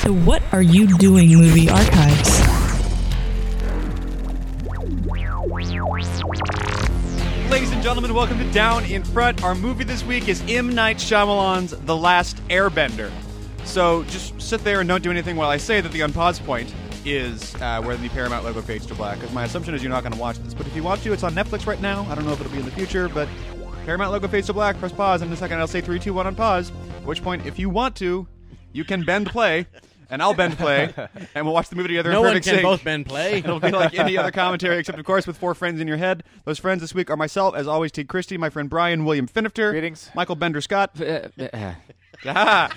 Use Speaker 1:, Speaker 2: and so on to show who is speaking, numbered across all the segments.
Speaker 1: to What Are You Doing Movie Archives.
Speaker 2: Ladies and gentlemen, welcome to Down in Front. Our movie this week is M. Night Shyamalan's The Last Airbender. So just sit there and don't do anything while I say that the unpause point is uh, where the Paramount logo fades to black. Because my assumption is you're not going to watch this, but if you want to, it's on Netflix right now. I don't know if it'll be in the future, but Paramount logo fades to black. Press pause, and in a second I'll say three, two, one, on pause. At which point, if you want to, you can bend play, and I'll bend play, and we'll watch the movie together.
Speaker 3: No
Speaker 2: in
Speaker 3: one
Speaker 2: perfect
Speaker 3: can
Speaker 2: sync.
Speaker 3: both bend play.
Speaker 2: It'll be like any other commentary, except of course with four friends in your head. Those friends this week are myself, as always, T. Christie, my friend Brian William Finifter,
Speaker 4: Greetings.
Speaker 2: Michael Bender Scott, Ah,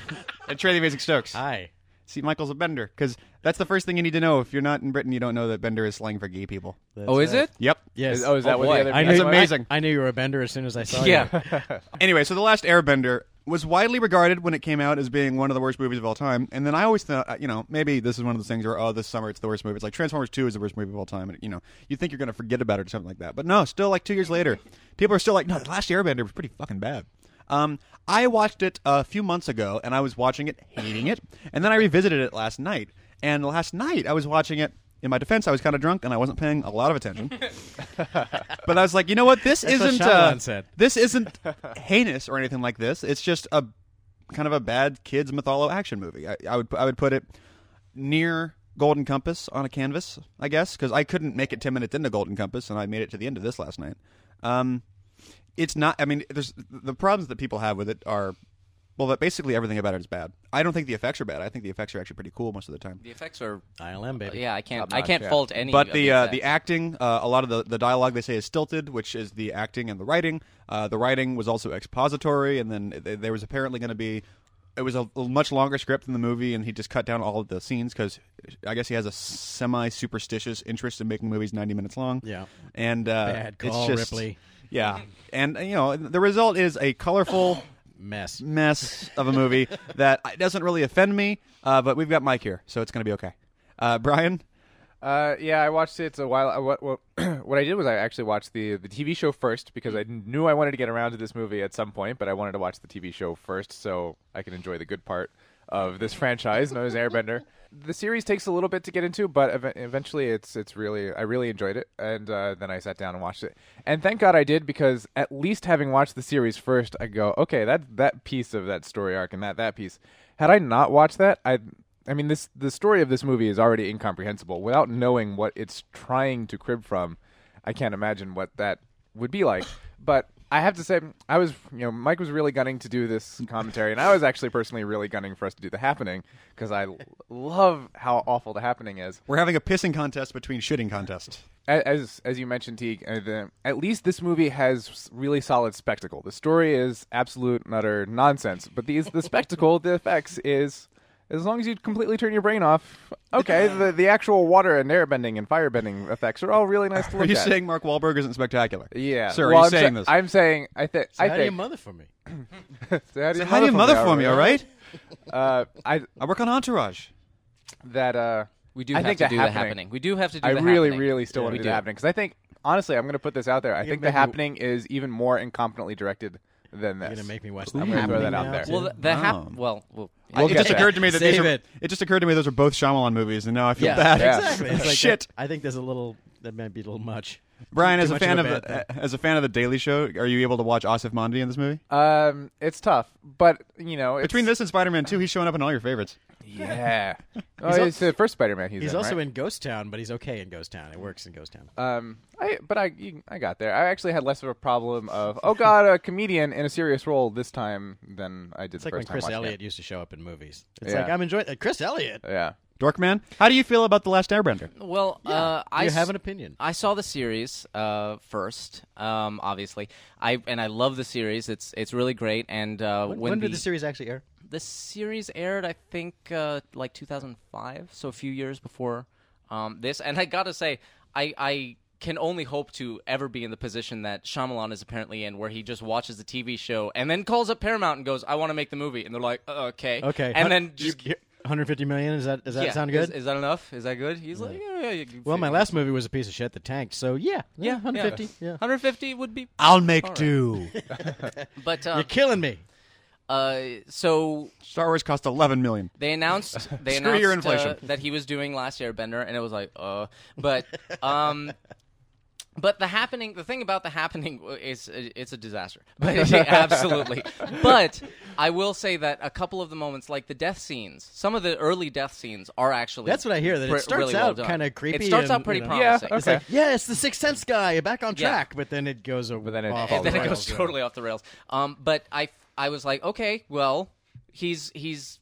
Speaker 2: and Trey the Amazing Stokes.
Speaker 4: Ah.
Speaker 3: Hi.
Speaker 2: See, Michael's a Bender because that's the first thing you need to know. If you're not in Britain, you don't know that Bender is slang for gay people.
Speaker 4: Oh, is it?
Speaker 2: Yep.
Speaker 3: Yes.
Speaker 4: Is- oh, is that what the
Speaker 3: boy.
Speaker 4: other-
Speaker 3: I
Speaker 2: That's
Speaker 3: knew-
Speaker 2: amazing.
Speaker 3: I, I knew you were a bender as soon as I saw you.
Speaker 4: Yeah.
Speaker 2: Anyway, so the last Airbender was widely regarded when it came out as being one of the worst movies of all time, and then I always thought, uh, you know, maybe this is one of those things where oh, this summer it's the worst movie. It's like Transformers Two is the worst movie of all time, and you know, you think you're going to forget about it or something like that, but no, still like two years later, people are still like, no, the last Airbender was pretty fucking bad. Um, I watched it a few months ago, and I was watching it, hating it, and then I revisited it last night, and last night I was watching it. In my defense, I was kind of drunk and I wasn't paying a lot of attention. but I was like, you know what? This
Speaker 3: what
Speaker 2: isn't
Speaker 3: Shyamalan
Speaker 2: uh,
Speaker 3: said.
Speaker 2: this isn't heinous or anything like this. It's just a kind of a bad kids mytholo action movie. I, I would I would put it near Golden Compass on a canvas, I guess, because I couldn't make it ten minutes into Golden Compass, and I made it to the end of this last night. Um, it's not. I mean, there's the problems that people have with it are. Well, that basically everything about it is bad. I don't think the effects are bad. I think the effects are actually pretty cool most of the time.
Speaker 4: The effects are.
Speaker 3: ILM baby.
Speaker 4: Yeah, I can't. I
Speaker 5: Top-notch,
Speaker 4: can't
Speaker 5: yeah.
Speaker 4: fault any.
Speaker 2: But
Speaker 4: of
Speaker 2: the uh,
Speaker 4: effects.
Speaker 2: the acting, uh, a lot of the, the dialogue they say is stilted, which is the acting and the writing. Uh, the writing was also expository, and then th- there was apparently going to be. It was a a much longer script than the movie, and he just cut down all of the scenes because I guess he has a semi superstitious interest in making movies ninety minutes long.
Speaker 3: Yeah.
Speaker 2: and uh,
Speaker 3: Bad call,
Speaker 2: it's just,
Speaker 3: Ripley.
Speaker 2: Yeah, and you know the result is a colorful
Speaker 3: Mess.
Speaker 2: mess of a movie that uh, doesn't really offend me. Uh, but we've got Mike here, so it's going to be okay. Uh, Brian,
Speaker 4: uh,
Speaker 5: Yeah, I watched it a while. I, what, what, what I did was I actually watched the the TV show first because I knew I wanted to get around to this movie at some point, but I wanted to watch the TV show first so I can enjoy the good part of this franchise known as Airbender. The series takes a little bit to get into, but ev- eventually it's it's really I really enjoyed it, and uh, then I sat down and watched it, and thank God I did because at least having watched the series first, I go okay that that piece of that story arc and that that piece. Had I not watched that, I I mean, this the story of this movie is already incomprehensible. Without knowing what it's trying to crib from, I can't imagine what that would be like. But I have to say, I was, you know, Mike was really gunning to do this commentary, and I was actually personally really gunning for us to do the happening because I l- love how awful the happening is.
Speaker 2: We're having a pissing contest between shitting contests.
Speaker 5: A- as as you mentioned, Teague, uh, the, at least this movie has s- really solid spectacle. The story is absolute and utter nonsense, but these the spectacle, the effects is as long as you completely turn your brain off. Okay, the the actual water and air bending and fire bending effects are all really nice to
Speaker 2: Are
Speaker 5: look
Speaker 2: you
Speaker 5: at.
Speaker 2: saying Mark Wahlberg isn't spectacular?
Speaker 5: yeah,
Speaker 2: Sir,
Speaker 5: well,
Speaker 2: are you
Speaker 5: I'm sa-
Speaker 2: saying this?
Speaker 5: I'm saying I, thi-
Speaker 3: So
Speaker 5: I
Speaker 3: how do you
Speaker 5: think.
Speaker 3: mother for me?
Speaker 5: Say, how do
Speaker 2: How do you mother for me,
Speaker 5: All
Speaker 2: all right?
Speaker 5: Uh, I
Speaker 2: I work on Entourage.
Speaker 5: that uh,
Speaker 4: we do
Speaker 5: I
Speaker 4: have
Speaker 5: think
Speaker 4: to
Speaker 5: the
Speaker 4: do
Speaker 5: happening-
Speaker 4: the happening. We do have to do.
Speaker 5: I
Speaker 4: the
Speaker 5: really,
Speaker 4: happening.
Speaker 5: really still want
Speaker 4: we
Speaker 5: to do
Speaker 4: do.
Speaker 5: the happening because I think honestly, I'm going to put this out there. I think the
Speaker 3: make me-
Speaker 5: happening is even more incompetently directed than this.
Speaker 3: You're gonna make me watch
Speaker 5: I'm
Speaker 3: the
Speaker 5: gonna throw that
Speaker 3: happening
Speaker 5: out
Speaker 3: now,
Speaker 5: there.
Speaker 3: too?
Speaker 5: Well,
Speaker 4: Well, the, the
Speaker 2: Wow.
Speaker 4: hap- well, well,
Speaker 5: We'll
Speaker 2: it
Speaker 5: get
Speaker 2: just
Speaker 5: there.
Speaker 2: occurred to me that these
Speaker 3: Save
Speaker 2: are,
Speaker 3: it.
Speaker 2: just occurred to me those are both Shyamalan movies, and now I feel
Speaker 3: yeah,
Speaker 2: bad.
Speaker 3: exactly. It's like
Speaker 2: Shit,
Speaker 3: that- I think there's a little. That might be a little much.
Speaker 2: Brian,
Speaker 3: Too
Speaker 2: as a
Speaker 3: much of
Speaker 2: fan
Speaker 3: a
Speaker 2: of,
Speaker 4: uh,
Speaker 3: bad
Speaker 2: the, as a fan of the Daily Show, are you able to watch Asif Mandi in this movie?
Speaker 5: Um, it's tough, but you know, it's,
Speaker 2: Between this and Spider-Man Two, he's showing up in all your favorites.
Speaker 5: yeah, oh,
Speaker 3: al-
Speaker 5: it's the first Spider-Man. He's,
Speaker 3: He's
Speaker 5: in,
Speaker 3: also
Speaker 5: right?
Speaker 3: in Ghost Town, but he's okay in Ghost Town. It works in Ghost Town.
Speaker 4: Uh,
Speaker 5: Um, I but I you- I got there. I actually had less of a problem of oh god, a comedian in a serious role this time than I did
Speaker 3: It's
Speaker 5: the
Speaker 3: like when
Speaker 5: first time
Speaker 3: Chris
Speaker 5: watching
Speaker 3: Elliott
Speaker 5: it.
Speaker 3: used to show up in movies. It's
Speaker 5: Yeah.
Speaker 3: like I'm enjoying uh, Chris Elliott.
Speaker 5: Yeah,
Speaker 2: Dorkman, how do you feel about the Last Airbender?
Speaker 4: well, uh, I
Speaker 3: you have
Speaker 4: s-
Speaker 3: an opinion.
Speaker 4: I saw the series uh, first, um, obviously. I and I love the series. It's it's really great. And uh,
Speaker 3: When,
Speaker 4: when,
Speaker 3: when
Speaker 4: the,
Speaker 3: did the series actually air?
Speaker 4: the series aired, I think uh, like 2005, so a few years before um, this. And I gotta say, I I can only hope to ever be in the position that Shyamalan is apparently in, where he just watches the TV show and then calls up Paramount and goes, "I want to make the movie," and they're like, "Uh, "Okay,
Speaker 3: Okay,
Speaker 4: and
Speaker 3: hun-
Speaker 4: then just.
Speaker 3: you- 150 million. Is that does that
Speaker 4: yeah,
Speaker 3: sound
Speaker 4: is-
Speaker 3: good?
Speaker 4: Is, that enough? Is that good? He's like, yeah, yeah, yeah. you
Speaker 3: well, my
Speaker 4: figure-
Speaker 3: last movie was a piece of shit that tanked. So yeah, yeah, 150. Yeah,
Speaker 4: 150 would be.
Speaker 3: Ah,
Speaker 2: I'll make
Speaker 4: All right.
Speaker 2: do.
Speaker 4: But um,
Speaker 3: you're killing me.
Speaker 4: Uh, so
Speaker 2: Star Wars cost eleven million.
Speaker 4: they announced they
Speaker 2: Screw
Speaker 4: announced
Speaker 2: your
Speaker 4: uh,
Speaker 2: inflation.
Speaker 4: that he was doing last Airbender, and it was like, uh, but um, but the happening, the thing about the happening is it's a disaster, but yeah, absolutely. But I will say that a couple of the moments, like the death scenes, some of the early death scenes are actually
Speaker 3: That's what I hear, that it
Speaker 4: pre-
Speaker 3: starts
Speaker 4: really
Speaker 3: out
Speaker 4: well done.
Speaker 3: kinda creepy
Speaker 4: It starts
Speaker 3: and,
Speaker 4: out pretty
Speaker 3: you know.
Speaker 5: Yeah,
Speaker 4: promising.
Speaker 5: okay.
Speaker 3: It's like, yeah, it's the Sixth Sense guy back on
Speaker 4: Yeah.
Speaker 3: track, but then it goes over.
Speaker 5: then it-
Speaker 3: off
Speaker 5: and
Speaker 3: the
Speaker 4: then it
Speaker 3: rails,
Speaker 4: goes
Speaker 3: yeah.
Speaker 4: totally off the rails. Um, but I I was like, okay, well, he's he's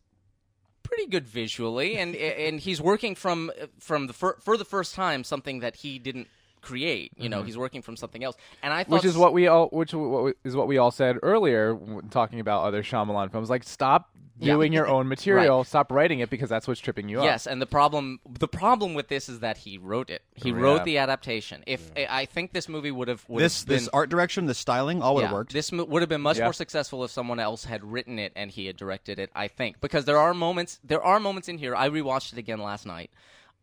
Speaker 4: pretty good visually, and and he's working from from the fir- for the first time something that he didn't create. You know, he's working from something else, and I thought
Speaker 5: Mm-hmm. which is what we all which w- what we- is what we all said earlier when talking about other Shyamalan films. Like, stop
Speaker 4: Yeah.
Speaker 5: doing your own material, stop writing it because that's what's tripping you
Speaker 4: Yes, and the problem the problem with this is that he wrote it. He
Speaker 5: Oh, Yeah.
Speaker 4: wrote the adaptation. If I I think this movie would have would
Speaker 2: This
Speaker 4: have been,
Speaker 2: this art direction, this styling, all would have
Speaker 4: Yeah,
Speaker 2: worked.
Speaker 4: This mo- would have been much
Speaker 5: Yeah.
Speaker 4: more successful if someone else had written it and he had directed it. I think because there are moments, there are moments in here. I rewatched it again last night.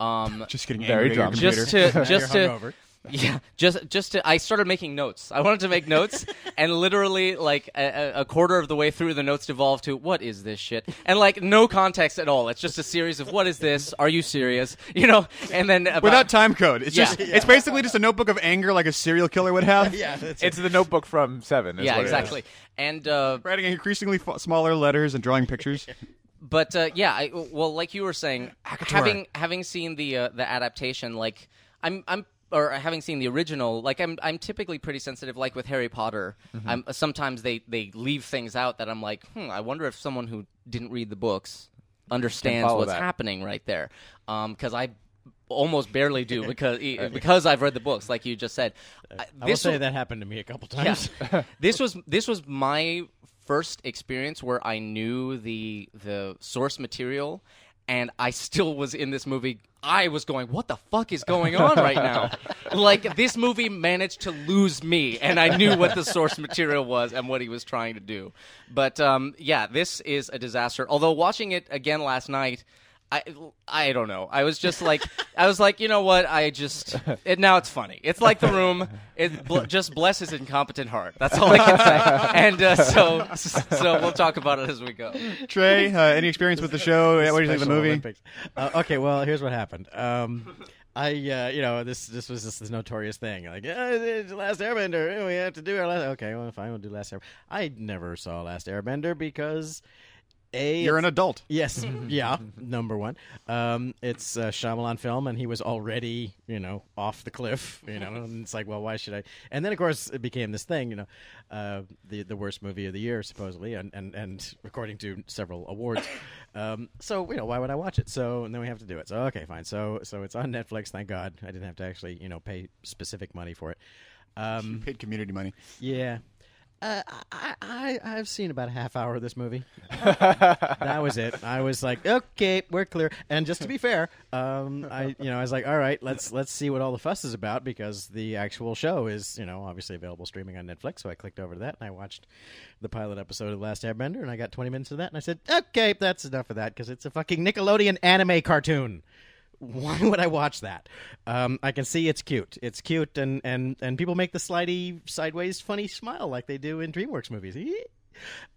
Speaker 4: Um,
Speaker 2: just getting angry
Speaker 5: Very
Speaker 2: at your
Speaker 5: drunk.
Speaker 2: computer.
Speaker 4: just to, just
Speaker 3: you're
Speaker 4: to,
Speaker 3: hungover.
Speaker 4: yeah, just just to. I started making notes. I wanted to make notes, and literally like a, a a quarter of the way through, the notes devolved to "What is this shit?" and like no context at all. It's just a series of "What is this? Are you serious?" You know, and then about,
Speaker 2: without time code. It's
Speaker 4: Yeah.
Speaker 2: just it's basically just a notebook of anger, like a serial killer would have.
Speaker 3: Yeah, that's
Speaker 5: It's the Notebook from Seven. Is
Speaker 4: Yeah,
Speaker 5: what it is.
Speaker 4: exactly. And uh,
Speaker 2: Writing increasingly f- smaller letters and drawing pictures.
Speaker 4: but uh, yeah, I, well, like you were saying, having having seen the uh, the adaptation, like I'm I'm or having seen the original, like I'm I'm typically pretty sensitive. Like with Harry Potter, I'm sometimes they they leave things out that I'm like, hmm, I wonder if someone who didn't read the books understands
Speaker 5: follow
Speaker 4: what's
Speaker 5: that.
Speaker 4: happening right there, because I almost barely do because e, because I've read the books, like you just said. I,
Speaker 3: I will
Speaker 4: this
Speaker 3: say that happened to me a couple times.
Speaker 4: yeah. this was this was my first experience where I knew the the source material and I still was in this movie I was going what the fuck is going on right now like this movie managed to lose me and I knew what the source material was and what he was trying to do but um, yeah this is a disaster although watching it again last night I, I don't know. I was just like I was like, you know what? I just it, now it's funny. It's like the room. It bl- just bless his incompetent heart. That's all I can say. And uh, so so we'll talk about it as we go.
Speaker 2: Trey, uh, any experience with the show? What do you think of the
Speaker 3: Special
Speaker 2: movie?
Speaker 3: Olympics. Uh, okay, well, here's what happened. Um, I, uh, you know, this this was just this notorious thing. Like, uh, it's Last Airbender, uh, we have to do our last. Okay, well, fine, we'll do Last Airbender. I never saw Last Airbender because a
Speaker 2: You're an adult.
Speaker 3: Yes, yeah, number one. Um, it's a Shyamalan film, and he was already, you know, off the cliff. You know, and it's like, well, why should I? And then, of course, it became this thing. You know, uh, the the worst movie of the year, supposedly, and and, and according to several awards. Um, so you know, why would I watch it? So and then we have to do it. So okay, fine. So so it's on Netflix. Thank God, I didn't have to actually, you know, pay specific money for it. Um,
Speaker 2: Paid community money.
Speaker 3: yeah. Uh, I, I I've seen about a half hour of this movie. that was it. I was like, okay, we're clear. And just to be fair, um, I you know I was like, all right, let's let's see what all the fuss is about because the actual show is you know obviously available streaming on Netflix. So I clicked over to that and I watched the pilot episode of The Last Airbender and I got twenty minutes of that and I said, okay, that's enough of that because it's a fucking Nickelodeon anime cartoon why would I watch that? Um, I can see it's cute. It's cute, and and and people make the slidey sideways funny smile like they do in DreamWorks movies. Eee.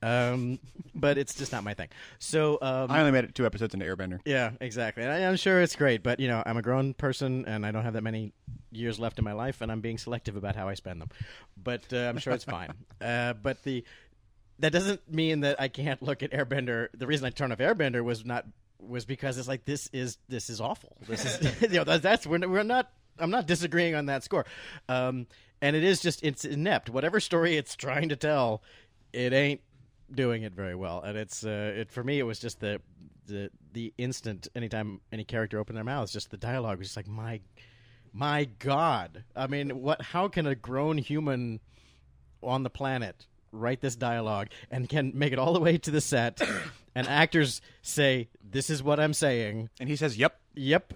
Speaker 3: Um, but it's just not my thing. So um,
Speaker 2: I only made it two episodes into Airbender.
Speaker 3: yeah, exactly. And I, I'm sure it's great, but you know, I'm a grown person and I don't have that many years left in my life, and I'm being selective about how I spend them. But uh, I'm sure it's fine. Uh, but the that doesn't mean that I can't look at Airbender. The reason I turned off Airbender was not was because it's like this is this is awful. This is you know that's, that's we're, we're not I'm not disagreeing on that score, um, and it is just it's inept. Whatever story it's trying to tell, it ain't doing it very well. And it's uh, it for me it was just the the the instant anytime any character opened their mouths, just the dialogue was just like my my god. I mean, what? How can a grown human on the planet write this dialogue and can make it all the way to the set and actors say this is what i'm saying
Speaker 2: And he says, "Yep."
Speaker 3: yep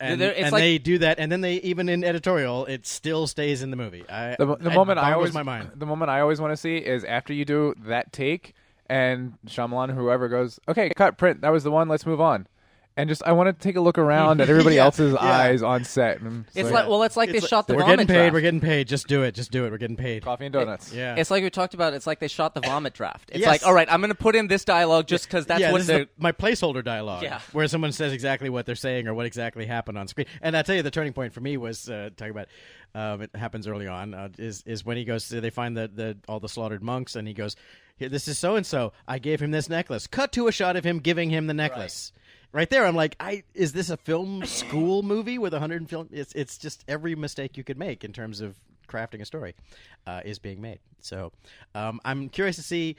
Speaker 3: and,
Speaker 4: There- it's
Speaker 3: and
Speaker 4: like-
Speaker 3: they do that and then they even in editorial it still stays in the movie I,
Speaker 5: The, mo- the
Speaker 3: it
Speaker 5: moment I
Speaker 3: boggles
Speaker 5: always
Speaker 3: my mind
Speaker 5: the moment I always want to see is after you do that take and Shyamalan whoever goes, okay, cut, print. That was the one. Let's move on. and just I want to take a look around at everybody
Speaker 3: Yeah,
Speaker 5: else's
Speaker 3: yeah.
Speaker 5: eyes on set. And
Speaker 4: It's
Speaker 5: so-
Speaker 4: like well, it's like they shot the
Speaker 3: We're
Speaker 4: vomit
Speaker 3: getting paid.
Speaker 4: draft.
Speaker 3: We're getting paid. Just do it. Just do it. We're getting paid.
Speaker 5: coffee and donuts.
Speaker 3: Yeah.
Speaker 4: It's like we talked about. It's like they shot the vomit draft. It's
Speaker 3: Yes.
Speaker 4: like, all right, I'm going to put in this dialogue just because that's
Speaker 3: yeah,
Speaker 4: what
Speaker 3: this is
Speaker 4: they're.
Speaker 3: the- my placeholder dialogue.
Speaker 4: Yeah.
Speaker 3: Where someone says exactly what they're saying or what exactly happened on screen. And I tell you, the turning point for me was uh, talking about um, it happens early on uh, is is when he goes to they find the, the all the slaughtered monks and he goes, "Here, this is so and so. I gave him this necklace. Cut to a shot of him giving him the necklace. Right there, I'm like, I is this a film school movie with 100 film? It's it's just every mistake you could make in terms of crafting a story uh, is being made. So um, I'm curious to see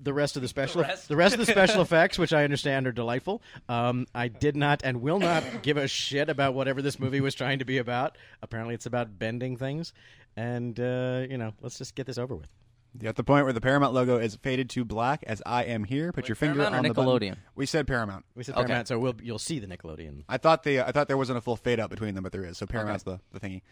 Speaker 3: the rest of the special the rest, of the special effects which i understand are delightful um, i did not and will not give a shit about whatever this movie was trying to be about apparently it's about bending things and uh, you know let's just get this over with
Speaker 2: You're At the point where the Paramount logo is faded to black, as I am here, put your finger
Speaker 4: Paramount or
Speaker 2: on the button.
Speaker 4: Nickelodeon?
Speaker 2: We said Paramount.
Speaker 3: we said
Speaker 4: Okay.
Speaker 3: Paramount, so we'll, you'll see the nickelodeon
Speaker 2: I thought the I thought there wasn't a full fade out between them, but there is. So Paramount's the, the thingy.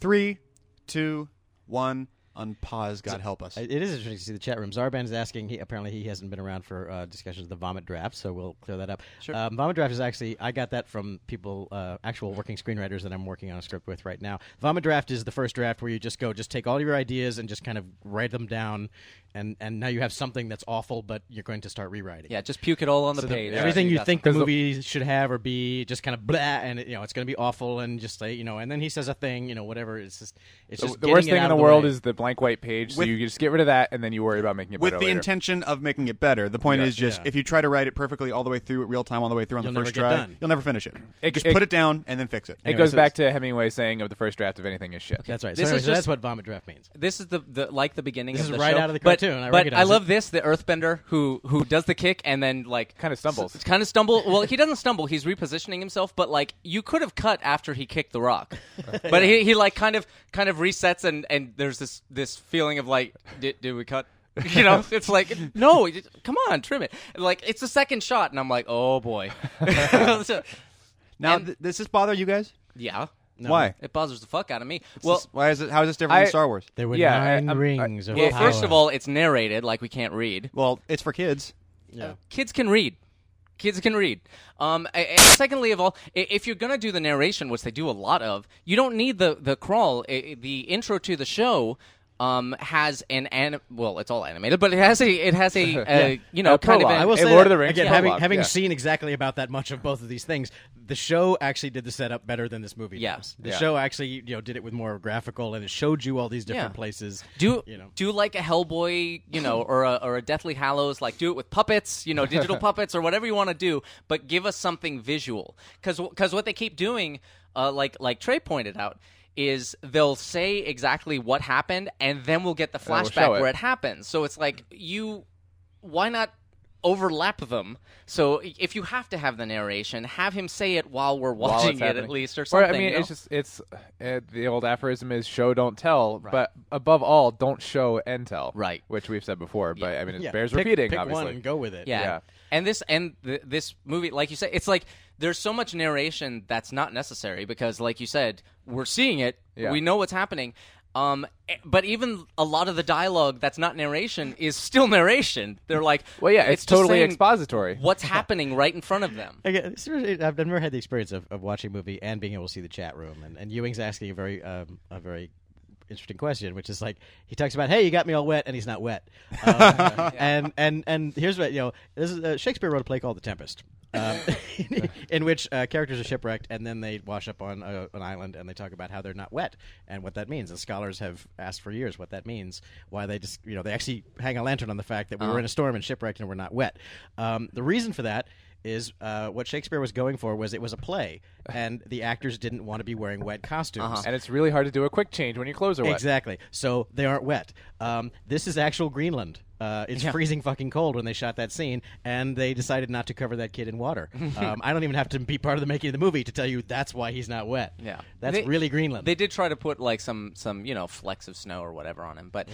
Speaker 2: Three, two, one, unpause. God help us.
Speaker 3: It it is interesting to see the chat room. Zarban is asking. He apparently he hasn't been around for uh, discussions of the vomit draft, so we'll clear that up. Um, vomit draft is actually I got that from people, uh, actual working screenwriters that I'm working on a script with right now. Vomit draft is the first draft where you just go, just take all your ideas and just kind of write them down, and and now you have something that's awful, but you're going to start rewriting.
Speaker 4: yeah, just puke it all on the page.
Speaker 3: The- everything you think the
Speaker 5: 'Cause the-
Speaker 3: movie should have or be just kind of blah, and it, you know it's going to be awful, and just like you know, and then he says a thing, you know, whatever. It's just it's
Speaker 5: The,
Speaker 3: just
Speaker 5: the
Speaker 3: getting
Speaker 5: worst
Speaker 3: it
Speaker 5: thing
Speaker 3: out
Speaker 5: in the
Speaker 3: of
Speaker 5: world
Speaker 3: way.
Speaker 5: is the blank white page.
Speaker 2: With-
Speaker 5: so you just get rid of that, and then you worry about making it
Speaker 2: with
Speaker 5: better
Speaker 2: the
Speaker 5: later.
Speaker 2: intention of making it better. The point is just
Speaker 3: Yeah.
Speaker 2: if you try to write it perfectly all the way through, real time all the way through on
Speaker 3: You'll
Speaker 2: the
Speaker 3: never
Speaker 2: first
Speaker 3: get
Speaker 2: try,
Speaker 3: done.
Speaker 2: you'll never finish it.
Speaker 5: It-
Speaker 2: just
Speaker 5: it-
Speaker 2: put it down and then fix it.
Speaker 5: It
Speaker 3: Anyway,
Speaker 5: goes
Speaker 3: so
Speaker 5: back to Hemingway saying of the first draft of anything is shit.
Speaker 3: That's right.
Speaker 4: This
Speaker 3: so, anyway,
Speaker 4: is
Speaker 3: so
Speaker 4: just-
Speaker 3: that's what vomit draft means.
Speaker 4: This is the, the like the beginning.
Speaker 3: This
Speaker 4: of
Speaker 3: is
Speaker 4: the
Speaker 3: right
Speaker 4: show.
Speaker 3: out of the
Speaker 4: But-
Speaker 3: cartoon, I
Speaker 4: But, I
Speaker 3: recognize
Speaker 4: love
Speaker 3: it.
Speaker 4: this the Earthbender who who does the kick and then like
Speaker 5: Kinda stumbles.
Speaker 4: kind of stumble. Well, he doesn't stumble. He's repositioning himself. But like you could have cut after he kicked the rock, but he, he like kind of kind of resets and and there's this this feeling of like did, did we cut? You know, it's like no, you- come on, trim it. Like it's the second shot, and I'm like, oh boy. So,
Speaker 2: Now,
Speaker 4: and-
Speaker 2: th- does this bother you guys?
Speaker 4: yeah,
Speaker 2: Why?
Speaker 4: it bothers the fuck out of me. well,
Speaker 2: This- why is it? How is this different
Speaker 5: I-
Speaker 2: than Star Wars?
Speaker 3: There were
Speaker 5: Yeah, I-
Speaker 3: nine
Speaker 5: I'm- I-
Speaker 3: rings of
Speaker 4: well,
Speaker 3: power.
Speaker 4: first of all, it's narrated, like we can't read.
Speaker 2: Well, it's for kids.
Speaker 3: yeah.
Speaker 4: kids can read. Kids can read. Um, a- and secondly of all, i- if you're gonna do the narration, which they do a lot of, you don't need the the crawl. I- I- The intro to the show um, has an anim- well, it's all animated, but it has a it has a, a you know
Speaker 5: A
Speaker 4: kind of
Speaker 5: prologue.
Speaker 4: an-
Speaker 3: I will
Speaker 5: Hey,
Speaker 3: say
Speaker 5: Lord of
Speaker 3: that,
Speaker 5: the Rings
Speaker 3: again,
Speaker 5: prologue,
Speaker 3: having having
Speaker 5: yeah.
Speaker 3: seen exactly about that much of both of these things, the show actually did the setup better than this movie.
Speaker 4: Yeah.
Speaker 3: does. the
Speaker 5: Yeah.
Speaker 3: show actually you know did it with more graphical and it showed you all these different
Speaker 4: Yeah.
Speaker 3: places.
Speaker 4: do
Speaker 3: you know?
Speaker 4: do like a Hellboy, you know, or a or a Deathly Hallows, like do it with puppets, you know, digital puppets or whatever you want to do, but give us something visual. Because what they keep doing, uh, like like Trey pointed out, is they'll say exactly what happened, and then we'll get the
Speaker 5: we'll
Speaker 4: flashback
Speaker 5: show it.
Speaker 4: where it happens. So it's like you, why not? overlap them so if you have to have the narration have him say it while we're
Speaker 5: while it's
Speaker 4: watching it
Speaker 5: happening.
Speaker 4: at least or something
Speaker 5: I mean,
Speaker 4: you know?
Speaker 5: it's just it's uh, the old aphorism is show don't tell, but above all, don't show and tell.
Speaker 4: Right.
Speaker 5: which we've said before, but I mean, it
Speaker 3: Yeah,
Speaker 5: bears
Speaker 3: pick-
Speaker 5: repeating.
Speaker 3: pick
Speaker 5: obviously,
Speaker 3: one and go with it.
Speaker 4: Yeah.
Speaker 5: Yeah.
Speaker 4: And this and th- this movie, like you said, it's like there's so much narration that's not necessary because, like you said, we're seeing it.
Speaker 5: Yeah.
Speaker 4: We know what's happening. Um, eh, but even a lot of the dialogue that's not narration is still narration. They're like,
Speaker 5: Well, yeah, it's
Speaker 4: just
Speaker 5: totally
Speaker 4: saying
Speaker 5: expository.
Speaker 4: What's happening right in front of them?
Speaker 3: Again, it's really- I've never had the experience of, of watching a movie and being able to see the chat room. And, and Ewing's asking a very um, a very interesting question, which is like he talks about, "Hey, you got me all wet," and he's not wet. Um, And and and here's what you know. This is uh, Shakespeare wrote a play called The Tempest, um, in which uh, characters are shipwrecked and then they wash up on a, an island and they talk about how they're not wet and what that means. And scholars have asked for years what that means. Why they just you know they actually hang a lantern on the fact that we were in a storm and shipwrecked and we're not wet. Um, the reason for that is uh, what Shakespeare was going for was it was a play, and the actors didn't want to be wearing wet costumes.
Speaker 4: Uh-huh.
Speaker 5: and it's really hard to do a quick change when your clothes are wet.
Speaker 3: Exactly. So they aren't wet. Um, this is actual Greenland. Uh, it's freezing fucking cold when they shot that scene, and they decided not to cover that kid in water. um, I don't even have to be part of the making of the movie to tell you that's why he's not wet.
Speaker 4: Yeah.
Speaker 3: that's
Speaker 4: They-
Speaker 3: really Greenland.
Speaker 4: They did try to put like some some you know flecks of snow or whatever on him, but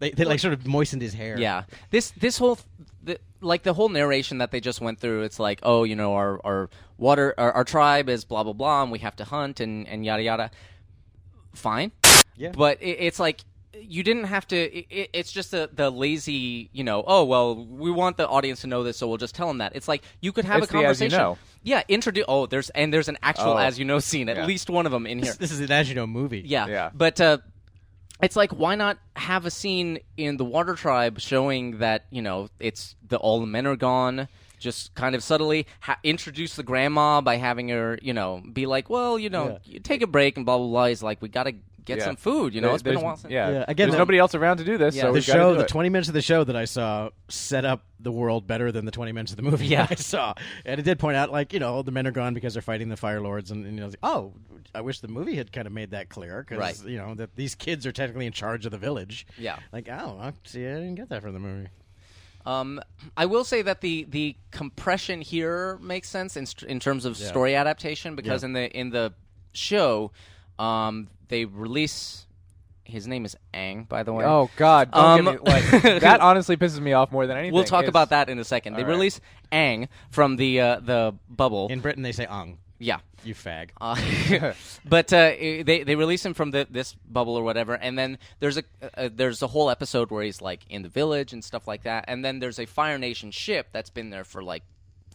Speaker 3: they, they like sort of moistened his hair.
Speaker 4: Yeah. This this whole th- the, like the whole narration that they just went through. It's like, oh, you know, our our water our, our tribe is blah blah blah, and we have to hunt and and yada yada. Fine.
Speaker 3: Yeah.
Speaker 4: But it, it's like you didn't have to. i i it's just the the lazy, you know. Oh well, we want the audience to know this, so we'll just tell them that. It's like you could have
Speaker 5: It's
Speaker 4: a
Speaker 5: the as
Speaker 4: conversation.
Speaker 5: you know.
Speaker 4: Yeah, introduce. Oh, there's and there's an actual
Speaker 5: Oh.
Speaker 4: as you know scene. At
Speaker 5: Yeah.
Speaker 4: least one of them in here.
Speaker 3: This, this is an as you know movie.
Speaker 4: Yeah.
Speaker 5: Yeah.
Speaker 4: But uh, it's like, why not have a scene in the Water Tribe showing that you know it's the all the men are gone. Just kind of subtly ha- introduce the grandma by having her, you know, be like, well, you know, you take a break and blah blah blah. He's like, we gotta get
Speaker 5: Yeah.
Speaker 4: some food. You know,
Speaker 5: There-
Speaker 4: it's been a
Speaker 5: there's-
Speaker 4: while since.
Speaker 5: Yeah.
Speaker 3: Yeah, again,
Speaker 5: Again, there's
Speaker 3: the-
Speaker 5: nobody else around to do this,
Speaker 4: Yeah.
Speaker 5: so
Speaker 4: The
Speaker 5: we
Speaker 3: the show,
Speaker 5: do
Speaker 3: the
Speaker 5: it.
Speaker 3: 20 minutes of the show that I saw set up the world better than the 20 minutes of the movie
Speaker 4: Yeah.
Speaker 3: I saw. And it did point out, like, you know, the men are gone because they're fighting the Fire Lords. And, and you know, it's like, oh, I wish the movie had kind of made that clear because,
Speaker 4: Right.
Speaker 3: you know, that these kids are technically in charge of the village.
Speaker 4: Yeah.
Speaker 3: Like, oh, I, see, I didn't get that from the movie.
Speaker 4: Um, I will say that the the compression here makes sense in, st- in terms of story adaptation because in the in the show, um, they release his name is Ang by the way.
Speaker 5: Oh God! Don't
Speaker 4: Um,
Speaker 5: get me, like, that honestly pisses me off more than anything.
Speaker 4: we'll talk
Speaker 5: It's-
Speaker 4: about that in a second. They
Speaker 5: All right.
Speaker 4: release Ang from the uh, the bubble.
Speaker 3: In Britain, they say ong,
Speaker 4: yeah.
Speaker 3: you fag.
Speaker 4: Uh, but uh, i- they they release him from the, this bubble or whatever, and then there's a uh, there's a whole episode where he's like in the village and stuff like that, and then there's a Fire Nation ship that's been there for like.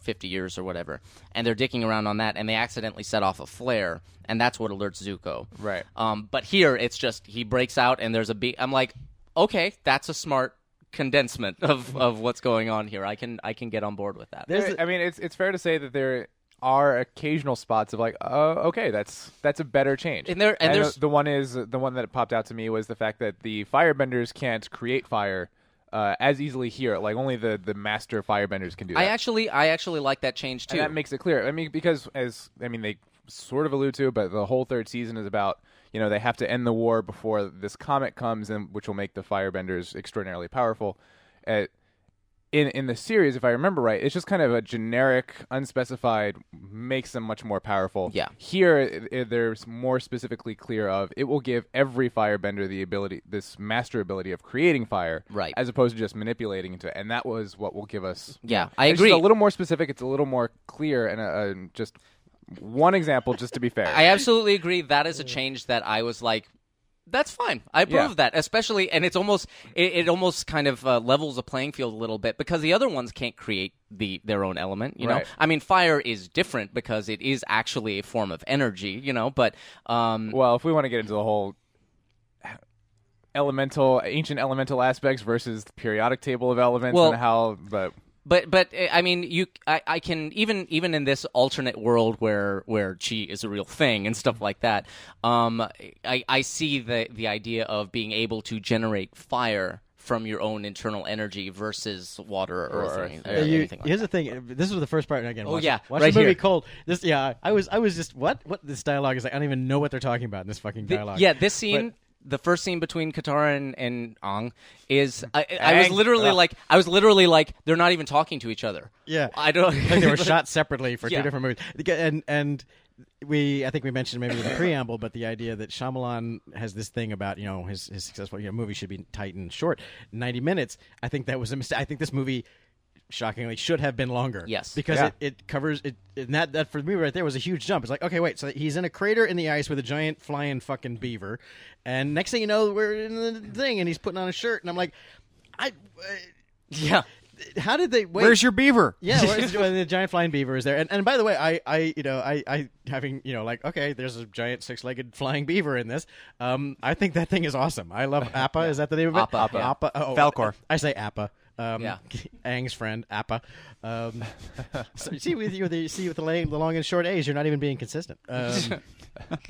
Speaker 4: 50 years or whatever and they're dicking around on that and they accidentally set off a flare and that's what alerts zuko
Speaker 5: Right.
Speaker 4: um but here it's just he breaks out and there's a beat i'm like okay that's a smart condensement of of what's going on here i can i can get on board with that
Speaker 5: There- I mean, it's it's fair to say that there are occasional spots of like, oh, okay, that's that's a better change.
Speaker 4: And there- and there's-
Speaker 5: the one is the one that popped out to me was the fact that the firebenders can't create fire uh, as easily here. Like only the the master firebenders can do that.
Speaker 4: i actually i actually like that change too
Speaker 5: And that makes it clear. I mean, because as I mean, they sort of allude to, but the whole third season is about you know they have to end the war before this comet comes, and which will make the Firebenders extraordinarily powerful. Uh, in in the series, if I remember right, it's just kind of a generic, unspecified makes them much more powerful.
Speaker 4: Yeah.
Speaker 5: Here, i i- there's more specifically clear of it will give every Firebender the ability, this master ability of creating fire,
Speaker 4: Right.
Speaker 5: As opposed to just manipulating into it, and that was what will give us
Speaker 4: Yeah, I
Speaker 5: it's just
Speaker 4: agree.
Speaker 5: a little more specific. It's a little more clear, and uh, uh, just one example, just to be fair.
Speaker 4: I absolutely agree. That is a change that I was like, that's fine. I approve
Speaker 5: Yeah.
Speaker 4: of that, especially, and it's almost it, it almost kind of uh, levels the playing field a little bit because the other ones can't create the their own element. You know,
Speaker 5: Right.
Speaker 4: I mean, fire is different because it is actually a form of energy. You know, but um,
Speaker 5: well, if we want to get into the whole elemental, ancient elemental aspects versus the periodic table of elements
Speaker 4: Well-
Speaker 5: and how, but
Speaker 4: But but uh, I mean, you I, I can even even in this alternate world where where chi is a real thing and stuff like that. Um, I I see the the idea of being able to generate fire from your own internal energy versus water or, earth or any- or
Speaker 5: Yeah,
Speaker 3: Yeah, you-
Speaker 4: anything like
Speaker 3: here's
Speaker 4: that.
Speaker 3: the thing. uh, This was the first part. and Again,
Speaker 4: Oh,
Speaker 3: watch,
Speaker 4: yeah,
Speaker 3: watch
Speaker 4: right
Speaker 3: the movie
Speaker 4: here.
Speaker 3: Cold. This, yeah, I was, I was just what, what this dialogue is like. I don't even know what they're talking about in this fucking
Speaker 4: Th-
Speaker 3: dialogue.
Speaker 4: yeah, this scene. the first scene between Katara and, and Ang is I, I was
Speaker 5: Aang.
Speaker 4: literally
Speaker 5: Ugh.
Speaker 4: like I was literally like they're not even talking to each other.
Speaker 3: Yeah,
Speaker 4: I don't
Speaker 3: like they were shot separately for
Speaker 4: Yeah.
Speaker 3: two different movies. The- And and we, I think we mentioned maybe in the preamble, but the idea that Shyamalan has this thing about you know his his successful you know, movie should be tight and short, ninety minutes. I think that was a mistake. I think this movie. Shockingly, should have been longer.
Speaker 4: Yes.
Speaker 3: because
Speaker 5: Yeah.
Speaker 3: it, it covers it. And that that for me right there was a huge jump. It's like okay, wait, so he's in a crater in the ice with a giant flying fucking beaver, and next thing you know, we're in the thing, and he's putting on a shirt, and I'm like, I,
Speaker 4: yeah.
Speaker 3: uh, how did they? Wait,
Speaker 2: Where's your beaver?
Speaker 3: yeah, whereas when the giant flying beaver is there, and, and by the way, I, I you know I, I having you know like okay, there's a giant six legged flying beaver in this. Um, I think that thing is awesome. I love Appa. Is that the name of it?
Speaker 4: Appa, Appa. yeah.
Speaker 3: Appa. Oh,
Speaker 2: Falcor.
Speaker 3: I say Appa. Um,
Speaker 4: Yeah.
Speaker 3: Aang's friend Appa. Um, so see with you, the, see with the, lang- the long and short A's, you're not even being consistent. Um,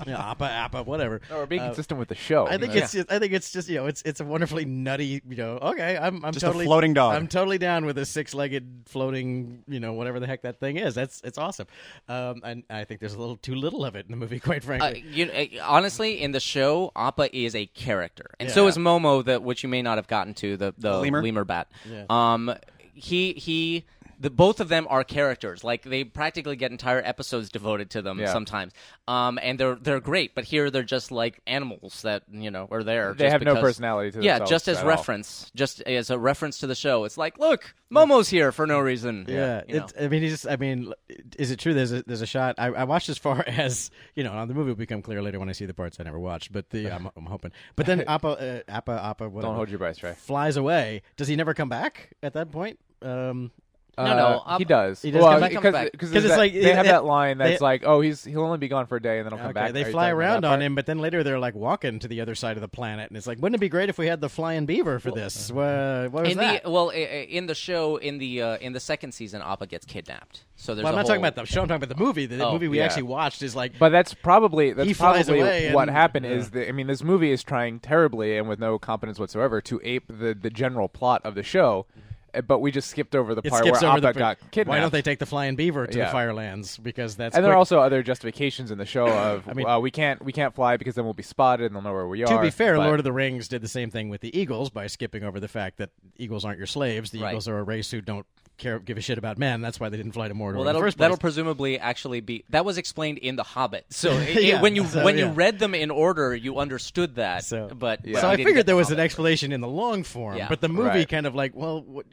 Speaker 3: you know, Appa, Appa, whatever. Uh,
Speaker 5: or
Speaker 4: uh,
Speaker 5: being consistent with the show.
Speaker 3: I think
Speaker 5: you know?
Speaker 3: it's just, I think it's just you know it's it's a wonderfully nutty you know okay I'm I'm
Speaker 2: Just a
Speaker 3: totally
Speaker 2: floating dog.
Speaker 3: I'm totally down with a six legged floating you know whatever the heck that thing is that's it's awesome um and I think there's a little too little of it in the movie quite
Speaker 4: Uh,
Speaker 3: frankly
Speaker 4: you uh, honestly, in the show, Appa is a character, and so is Momo, the which you may not have gotten to the the
Speaker 2: Lemur?
Speaker 4: lemur, bat. Um, he he. The, both of them are characters. Like they practically get entire episodes devoted to them
Speaker 5: Yeah.
Speaker 4: sometimes, um, and they're they're great. But here they're just like animals that you know are there.
Speaker 5: They
Speaker 4: just
Speaker 5: have no
Speaker 4: because-
Speaker 5: personality to
Speaker 4: yeah,
Speaker 5: themselves
Speaker 4: just
Speaker 5: at
Speaker 4: as
Speaker 5: all.
Speaker 4: reference, just as a reference to the show. It's like, look, Momo's here for no reason.
Speaker 3: yeah,
Speaker 4: you know.
Speaker 3: it's, I mean he's I mean is it true there's a, there's a shot I, I watched as far as you know the movie will become clear later when I see the parts I never watched but the I'm, I'm hoping but then Appa uh, Appa Appa whatever,
Speaker 5: Don't hold your breath, Trey.
Speaker 3: flies away does he never come back at that point um
Speaker 4: No, no,
Speaker 5: Uh, he
Speaker 4: um,
Speaker 5: does.
Speaker 3: he does come back,
Speaker 4: comes back.
Speaker 5: Because
Speaker 3: 'Cause it's like-
Speaker 5: they have
Speaker 3: it-
Speaker 5: that line
Speaker 3: they-
Speaker 5: that's like, oh, he's he'll only be gone for a day and then he'll come
Speaker 3: Okay,
Speaker 5: back. Are
Speaker 3: they
Speaker 5: you
Speaker 3: fly
Speaker 5: talking about
Speaker 3: around
Speaker 5: that
Speaker 3: on
Speaker 5: part?
Speaker 3: him, but then later they're like walking to the other side of the planet, and it's like, wouldn't it be great if we had the flying beaver for this?
Speaker 5: uh-huh.
Speaker 3: Wha- what was
Speaker 4: in
Speaker 3: that?
Speaker 4: the well, i- i- in the show, in the uh, in the second season, Appa gets kidnapped. So there's.
Speaker 3: well, I'm not
Speaker 4: a
Speaker 3: talking
Speaker 4: whole-
Speaker 3: about the show. I'm talking about the movie. The
Speaker 4: Oh,
Speaker 3: movie we
Speaker 5: yeah.
Speaker 3: actually watched is like,
Speaker 5: But that's probably that's
Speaker 3: He flies away
Speaker 5: probably what
Speaker 3: and-
Speaker 5: happened
Speaker 3: yeah.
Speaker 5: is that I mean this movie is trying terribly and with no competence whatsoever to ape the the general plot of the show, uh, but we just skipped over the
Speaker 3: it
Speaker 5: part
Speaker 3: skips
Speaker 5: where
Speaker 3: over
Speaker 5: Appa
Speaker 3: the.
Speaker 5: got kidnapped.
Speaker 3: Why don't they take the flying beaver to
Speaker 5: Yeah.
Speaker 3: the Firelands? Because that's
Speaker 5: And there
Speaker 3: quick.
Speaker 5: are also other justifications in the show of
Speaker 3: mean-
Speaker 5: uh, we can't we can't fly because then we'll be spotted and they'll know where we are.
Speaker 3: To be fair,
Speaker 5: but-
Speaker 3: Lord of the Rings did the same thing with the Eagles by skipping over the fact that Eagles aren't your slaves. The
Speaker 4: Right.
Speaker 3: Eagles are a race who don't care give a shit about men. That's why they didn't fly to Mordor
Speaker 4: Well,
Speaker 3: in the
Speaker 4: that'll
Speaker 3: first place.
Speaker 4: that'll presumably actually be that was explained in The Hobbit. So i- i-
Speaker 3: Yeah,
Speaker 4: when you
Speaker 3: so,
Speaker 4: when
Speaker 3: yeah.
Speaker 4: you read them in order, you understood that.
Speaker 3: So-
Speaker 4: but
Speaker 5: Yeah.
Speaker 3: So
Speaker 4: we
Speaker 3: I
Speaker 4: didn't
Speaker 3: figured
Speaker 4: get
Speaker 3: there
Speaker 4: The
Speaker 3: was an
Speaker 4: Hobbit.
Speaker 3: explanation in the long form,
Speaker 4: Yeah.
Speaker 3: but the movie
Speaker 5: Right.
Speaker 3: kind of like, well, what,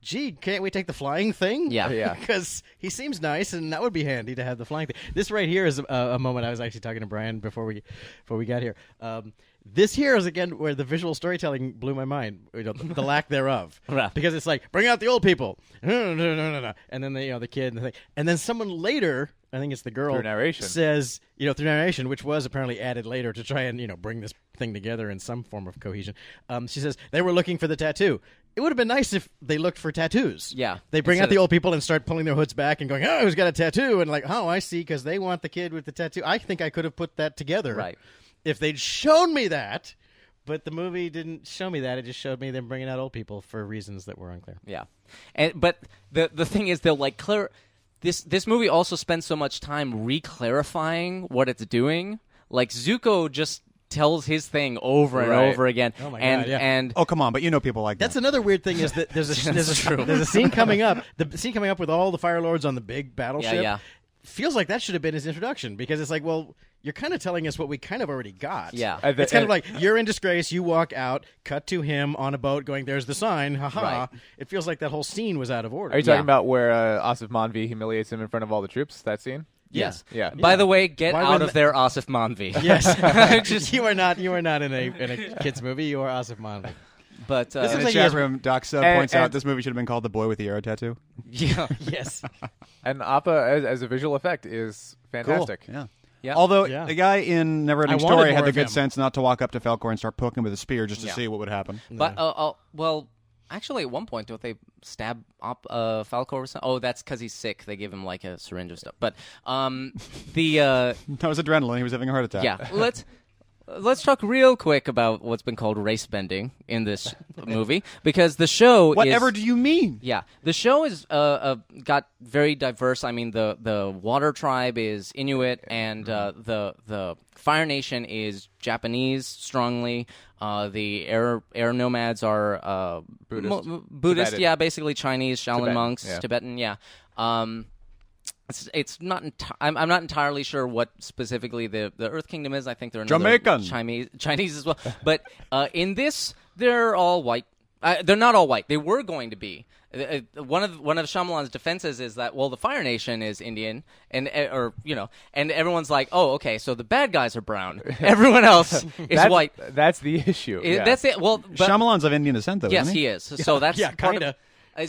Speaker 3: gee, can't we take the flying thing?
Speaker 4: Yeah.
Speaker 5: Yeah.
Speaker 3: because he seems nice, and that would be handy to have the flying thing. This right here is a, a moment I was actually talking to Brian before we before we got here. Um, this here is again where the visual storytelling blew my mind, you know, the, the lack thereof,
Speaker 4: Right.
Speaker 3: because it's like bring out the old people, no, no, no, no, no, no. and then the you know the kid and the thing, and then someone later. I think it's the girl
Speaker 5: Through narration.
Speaker 3: says, you know, through narration, which was apparently added later to try and, you know, bring this thing together in some form of cohesion. Um, she says, they were looking for the tattoo. It would have been nice if they looked for tattoos.
Speaker 4: Yeah.
Speaker 3: They bring out
Speaker 4: Instead
Speaker 3: the
Speaker 4: of-
Speaker 3: old people and start pulling their hoods back and going, oh, who's got a tattoo? And like, oh, I see, because they want the kid with the tattoo. I think I could have put that together.
Speaker 4: Right.
Speaker 3: If they'd shown me that. But the movie didn't show me that. It just showed me them bringing out old people for reasons that were unclear.
Speaker 4: Yeah, and but the the thing is, they'll like clear. This this movie also spends so much time re-clarifying what it's doing. Like Zuko just tells his thing over and
Speaker 5: Right.
Speaker 4: over again,
Speaker 3: my
Speaker 4: and
Speaker 3: God, yeah.
Speaker 4: and
Speaker 2: Oh come on, but you know people like
Speaker 3: That's
Speaker 2: that.
Speaker 3: another weird thing is that there's a there's a there's a scene coming up. The scene coming up with all the fire lords on the big battleship.
Speaker 4: yeah.
Speaker 3: Feels like that should have been his introduction because it's like, well, you're kind of telling us what we kind of already got.
Speaker 4: Yeah.
Speaker 5: At the-
Speaker 3: it's kind of
Speaker 5: at-
Speaker 3: like you're in disgrace. You walk out, cut to him on a boat, going, "There's the sign." Haha.
Speaker 4: Right.
Speaker 3: It feels like that whole scene was out of order.
Speaker 5: Are you talking
Speaker 4: Yeah.
Speaker 5: about where uh, Asif Manvi humiliates him in front of all the troops? That scene.
Speaker 4: yes,
Speaker 5: Yeah.
Speaker 4: By the way, get
Speaker 3: Why
Speaker 4: out
Speaker 3: wouldn't
Speaker 4: of there, Asif Manvi.
Speaker 3: yes, you are not. You are not in a in a kids movie. You are Asif Manvi.
Speaker 4: but
Speaker 3: This
Speaker 2: In
Speaker 4: uh,
Speaker 3: is
Speaker 2: the chat
Speaker 3: like yes-
Speaker 2: room, Doc Sub
Speaker 5: And-
Speaker 2: points out
Speaker 5: and-
Speaker 2: this movie should have been called "The Boy with the Arrow Tattoo."
Speaker 4: yeah,
Speaker 3: Yes,
Speaker 5: And Appa as, as a visual effect is fantastic.
Speaker 2: Yeah.
Speaker 4: Yeah.
Speaker 2: Although
Speaker 3: Yeah.
Speaker 2: the guy in
Speaker 3: I
Speaker 2: Neverending
Speaker 3: wanted
Speaker 2: Story
Speaker 3: more
Speaker 2: had the
Speaker 3: of
Speaker 2: good
Speaker 3: him.
Speaker 2: sense not to walk up to Falcor and start poking him with a spear just to
Speaker 4: Yeah.
Speaker 2: see what would happen.
Speaker 4: but uh, uh, well, actually, at one point, don't they stab up uh, Falcor? Or something? Oh, that's because he's sick. They give him like a syringe of stuff. But um, the uh,
Speaker 2: That was adrenaline. He was having a heart attack.
Speaker 4: yeah let's let's talk real quick about what's been called race bending in this movie because the show
Speaker 2: Whatever
Speaker 4: is,
Speaker 2: do you mean?
Speaker 4: yeah, the show is uh, uh got very diverse. I mean, the the water tribe is Inuit, and uh,
Speaker 5: Mm-hmm.
Speaker 4: the the Fire Nation is Japanese strongly. Uh, the air air nomads are uh,
Speaker 5: Buddhist.
Speaker 4: Buddhist,
Speaker 5: Tibetan.
Speaker 4: yeah, basically Chinese, Shaolin
Speaker 5: Tibetan,
Speaker 4: monks,
Speaker 5: yeah.
Speaker 4: Tibetan, yeah. Um, it's it's not. Enti- I'm I'm not entirely sure what specifically the the Earth Kingdom is. I think they're another
Speaker 2: Jamaican.
Speaker 4: Chinese Chinese as well. But uh, in this, they're all white. Uh, they're not all white. They were going to be. Uh, uh, one of one of Shyamalan's defenses is that well, the Fire Nation is Indian, and uh, or you know, and everyone's like, oh, okay, so the bad guys are brown. Everyone else is
Speaker 5: That's,
Speaker 4: white.
Speaker 5: That's the issue.
Speaker 4: It-
Speaker 5: yeah.
Speaker 4: That's it. Well, but,
Speaker 2: Shyamalan's of Indian descent, though.
Speaker 4: Yes,
Speaker 2: isn't
Speaker 4: he is. So that's
Speaker 3: yeah,
Speaker 4: part
Speaker 3: kinda.
Speaker 4: Uh, so-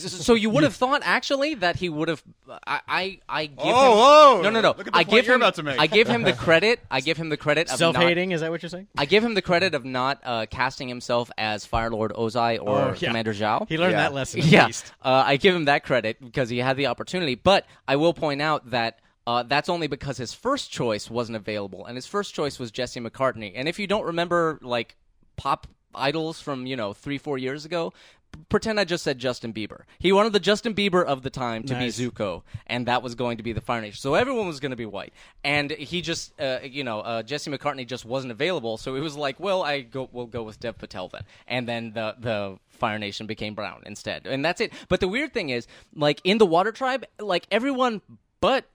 Speaker 4: So you would have thought actually that he would have. I I, I give
Speaker 2: Oh,
Speaker 4: him.
Speaker 2: oh,
Speaker 4: no, no, no.
Speaker 2: look at the
Speaker 4: I
Speaker 2: point
Speaker 4: give
Speaker 2: you're
Speaker 4: him.
Speaker 2: about to make.
Speaker 4: I give him the credit. I give him the credit. Of
Speaker 3: self hating.
Speaker 4: Not,
Speaker 3: Is that what you're saying?
Speaker 4: I give him the credit of not uh, casting himself as Fire Lord Ozai or
Speaker 3: Oh, yeah.
Speaker 4: Commander Zhao.
Speaker 3: He learned
Speaker 5: Yeah.
Speaker 3: that lesson. At
Speaker 4: Yeah,
Speaker 3: least.
Speaker 4: uh, I give him that credit because he had the opportunity. But I will point out that uh, that's only because his first choice wasn't available, and his first choice was Jesse McCartney. And if you don't remember, like pop idols from you know three, four years ago. p- Pretend I just said Justin Bieber. He wanted the Justin Bieber of the time to
Speaker 3: Nice.
Speaker 4: be Zuko, and that was going to be the Fire Nation. So everyone was going to be white, and he just, uh, you know, uh, Jesse McCartney just wasn't available. So it was like, well, I go, we'll go with Dev Patel then, and then the the Fire Nation became brown instead, and that's it. But the weird thing is, like in the Water Tribe, like everyone but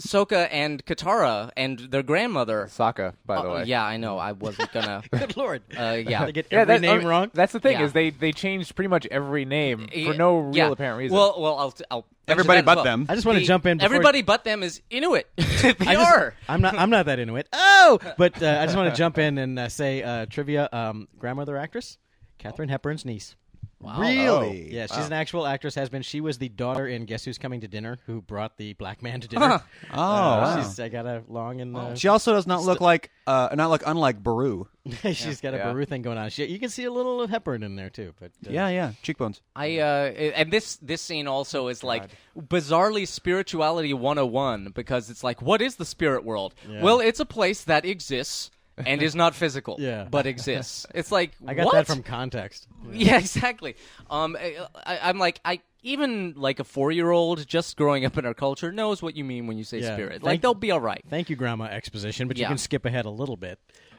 Speaker 4: Sokka and Katara and their grandmother.
Speaker 5: Sokka, by the
Speaker 4: Uh,
Speaker 5: way.
Speaker 4: yeah, I know. I wasn't gonna.
Speaker 3: Good lord.
Speaker 4: Uh, yeah.
Speaker 3: They get
Speaker 5: Yeah,
Speaker 3: every
Speaker 5: that- I
Speaker 3: name
Speaker 5: mean,
Speaker 3: wrong.
Speaker 5: That's the thing
Speaker 4: Yeah.
Speaker 5: is they they changed pretty much every name for no real
Speaker 4: Yeah.
Speaker 5: apparent reason.
Speaker 4: Well, well, I'll, t- I'll mention
Speaker 2: Everybody
Speaker 4: that
Speaker 2: but
Speaker 4: as well.
Speaker 2: them.
Speaker 3: I just want to
Speaker 4: The-
Speaker 3: jump in. Before
Speaker 4: Everybody but them is Inuit. they
Speaker 3: I just-
Speaker 4: are.
Speaker 3: I'm not. I'm not that into it. Oh, but uh, I just want to jump in and uh, say uh, trivia. Um, grandmother actress, Catherine Hepburn's niece.
Speaker 4: Wow.
Speaker 2: Really?
Speaker 3: Yeah, she's an actual actress. Has been. She was the daughter in Guess Who's Coming to Dinner, who brought the black man to dinner.
Speaker 2: Oh,
Speaker 3: Uh,
Speaker 2: wow. Oh,
Speaker 3: she's I got a long and uh,
Speaker 2: She also does not look like, uh, not look unlike Baru.
Speaker 3: she's got a
Speaker 5: Yeah.
Speaker 3: Baru thing going on. She, you can see a little of Hepburn in there too. But uh,
Speaker 2: Yeah, yeah, cheekbones.
Speaker 4: I uh, i- and this this scene also is like bizarrely spirituality 101 because it's like what is the spirit world? Well, it's a place that exists and is not physical,
Speaker 3: Yeah.
Speaker 4: but exists. It's like
Speaker 3: I got
Speaker 4: what?
Speaker 3: that from context.
Speaker 4: yeah, exactly. Um, I, I- I'm like I even like a four year old just growing up in our culture knows what you mean when you say
Speaker 3: Yeah.
Speaker 4: spirit.
Speaker 3: Thank-
Speaker 4: Like they'll be all right,
Speaker 3: Thank you, Grandma Exposition. But you
Speaker 4: Yeah.
Speaker 3: can skip ahead a little bit.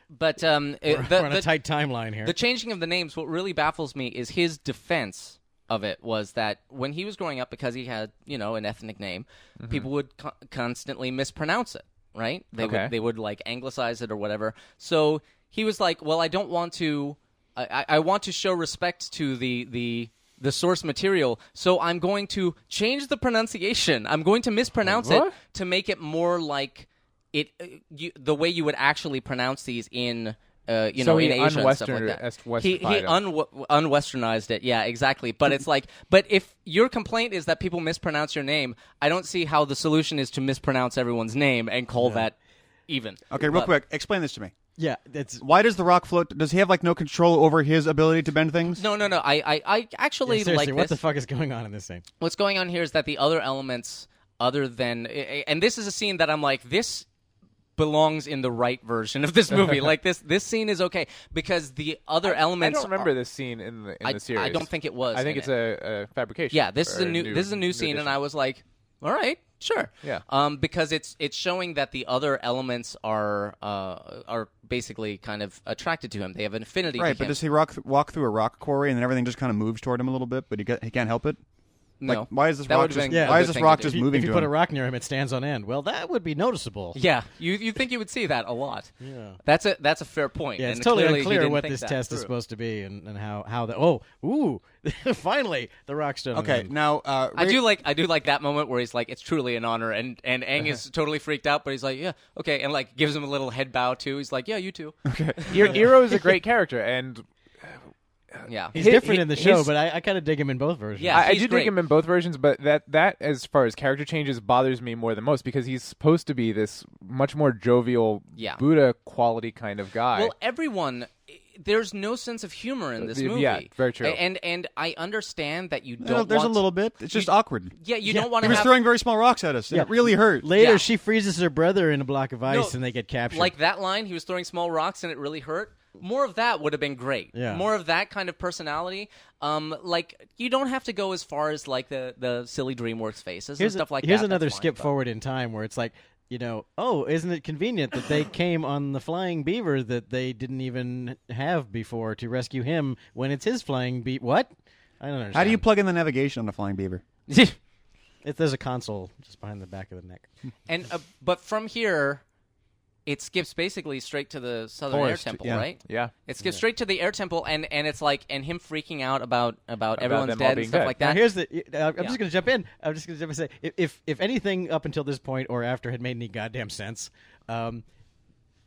Speaker 4: but um, it-
Speaker 3: We're,
Speaker 4: the-
Speaker 3: we're on a
Speaker 4: the-
Speaker 3: tight timeline here.
Speaker 4: The changing of the names, what really baffles me is his defense of it was that when he was growing up, because he had, you know, an ethnic name,
Speaker 5: Mm-hmm.
Speaker 4: people would co- constantly mispronounce it, right? They
Speaker 5: Okay.
Speaker 4: would, they would like anglicize it or whatever. So he was like, well, I don't want to, I, I- I want to show respect to the, the, the source material, so I'm going to change the pronunciation. I'm going to mispronounce it
Speaker 5: What?
Speaker 4: to make it more like it, uh, you, the way you would actually pronounce these in, uh, you
Speaker 5: So
Speaker 4: know,
Speaker 5: he
Speaker 4: in Asia and stuff like
Speaker 5: unwesterner-
Speaker 4: that.
Speaker 5: est-
Speaker 4: he he
Speaker 5: westified
Speaker 4: un- unwesternized it. Yeah, exactly. But it's like, but if your complaint is that people mispronounce your name, I don't see how the solution is to mispronounce everyone's name and call that even.
Speaker 2: Okay, real
Speaker 4: But-
Speaker 2: quick, explain this to me.
Speaker 3: yeah, it's
Speaker 2: Why does the rock float? Does he have like no control over his ability to bend things?
Speaker 4: No, no, no. I, I, I
Speaker 3: yeah,
Speaker 4: actually
Speaker 3: seriously.
Speaker 4: like
Speaker 3: what the
Speaker 4: this.
Speaker 3: fuck is going on in this thing?
Speaker 4: What's going on here is that the other elements, other than, and this is a scene that I'm like, this belongs in the right version of this movie. like this, this scene is okay because the other
Speaker 5: I
Speaker 4: elements.
Speaker 5: don't remember this scene in the in
Speaker 4: uh, I-
Speaker 5: the series.
Speaker 4: I don't think it was
Speaker 5: I think
Speaker 4: in
Speaker 5: it's
Speaker 4: it.
Speaker 5: a, a fabrication.
Speaker 4: Yeah, this is
Speaker 5: or
Speaker 4: a new, this is a new, scene, and I was like, all right, sure.
Speaker 5: Yeah.
Speaker 4: Um, because it's it's showing that the other elements are uh are basically kind of attracted to him. They have an affinity.
Speaker 2: Right,
Speaker 4: to
Speaker 2: but
Speaker 4: him.
Speaker 2: does he rock, walk through a rock quarry and then everything just kind of moves toward him a little bit? But he, ca- he can't help it.
Speaker 4: no.
Speaker 2: like, why is this
Speaker 4: That
Speaker 2: rock
Speaker 4: would've
Speaker 2: just-
Speaker 4: been
Speaker 3: yeah,
Speaker 4: a
Speaker 3: why
Speaker 2: is
Speaker 4: good
Speaker 2: this
Speaker 4: thing
Speaker 2: rock
Speaker 4: to
Speaker 2: just
Speaker 4: do.
Speaker 3: If you,
Speaker 2: moving
Speaker 3: if you
Speaker 2: to
Speaker 3: put
Speaker 2: him.
Speaker 3: a rock near him, it stands on end. Well, that would be noticeable.
Speaker 4: Yeah, you you think you would see that a lot?
Speaker 3: Yeah.
Speaker 4: That's a that's a fair point.
Speaker 3: Yeah, it's
Speaker 4: and
Speaker 3: totally
Speaker 4: clearly he
Speaker 3: unclear
Speaker 4: didn't
Speaker 3: what
Speaker 4: think
Speaker 3: this
Speaker 4: that
Speaker 3: test is
Speaker 4: through.
Speaker 3: supposed to be and, and how, how the oh ooh finally the rock stone.
Speaker 2: Okay, now uh,
Speaker 4: I
Speaker 2: Ra-
Speaker 4: do like I do like that moment where he's like, "It's truly an honor," and and Aang is totally freaked out, but he's like, "Yeah, okay," and like gives him a little head bow too. He's like, "Yeah, you too." Okay.
Speaker 5: Iro is a great character, and
Speaker 4: Yeah.
Speaker 3: he's
Speaker 5: hi-
Speaker 3: different
Speaker 5: hi-
Speaker 3: in the show,
Speaker 5: his-
Speaker 3: but I, I kind of dig him in both versions.
Speaker 4: Yeah.
Speaker 5: I, I
Speaker 4: he's
Speaker 5: do
Speaker 4: great.
Speaker 5: dig him in both versions, but that that as far as character changes bothers me more than most because he's supposed to be this much more jovial
Speaker 4: Yeah.
Speaker 5: Buddha quality kind of guy.
Speaker 4: Well, everyone, i- there's no sense of humor in this
Speaker 5: Uh, Yeah,
Speaker 4: movie.
Speaker 5: very true.
Speaker 4: A- And and I understand that you don't.
Speaker 2: No, there's a
Speaker 4: want-
Speaker 2: little bit. It's just awkward.
Speaker 4: Yeah, you don't want
Speaker 2: He
Speaker 4: to
Speaker 2: was
Speaker 4: have
Speaker 2: throwing very small rocks at us, and it really hurt.
Speaker 3: Later,
Speaker 4: Yeah.
Speaker 3: she freezes her brother in a block of ice,
Speaker 4: No,
Speaker 3: and they get captured.
Speaker 4: like that line. He was throwing small rocks, and it really hurt. More of that would have been great.
Speaker 3: Yeah.
Speaker 4: More of that kind of personality. Um, like you don't have to go as far as like the the silly DreamWorks faces
Speaker 3: here's
Speaker 4: and stuff
Speaker 3: a-
Speaker 4: like
Speaker 3: here's
Speaker 4: that.
Speaker 3: another
Speaker 4: That's fine,
Speaker 3: skip
Speaker 4: but-
Speaker 3: forward in time where it's like you know oh isn't it convenient that they came on the flying beaver that they didn't even have before to rescue him when it's his flying beat what I don't understand.
Speaker 2: How do you plug in the navigation on a flying beaver?
Speaker 3: If there's a console just behind the back of the neck.
Speaker 4: and uh, but from here, it skips basically straight to the Southern
Speaker 2: Forest,
Speaker 4: Air Temple,
Speaker 2: yeah.
Speaker 4: right?
Speaker 5: yeah,
Speaker 4: It skips straight to the air temple, and and it's like and him freaking out about about, everyone's
Speaker 5: them all
Speaker 4: dead and
Speaker 5: being
Speaker 4: stuff
Speaker 5: dead.
Speaker 4: like
Speaker 3: Now
Speaker 4: that.
Speaker 3: here's the. I- I'm
Speaker 4: Yeah.
Speaker 3: just going to jump in. I'm just going to jump in and say if, if if anything up until this point or after had made any goddamn sense, um,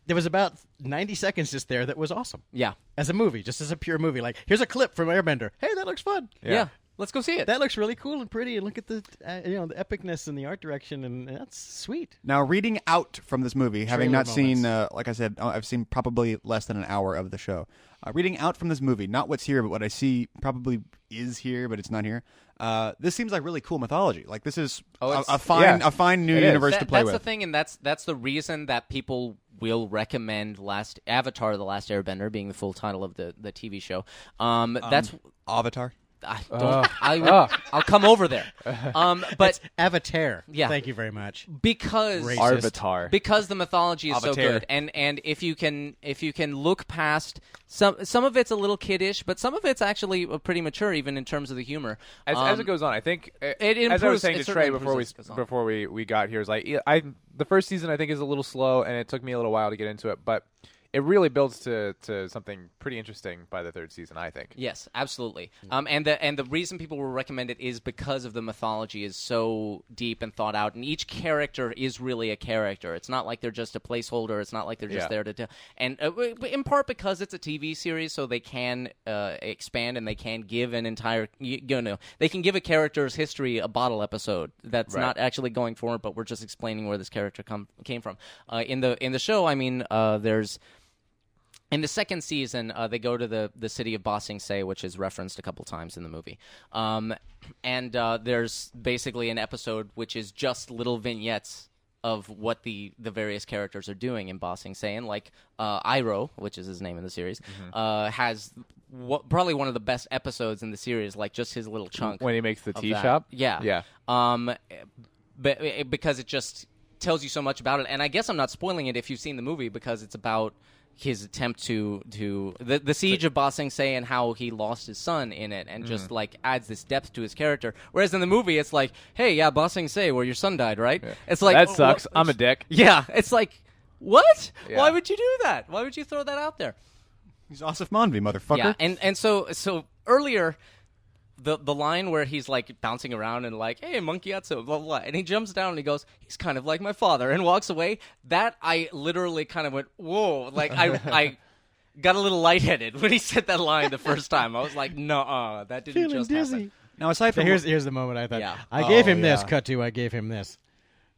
Speaker 3: there was about 90 seconds just there that was awesome.
Speaker 4: yeah.
Speaker 3: As a movie, just as a pure movie, like here's a clip from Airbender. Hey, that looks fun.
Speaker 4: yeah, Let's go see it.
Speaker 3: That looks really cool and pretty, and look at the uh, you know the epicness and the art direction, and that's sweet.
Speaker 2: Now, reading out from this movie, having not
Speaker 3: moments.
Speaker 2: seen, uh, like I said, uh, I've seen probably less than an hour of the show. Uh, reading out from this movie, not what's here, but what I see probably is here, but it's not here. Uh, this seems like really cool mythology. Like this is
Speaker 4: Oh,
Speaker 2: a,
Speaker 4: it's-
Speaker 2: a fine,
Speaker 5: yeah.
Speaker 2: a fine new
Speaker 5: It is.
Speaker 2: universe
Speaker 4: That-
Speaker 2: to play
Speaker 4: that's
Speaker 2: with.
Speaker 4: the thing, and that's that's the reason that people will recommend Last Avatar: The Last Airbender being the full title of the the TV show. Um, that's
Speaker 2: Avatar.
Speaker 4: I don't. I, I'll come over there. Um, but
Speaker 3: Avatar.
Speaker 4: Yeah.
Speaker 3: Thank you very much.
Speaker 4: because
Speaker 3: Racist.
Speaker 5: Arvitar.
Speaker 4: because the mythology is so
Speaker 2: Avatar.
Speaker 4: good and and if you can if you can look past some some of it's a little kiddish but some of it's actually uh, pretty mature even in terms of the humor
Speaker 5: As,
Speaker 4: Um,
Speaker 5: as it goes on, I think uh,
Speaker 4: it
Speaker 5: as I
Speaker 4: improves-
Speaker 5: was saying
Speaker 4: it
Speaker 5: to
Speaker 4: certainly
Speaker 5: Trey before we
Speaker 4: improves as it goes on.
Speaker 5: before we, we got here is like yeah, I the first season I think is a little slow and it took me a little while to get into it, but it really builds to, to something pretty interesting by the third season, I think.
Speaker 4: Yes, absolutely.
Speaker 5: Mm.
Speaker 4: Um, and the and the reason people will recommend it is because of the mythology is so deep and thought out, and each character is really a character. It's not like they're just a placeholder. It's not like they're just
Speaker 5: Yeah.
Speaker 4: there to tell. And uh, w- w- in part because it's a TV series, so they can uh, expand and they can give an entire y- you know they can give a character's history a bottle episode that's
Speaker 5: Right.
Speaker 4: not actually going forward, but we're just explaining where this character come came from. Uh, in the in the show, I mean, uh, there's in the second season, uh, they go to the, the city of Ba Sing Se, which is referenced a couple times in the movie. Um, and uh, there's basically an episode which is just little vignettes of what the, the various characters are doing in Ba Sing Se. And like uh, Iroh, which is his name in the series, uh, has what, probably one of the best episodes in the series, like just his little chunk.
Speaker 5: When he makes the
Speaker 4: of
Speaker 5: tea
Speaker 4: that.
Speaker 5: shop?
Speaker 4: Yeah.
Speaker 5: Yeah.
Speaker 4: Um, but it- because it just tells you so much about it, and I guess I'm not spoiling it if you've seen the movie because it's about his attempt to to the, the siege of Ba Sing Se and how he lost his son in it, and
Speaker 5: Mm-hmm.
Speaker 4: just like adds this depth to his character. Whereas in the movie, it's like, hey, yeah, Ba Sing Se, where your son died, right? It's like
Speaker 5: that
Speaker 4: wh-
Speaker 5: sucks.
Speaker 4: wh-
Speaker 5: I'm a dick.
Speaker 4: Yeah, it's like. What?
Speaker 5: Yeah.
Speaker 4: Why would you do that? Why would you throw that out there?
Speaker 2: He's Asif Manvi, motherfucker.
Speaker 4: Yeah, and and so so earlier, the the line where he's like bouncing around and like, hey, monkey atso, blah blah, and he jumps down and he goes, he's kind of like my father, and walks away. That I literally kind of went, whoa, like I I. Got a little lightheaded when he said that line the first time. I was like, "No, that didn't
Speaker 3: Feeling
Speaker 4: just
Speaker 3: dizzy.
Speaker 4: happen."
Speaker 2: now aside
Speaker 3: So
Speaker 2: from
Speaker 3: here's here's the moment I thought.
Speaker 4: Yeah.
Speaker 3: I gave
Speaker 2: Oh,
Speaker 3: him this.
Speaker 2: yeah.
Speaker 3: Cut to I gave him this.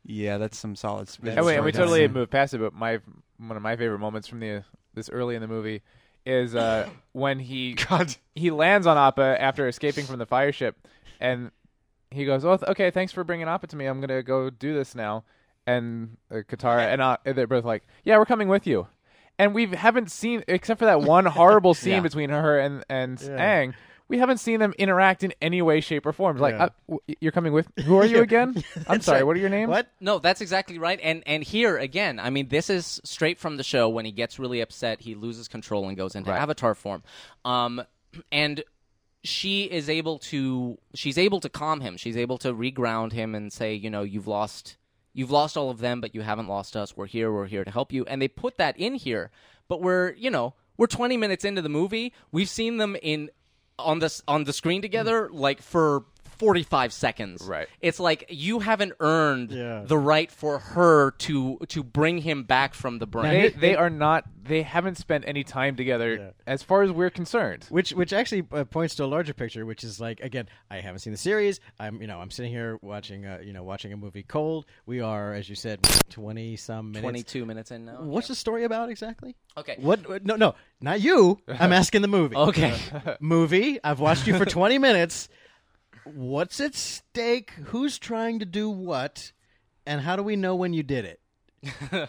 Speaker 2: yeah, that's some solid.
Speaker 5: And we, Oh, and we
Speaker 2: storytelling.
Speaker 5: totally moved past it, but my one of my favorite moments from the this early in the movie is uh, when he
Speaker 2: God.
Speaker 5: he lands on Appa after escaping from the fire ship, and he goes, "Oh, th- okay, thanks for bringing Appa to me. I'm gonna go do this now." And uh, Katara and uh, they're both like, "Yeah, we're coming with you." And we haven't seen except for that one horrible scene
Speaker 4: Yeah.
Speaker 5: between her and and Aang. We haven't seen them interact in any way, shape, or form. Like,
Speaker 3: Yeah.
Speaker 5: uh, w- you're coming with who are you again? I'm sorry.
Speaker 3: right.
Speaker 5: What are your names?
Speaker 3: What?
Speaker 4: No, that's exactly right. And and here again, I mean, this is straight from the show. When he gets really upset, he loses control and goes into
Speaker 5: Right.
Speaker 4: avatar form. Um, and she is able to she's able to calm him. She's able to reground him and say, you know, you've lost you've lost all of them, but you haven't lost us. We're here. We're here to help you. And they put that in here, but we're you know we're 20 minutes into the movie. We've seen them in on this on the screen together like for 45 seconds
Speaker 5: Right.
Speaker 4: it's like you haven't earned
Speaker 3: Yeah.
Speaker 4: the right for her to to bring him back from the brain.
Speaker 5: they, they are not they haven't spent any time together
Speaker 3: Yeah.
Speaker 5: as far as we're concerned
Speaker 3: Which which actually uh, points to a larger picture, which is like again, I haven't seen the series. I'm you know I'm sitting here watching uh, you know watching a movie cold. We are as you said twenty some minutes.
Speaker 4: 22 minutes in now.
Speaker 3: What's the story about exactly?
Speaker 4: Okay.
Speaker 3: What? what- No, no, not you. I'm asking the movie.
Speaker 4: Okay.
Speaker 3: movie. I've watched you for 20 minutes. What's at stake? Who's trying to do what? And how do we know when you did it?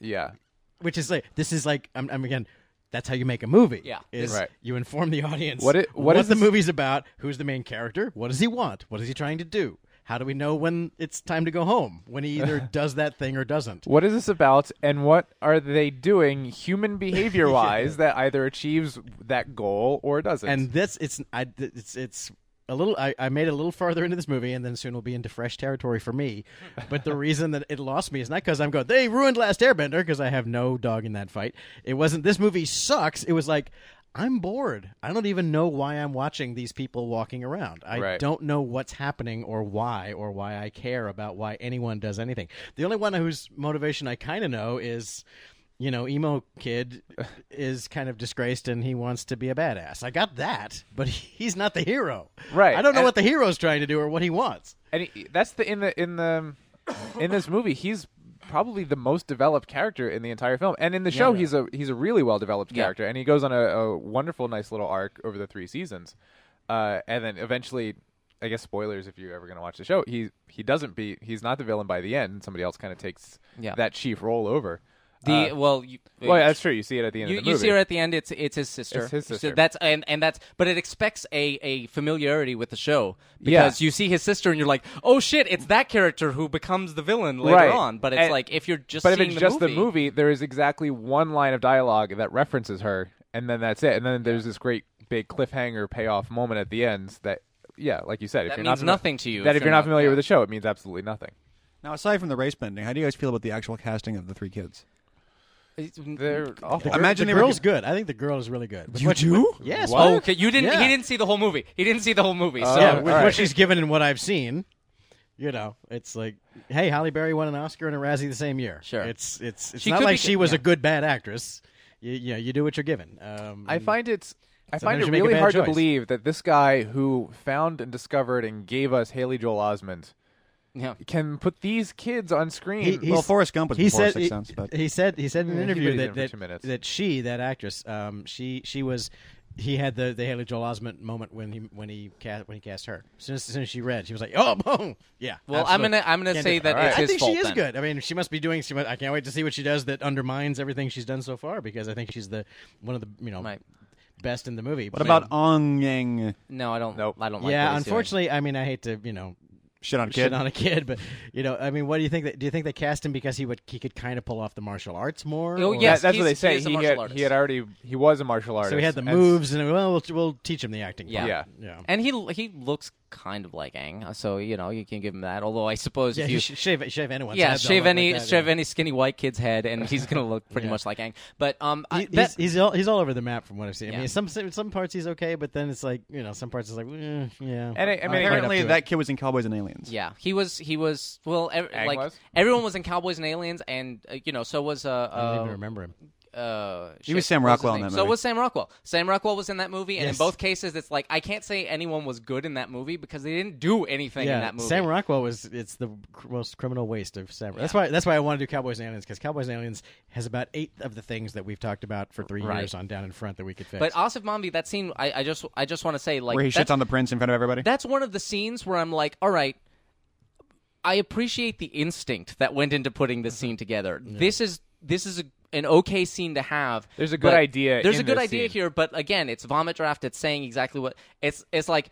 Speaker 5: yeah
Speaker 3: Which is like this is like I'm, I'm again. That's how you make a movie.
Speaker 4: Yeah.
Speaker 3: is
Speaker 5: Right.
Speaker 3: you inform the audience
Speaker 5: What it- what is
Speaker 3: the
Speaker 5: this-
Speaker 3: movie's about. Who's the main character? What does he want? What is he trying to do? How do we know when it's time to go home? When he either does that thing or doesn't.
Speaker 5: what is this about and what are they doing human behavior wise that either achieves that goal or doesn't
Speaker 3: and this it's I, th- it's it's a little I, I made it a little farther into this movie and then soon will be into fresh territory for me but the reason that it lost me is not because i'm going they ruined last airbender because i have no dog in that fight it wasn't this movie sucks it was like i'm bored i don't even know why i'm watching these people walking around i
Speaker 5: Right.
Speaker 3: don't know what's happening or why or why i care about why anyone does anything the only one whose motivation i kind of know is you know, emo kid is kind of disgraced and he wants to be a badass. I got that, but he's not the hero.
Speaker 5: Right.
Speaker 3: I don't know
Speaker 5: And-
Speaker 3: what the hero's trying to do or what he wants.
Speaker 5: and he- that's the in the in the in this movie he's probably the most developed character in the entire film and in the show he's a he's a really well developed
Speaker 4: Yeah.
Speaker 5: character and he goes on a, a wonderful nice little arc over the three seasons uh, and then eventually i guess spoilers if you're ever going to watch the show he he doesn't be he's not the villain by the end somebody else kind of takes
Speaker 4: Yeah.
Speaker 5: that chief role over Uh,
Speaker 4: The well you
Speaker 5: well that's true you see it at the end
Speaker 4: you,
Speaker 5: of the
Speaker 4: you
Speaker 5: movie
Speaker 4: see her at the end. It's it's his sister.
Speaker 5: It's his
Speaker 4: So
Speaker 5: sister.
Speaker 4: that's and, and that's but it expects a, a familiarity with the show because
Speaker 5: Yeah.
Speaker 4: you see his sister and you're like, oh shit, it's that character who becomes the villain later
Speaker 5: Right.
Speaker 4: on. But it's
Speaker 5: And-
Speaker 4: like if you're just
Speaker 5: but if
Speaker 4: seeing the
Speaker 5: it's just
Speaker 4: movie,
Speaker 5: the movie there is exactly one line of dialogue that references her and then that's it and then there's this great big cliffhanger payoff moment at the end that yeah like you said if
Speaker 4: That
Speaker 5: you're not
Speaker 4: means
Speaker 5: fami-
Speaker 4: nothing to you if
Speaker 5: that if you're
Speaker 4: you're
Speaker 5: not
Speaker 4: not-
Speaker 5: familiar
Speaker 4: yeah.
Speaker 5: with the show it means absolutely nothing
Speaker 2: Now, aside from the race bending, how do you guys feel about the actual casting of the three kids?
Speaker 5: They're awful.
Speaker 2: Imagine they
Speaker 3: the
Speaker 2: were
Speaker 3: girl's good. I think the girl is really good. With
Speaker 2: You
Speaker 3: what-
Speaker 2: do?
Speaker 3: with- yes.
Speaker 5: What?
Speaker 4: okay, you didn't.
Speaker 3: Yeah.
Speaker 4: He didn't see the whole movie. He didn't see the whole movie. So
Speaker 3: yeah,
Speaker 5: Oh,
Speaker 3: with
Speaker 5: all
Speaker 3: what
Speaker 5: right.
Speaker 3: she's given and what I've seen, you know, it's like, hey, Halle Berry won an Oscar and a Razzie the same year.
Speaker 4: Sure.
Speaker 3: It's it's it's
Speaker 4: She
Speaker 3: not
Speaker 4: could
Speaker 3: like
Speaker 4: be-
Speaker 3: she was
Speaker 4: yeah.
Speaker 3: a good bad actress. You, you know, you do what you're given. Um,
Speaker 5: I
Speaker 3: and-
Speaker 5: find it's I
Speaker 3: Sometimes
Speaker 5: find it
Speaker 3: you make a
Speaker 5: really
Speaker 3: bad
Speaker 5: hard
Speaker 3: choice.
Speaker 5: to believe that this guy who found and discovered and gave us Haley Joel Osment
Speaker 4: yeah.
Speaker 5: can put these kids on screen.
Speaker 3: He- he's-
Speaker 2: Well, Forrest Gump was
Speaker 3: he
Speaker 2: before
Speaker 3: said
Speaker 2: Sixth
Speaker 3: he,
Speaker 2: Sense, but
Speaker 3: he said he said in an
Speaker 5: Yeah,
Speaker 3: interview
Speaker 5: everybody's in
Speaker 3: that
Speaker 5: for two
Speaker 3: that,
Speaker 5: minutes.
Speaker 3: that she that actress um, she she was he had the the Haley Joel Osment moment when he when he cast when he cast her as soon as, as, soon as she read she was like oh boom yeah
Speaker 4: Well, I'm
Speaker 3: absolutely.
Speaker 4: gonna I'm gonna
Speaker 3: Can't
Speaker 4: say
Speaker 3: do that.
Speaker 4: that
Speaker 5: All
Speaker 4: it's
Speaker 5: right.
Speaker 4: his
Speaker 3: I think
Speaker 4: fault.
Speaker 3: she is
Speaker 4: then.
Speaker 3: good. I mean, she must be doing. She must, I can't wait to see what she does that undermines everything she's done so far because I think she's the one of the you know
Speaker 4: Right.
Speaker 3: best in the movie.
Speaker 2: what about Ong Yang?
Speaker 4: No, I don't.
Speaker 5: Nope.
Speaker 4: I don't like.
Speaker 3: yeah,
Speaker 4: what he's doing.
Speaker 3: unfortunately, I mean, I hate to you know
Speaker 2: Shit on a
Speaker 3: shit
Speaker 2: kid.
Speaker 3: on a kid, but you know, I mean, what do you think? That, do you think they cast him because he would he could kind of pull off the martial arts more?
Speaker 4: Oh,
Speaker 3: or-
Speaker 5: That-
Speaker 4: yes,
Speaker 5: that's what
Speaker 4: he's-
Speaker 5: they say.
Speaker 4: he is a
Speaker 5: He,
Speaker 4: martial
Speaker 5: had,
Speaker 4: artist.
Speaker 5: he had already he was a martial artist.
Speaker 3: So he had the
Speaker 5: and s-
Speaker 3: moves, and well, we'll we'll teach him the acting.
Speaker 4: Yeah.
Speaker 3: part.
Speaker 5: Yeah.
Speaker 3: yeah.
Speaker 4: And he he looks kind of like Aang, so you know you can give him that. Although I suppose
Speaker 3: Yeah,
Speaker 4: if
Speaker 3: you
Speaker 4: you
Speaker 3: sh- shave shave anyone's
Speaker 4: yeah
Speaker 3: head, they'll
Speaker 4: shave
Speaker 3: look
Speaker 4: any
Speaker 3: like that,
Speaker 4: shave
Speaker 3: yeah.
Speaker 4: any skinny white kid's head, and he's gonna look pretty much like Aang. But um, I,
Speaker 3: He-
Speaker 4: that-
Speaker 3: he's, he's all he's all over the map from what I've seen. I
Speaker 4: Yeah.
Speaker 3: mean, some some parts he's okay, but then it's like you know, some parts it's like eh, yeah.
Speaker 5: And I, I mean,
Speaker 3: I'll
Speaker 5: apparently,
Speaker 2: Apparently,
Speaker 3: to it.
Speaker 2: that kid was in Cowboys and Aliens.
Speaker 4: Yeah, he was. He was. Well, ev-
Speaker 5: Aang
Speaker 4: like
Speaker 5: was?
Speaker 4: everyone was in Cowboys and Aliens, and uh, you know, so was uh,
Speaker 3: I don't even
Speaker 4: uh,
Speaker 3: remember him.
Speaker 4: uh
Speaker 2: He
Speaker 4: shit,
Speaker 2: was Sam
Speaker 4: what his
Speaker 2: Rockwell in
Speaker 4: name?
Speaker 2: that
Speaker 4: So
Speaker 2: movie.
Speaker 4: was Sam Rockwell. Sam Rockwell was in that movie, and
Speaker 3: Yes.
Speaker 4: in both cases, it's like I can't say anyone was good in that movie because they didn't do anything in that movie.
Speaker 3: Sam Rockwell was it's the cr- most criminal waste of Sam. That's why that's why I want to do Cowboys and Aliens because Cowboys and Aliens has about eight of the things that we've talked about for three
Speaker 4: Right.
Speaker 3: years on down in front that we could fix.
Speaker 4: but Asif Mambi, that scene, I, I just, I just want to say, like,
Speaker 2: Where he
Speaker 4: that's-
Speaker 2: shits on the prince in front of everybody.
Speaker 4: that's one of the scenes where I'm like, all right, I appreciate the instinct that went into putting this scene together. This is this is a, an okay scene to have.
Speaker 5: There's a good
Speaker 4: but
Speaker 5: idea
Speaker 4: There's
Speaker 5: in
Speaker 4: a good
Speaker 5: this
Speaker 4: idea
Speaker 5: scene.
Speaker 4: here, but again, it's vomit draft. It's saying exactly what it's. It's like.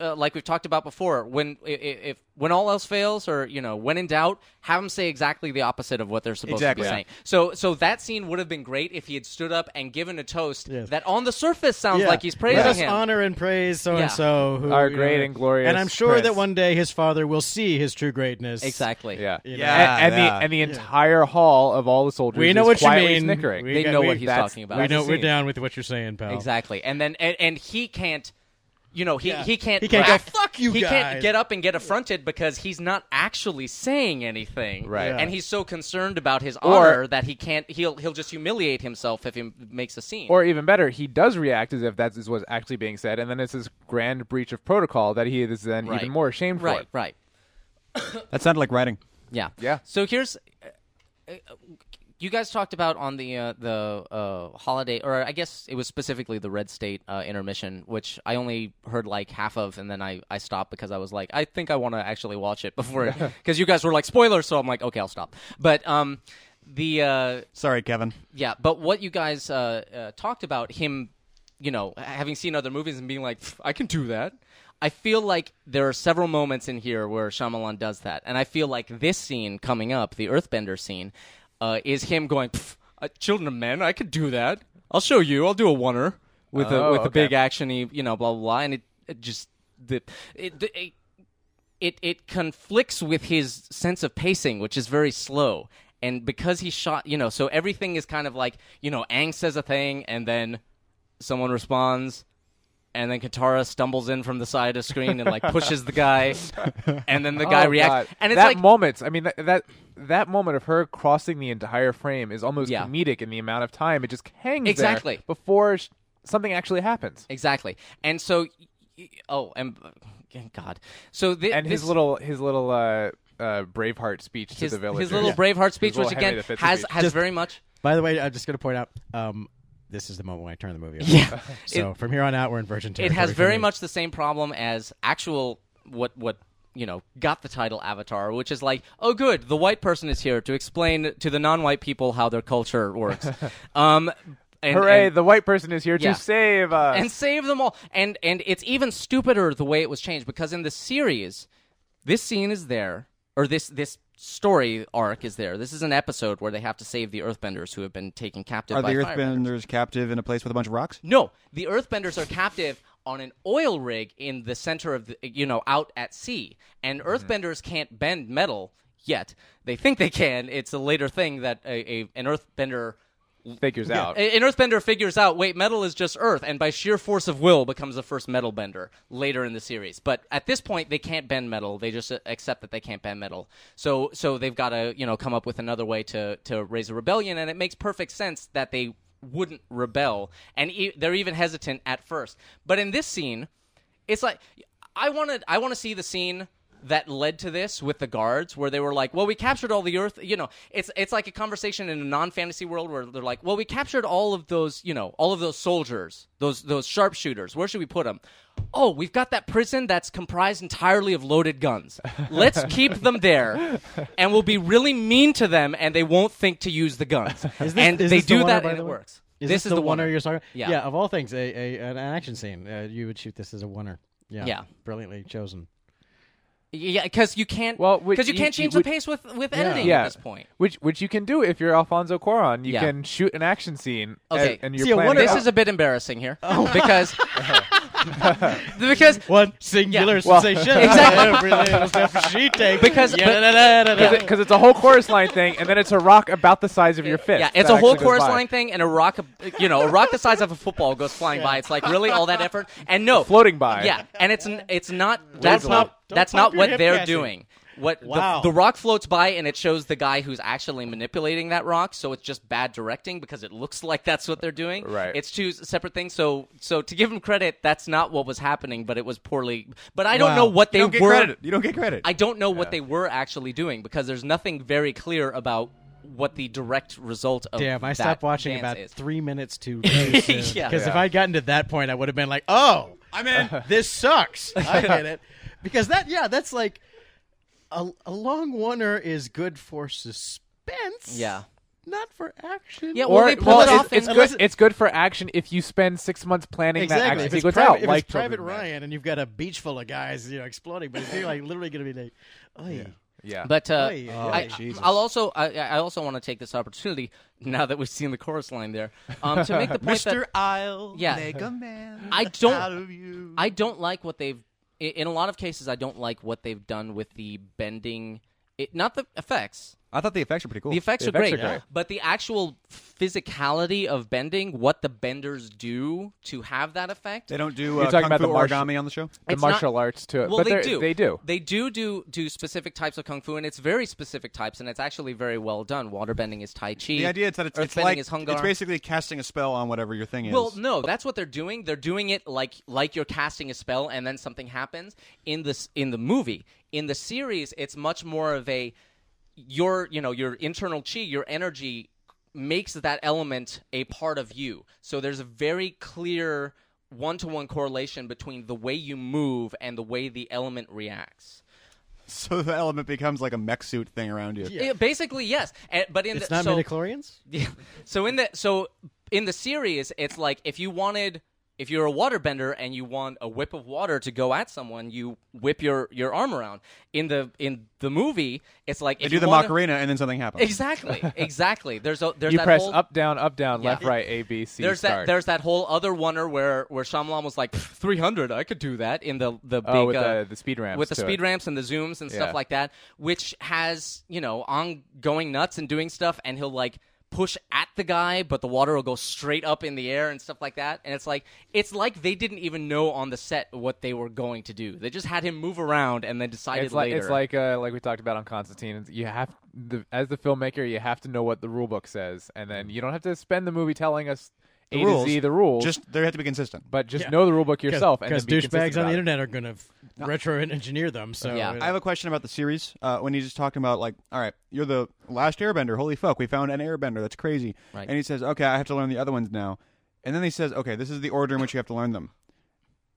Speaker 4: Uh, like we've talked about before, when i- i- if when all else fails, or you know, when in doubt, have them say exactly the opposite of what they're supposed
Speaker 2: Exactly.
Speaker 4: to be
Speaker 2: Yeah.
Speaker 4: saying. So, so that scene would have been great if he had stood up and given a toast
Speaker 3: Yes.
Speaker 4: that, on the surface, sounds
Speaker 3: Yeah.
Speaker 4: like he's praising
Speaker 3: Let us
Speaker 4: him.
Speaker 3: honor and praise so
Speaker 4: Yeah.
Speaker 3: and so who
Speaker 5: Our
Speaker 3: you
Speaker 5: great and glorious
Speaker 3: And I'm sure that
Speaker 5: prince.
Speaker 3: one day his father will see his true greatness.
Speaker 4: exactly.
Speaker 5: yeah,
Speaker 3: You
Speaker 2: Yeah.
Speaker 3: know?
Speaker 2: Ah,
Speaker 5: and, and
Speaker 2: yeah.
Speaker 5: the and the entire hall of all the soldiers.
Speaker 3: We know
Speaker 5: is
Speaker 3: what you
Speaker 5: quietly
Speaker 3: mean.
Speaker 5: Snickering.
Speaker 3: We
Speaker 4: They
Speaker 3: got-
Speaker 4: know
Speaker 3: we-
Speaker 4: what he's
Speaker 5: that's-
Speaker 4: talking about.
Speaker 3: We
Speaker 5: that's
Speaker 3: know
Speaker 5: the
Speaker 3: we're
Speaker 5: scene.
Speaker 3: down with what you're saying, pal.
Speaker 4: Exactly. And then and, and he can't you know, he,
Speaker 3: Yeah.
Speaker 4: he can't
Speaker 3: He can't
Speaker 4: like,
Speaker 3: go, "Fuck you
Speaker 4: He can't
Speaker 3: guys."
Speaker 4: get up and get affronted because he's not actually saying anything.
Speaker 5: Right. Yeah.
Speaker 4: And he's so concerned about his
Speaker 5: Or-
Speaker 4: honor that he can't he'll he'll just humiliate himself if he m- makes a scene.
Speaker 5: Or even better, he does react as if that is what's actually being said, and then it's this grand breach of protocol that he is then
Speaker 4: Right.
Speaker 5: even more ashamed
Speaker 4: Right,
Speaker 5: for.
Speaker 4: right.
Speaker 2: That sounded like writing.
Speaker 4: Yeah.
Speaker 5: Yeah.
Speaker 4: So here's uh, uh, you guys talked about on the uh, the uh, holiday, or I guess it was specifically the Red State uh, intermission, which I only heard like half of, and then I, I stopped because I was like, I think I want to actually watch it before, because you guys were like spoilers, so I'm like, okay, I'll stop. But um, the uh,
Speaker 2: Sorry, Kevin.
Speaker 4: yeah, but what you guys uh, uh, talked about him, you know, having seen other movies and being like, "Pff, I can do that. I feel like there are several moments in here where Shyamalan does that, and I feel like this scene coming up, the Earthbender scene, uh, is him going, "Pff, uh, "Children of Men, I could do that. I'll show you. I'll do a oneer with a
Speaker 5: Oh,
Speaker 4: with a
Speaker 5: okay.
Speaker 4: big actiony, you know, blah blah blah." And it, it just the it, it it it conflicts with his sense of pacing, which is very slow. And because he shot, you know, so everything is kind of like, you know, Aang says a thing, and then someone responds, and then Katara stumbles in from the side of the screen and like pushes the guy, and then the guy
Speaker 5: Oh,
Speaker 4: reacts,
Speaker 5: God.
Speaker 4: and it's
Speaker 5: that
Speaker 4: like,
Speaker 5: moment. I mean, that, that that moment of her crossing the entire frame is almost
Speaker 4: Yeah.
Speaker 5: comedic in the amount of time it just hangs there
Speaker 4: Exactly.
Speaker 5: before sh- something actually happens.
Speaker 4: exactly. And so, y- y- oh, and God, so thi-
Speaker 5: And his
Speaker 4: this-
Speaker 5: little his little uh, uh, Braveheart speech
Speaker 4: his,
Speaker 5: to the villagers.
Speaker 4: his little Braveheart speech,
Speaker 5: little
Speaker 4: which
Speaker 5: Henry
Speaker 4: again
Speaker 5: the Fifth
Speaker 4: has
Speaker 5: speech.
Speaker 4: has very much.
Speaker 3: By the way, I'm just going to point out um, this is the moment when I turn the movie off.
Speaker 4: Yeah.
Speaker 3: So from here on out, we're in virgin
Speaker 4: it
Speaker 3: territory.
Speaker 4: has
Speaker 3: for
Speaker 4: very
Speaker 3: me.
Speaker 4: much the same problem as actual what what you know got the title avatar which is like oh good the white person is here to explain to the non-white people how their culture works um and,
Speaker 5: Hooray!
Speaker 4: and-
Speaker 5: the white person is here
Speaker 4: Yeah.
Speaker 5: to save us.
Speaker 4: and save them all and and it's even stupider the way it was changed because in the series this scene is there or this this story arc is there this is an episode where they have to save the earthbenders who have been taken captive
Speaker 2: Are the
Speaker 4: by firebenders.
Speaker 2: Earthbenders captive in a place with a bunch of rocks?
Speaker 4: No, the Earthbenders are captive on an oil rig in the center of the, you know, out at sea. And Earthbenders can't bend metal yet. They think they can. It's a later thing that a, a an Earthbender
Speaker 5: figures out.
Speaker 4: An Earthbender figures out, wait, metal is just Earth, and by sheer force of will becomes the first metal bender later in the series. But at this point, they can't bend metal. They just uh, accept that they can't bend metal. So, so they've got to, you know, come up with another way to to raise a rebellion, and it makes perfect sense that they wouldn't rebel, and e- they're even hesitant at first. But in this scene, it's like I wanted I want to see the scene that led to this with the guards where they were like, "Well, we captured all the earth." You know, it's it's like a conversation in a non-fantasy world where they're like, "Well, we captured all of those, you know, all of those soldiers, those those sharpshooters. Where should we put them?" Oh, we've got that prison that's comprised entirely of loaded guns. Let's keep them there, and we'll be really mean to them, and they won't think to use the guns. and
Speaker 3: is
Speaker 4: they
Speaker 3: this the
Speaker 4: do
Speaker 3: one,
Speaker 4: that,
Speaker 3: by
Speaker 4: and
Speaker 3: the
Speaker 4: it
Speaker 3: way?
Speaker 4: works.
Speaker 3: Is this, the, one
Speaker 4: one
Speaker 3: you're talking?
Speaker 4: Yeah.
Speaker 3: yeah. Of all things, a, a an action scene, uh, you would shoot this as a winner. Yeah,
Speaker 4: Yeah.
Speaker 3: brilliantly chosen.
Speaker 4: Yeah, because you can't.
Speaker 5: Well,
Speaker 4: Well,
Speaker 5: would-
Speaker 4: because you
Speaker 5: you-
Speaker 4: can't
Speaker 5: you
Speaker 4: change
Speaker 5: would-
Speaker 4: the pace with with editing
Speaker 5: yeah,
Speaker 4: at this point.
Speaker 5: which which you can do if you're Alfonso Cuarón. You
Speaker 4: Yeah.
Speaker 5: can shoot an action scene,
Speaker 4: Okay.
Speaker 5: and, and you're
Speaker 3: See, I
Speaker 5: planning.
Speaker 3: wonder-
Speaker 5: it
Speaker 4: This
Speaker 5: out.
Speaker 4: is a bit embarrassing here because because
Speaker 3: One singular
Speaker 5: Well,
Speaker 3: sensation.
Speaker 4: exactly.
Speaker 3: Every little step she takes.
Speaker 4: Because-
Speaker 3: Yeah,
Speaker 4: but-
Speaker 3: da, da, da, da, da.
Speaker 5: because it's a whole chorus line thing, and then it's a rock about the size of your fist.
Speaker 4: yeah, it's
Speaker 5: that
Speaker 4: a whole
Speaker 5: actually goes
Speaker 4: chorus
Speaker 5: by.
Speaker 4: line thing, and a rock, you know, a rock the size of a football goes flying by. It's like really all that effort, and no,
Speaker 5: Floating by.
Speaker 4: Yeah, and it's n- it's not that's
Speaker 5: pump-
Speaker 4: not
Speaker 3: don't
Speaker 4: that's
Speaker 3: pump
Speaker 4: not
Speaker 3: your
Speaker 4: what
Speaker 3: hip
Speaker 4: they're
Speaker 3: acid.
Speaker 4: doing. What the-
Speaker 3: Wow.
Speaker 4: the, rock floats by and it shows the guy who's actually manipulating that rock, so it's just bad directing because it looks like that's what they're doing.
Speaker 5: Right.
Speaker 4: It's two s- separate things. So so to give him credit, that's not what was happening, but it was poorly. But I don't
Speaker 3: Wow.
Speaker 4: know what they
Speaker 2: you don't get
Speaker 4: were.
Speaker 2: credit. You don't get credit.
Speaker 4: I don't know what they were actually doing because there's nothing very clear about what the direct result of
Speaker 3: Damn, I
Speaker 4: that
Speaker 3: stopped watching
Speaker 4: dance
Speaker 3: about
Speaker 4: is.
Speaker 3: three minutes too late. Because
Speaker 4: Yeah.
Speaker 3: if
Speaker 5: Yeah.
Speaker 3: I'd gotten to that point, I would have been like, "Oh,
Speaker 2: I mean,
Speaker 3: this sucks. I get it." Because that, yeah, that's like a, a long oneer is good for suspense.
Speaker 4: Yeah.
Speaker 3: not for action.
Speaker 4: Yeah,
Speaker 5: Or
Speaker 4: Well, they pull
Speaker 5: well,
Speaker 4: it
Speaker 5: it's,
Speaker 4: off
Speaker 5: it's
Speaker 4: in-
Speaker 5: good.
Speaker 4: Unless-
Speaker 5: It's good for action if you spend six months planning that
Speaker 3: exactly.
Speaker 5: action
Speaker 3: If it's
Speaker 5: sequence
Speaker 3: private,
Speaker 5: out,
Speaker 3: if
Speaker 5: like
Speaker 3: it's Private
Speaker 5: Children of Men.
Speaker 3: Ryan, and you've got a beach full of guys, you know, exploding, but you're like literally going to be like, "Oh yeah."
Speaker 5: Yeah,
Speaker 4: But uh,
Speaker 3: Oy,
Speaker 5: Oh,
Speaker 4: I,
Speaker 3: oy, Jesus.
Speaker 4: I'll also I, I also want to take this opportunity now that we've seen the chorus line there um, to make the point
Speaker 2: Mr.
Speaker 4: that
Speaker 2: I'll
Speaker 4: Yeah.
Speaker 2: make a man
Speaker 4: I
Speaker 2: out
Speaker 4: don't
Speaker 2: of you.
Speaker 4: I don't like what they've i- in a lot of cases I don't like what they've done with the bending it not the effects
Speaker 2: I thought the effects were pretty cool.
Speaker 4: the effects
Speaker 5: The
Speaker 4: are great,
Speaker 5: effects are great.
Speaker 4: but the actual physicality of bending what the benders do to have that effect
Speaker 2: they don't do
Speaker 5: You're
Speaker 2: uh,
Speaker 5: talking
Speaker 2: kung
Speaker 5: about
Speaker 2: fu
Speaker 5: the martial-
Speaker 2: origami on the show.
Speaker 5: the
Speaker 4: it's not-
Speaker 5: martial arts too.
Speaker 4: Well,
Speaker 5: Uh, but
Speaker 4: they
Speaker 5: they're-
Speaker 4: do.
Speaker 5: They do.
Speaker 4: They do do do specific types of kung fu, and it's very specific types, and it's actually very well done. Waterbending is tai chi.
Speaker 2: The idea is that it's, it's
Speaker 4: earthbending
Speaker 2: like
Speaker 4: is hungar.
Speaker 2: it's basically casting a spell on whatever your thing is.
Speaker 4: Well, no, that's what they're doing. They're doing it like like you're casting a spell, and then something happens in this in the movie. In the series, it's much more of a your you know your internal chi, your energy makes that element a part of you. So there's a very clear one to one correlation between the way you move and the way the element reacts.
Speaker 2: So the element becomes like a mech suit thing around you.
Speaker 3: Yeah.
Speaker 4: Yeah, basically, yes. And, but in
Speaker 3: It's
Speaker 4: the,
Speaker 3: not
Speaker 4: so,
Speaker 3: midichlorians?
Speaker 4: Yeah. So in the so in the series, it's like if you wanted if you're a waterbender and you want a whip of water to go at someone, you whip your your arm around. In the in the movie, it's like
Speaker 2: They
Speaker 4: if
Speaker 2: do
Speaker 4: you
Speaker 2: the
Speaker 4: wanna-
Speaker 2: Macarena and then something happens.
Speaker 4: Exactly, exactly. There's a there's
Speaker 5: You
Speaker 4: that
Speaker 5: press
Speaker 4: whole,
Speaker 5: up, down, up, down,
Speaker 4: Yeah.
Speaker 5: left, right, A, B, C.
Speaker 4: There's that
Speaker 5: start.
Speaker 4: there's that whole other oneer where where Shyamalan was like 300, I could do that in the the big
Speaker 5: Oh, with
Speaker 4: uh,
Speaker 5: the- the speed ramps
Speaker 4: with the
Speaker 5: to
Speaker 4: speed
Speaker 5: it.
Speaker 4: ramps and the zooms and
Speaker 5: Yeah.
Speaker 4: stuff like that, which has you know on going nuts and doing stuff, and he'll like push at the guy, but the water will go straight up in the air and stuff like that, and it's like it's like they didn't even know on the set what they were going to do. They just had him move around and then decided
Speaker 5: it's like
Speaker 4: later.
Speaker 5: it's like uh, like we talked about on Constantine. it's- You have the, as the filmmaker, you have to know what the rule book says, and then you don't have to spend the movie telling us
Speaker 2: The
Speaker 5: A
Speaker 2: rules,
Speaker 5: to Z the rules.
Speaker 2: Just they have to be consistent.
Speaker 5: but just
Speaker 3: Yeah.
Speaker 5: know the rule book
Speaker 3: Cause-
Speaker 5: yourself, and
Speaker 3: Cause
Speaker 5: then be consistent
Speaker 3: douchebags on
Speaker 5: about
Speaker 3: the
Speaker 5: it.
Speaker 3: internet are going to retro engineer them. So
Speaker 4: Yeah.
Speaker 2: I have a question about the series. Uh, when he's just talking about like, all right, you're the last Airbender. Holy fuck, we found an Airbender. That's crazy.
Speaker 4: Right.
Speaker 2: And he says, okay, I have to learn the other ones now. And then he says, okay, this is the order in which you have to learn them.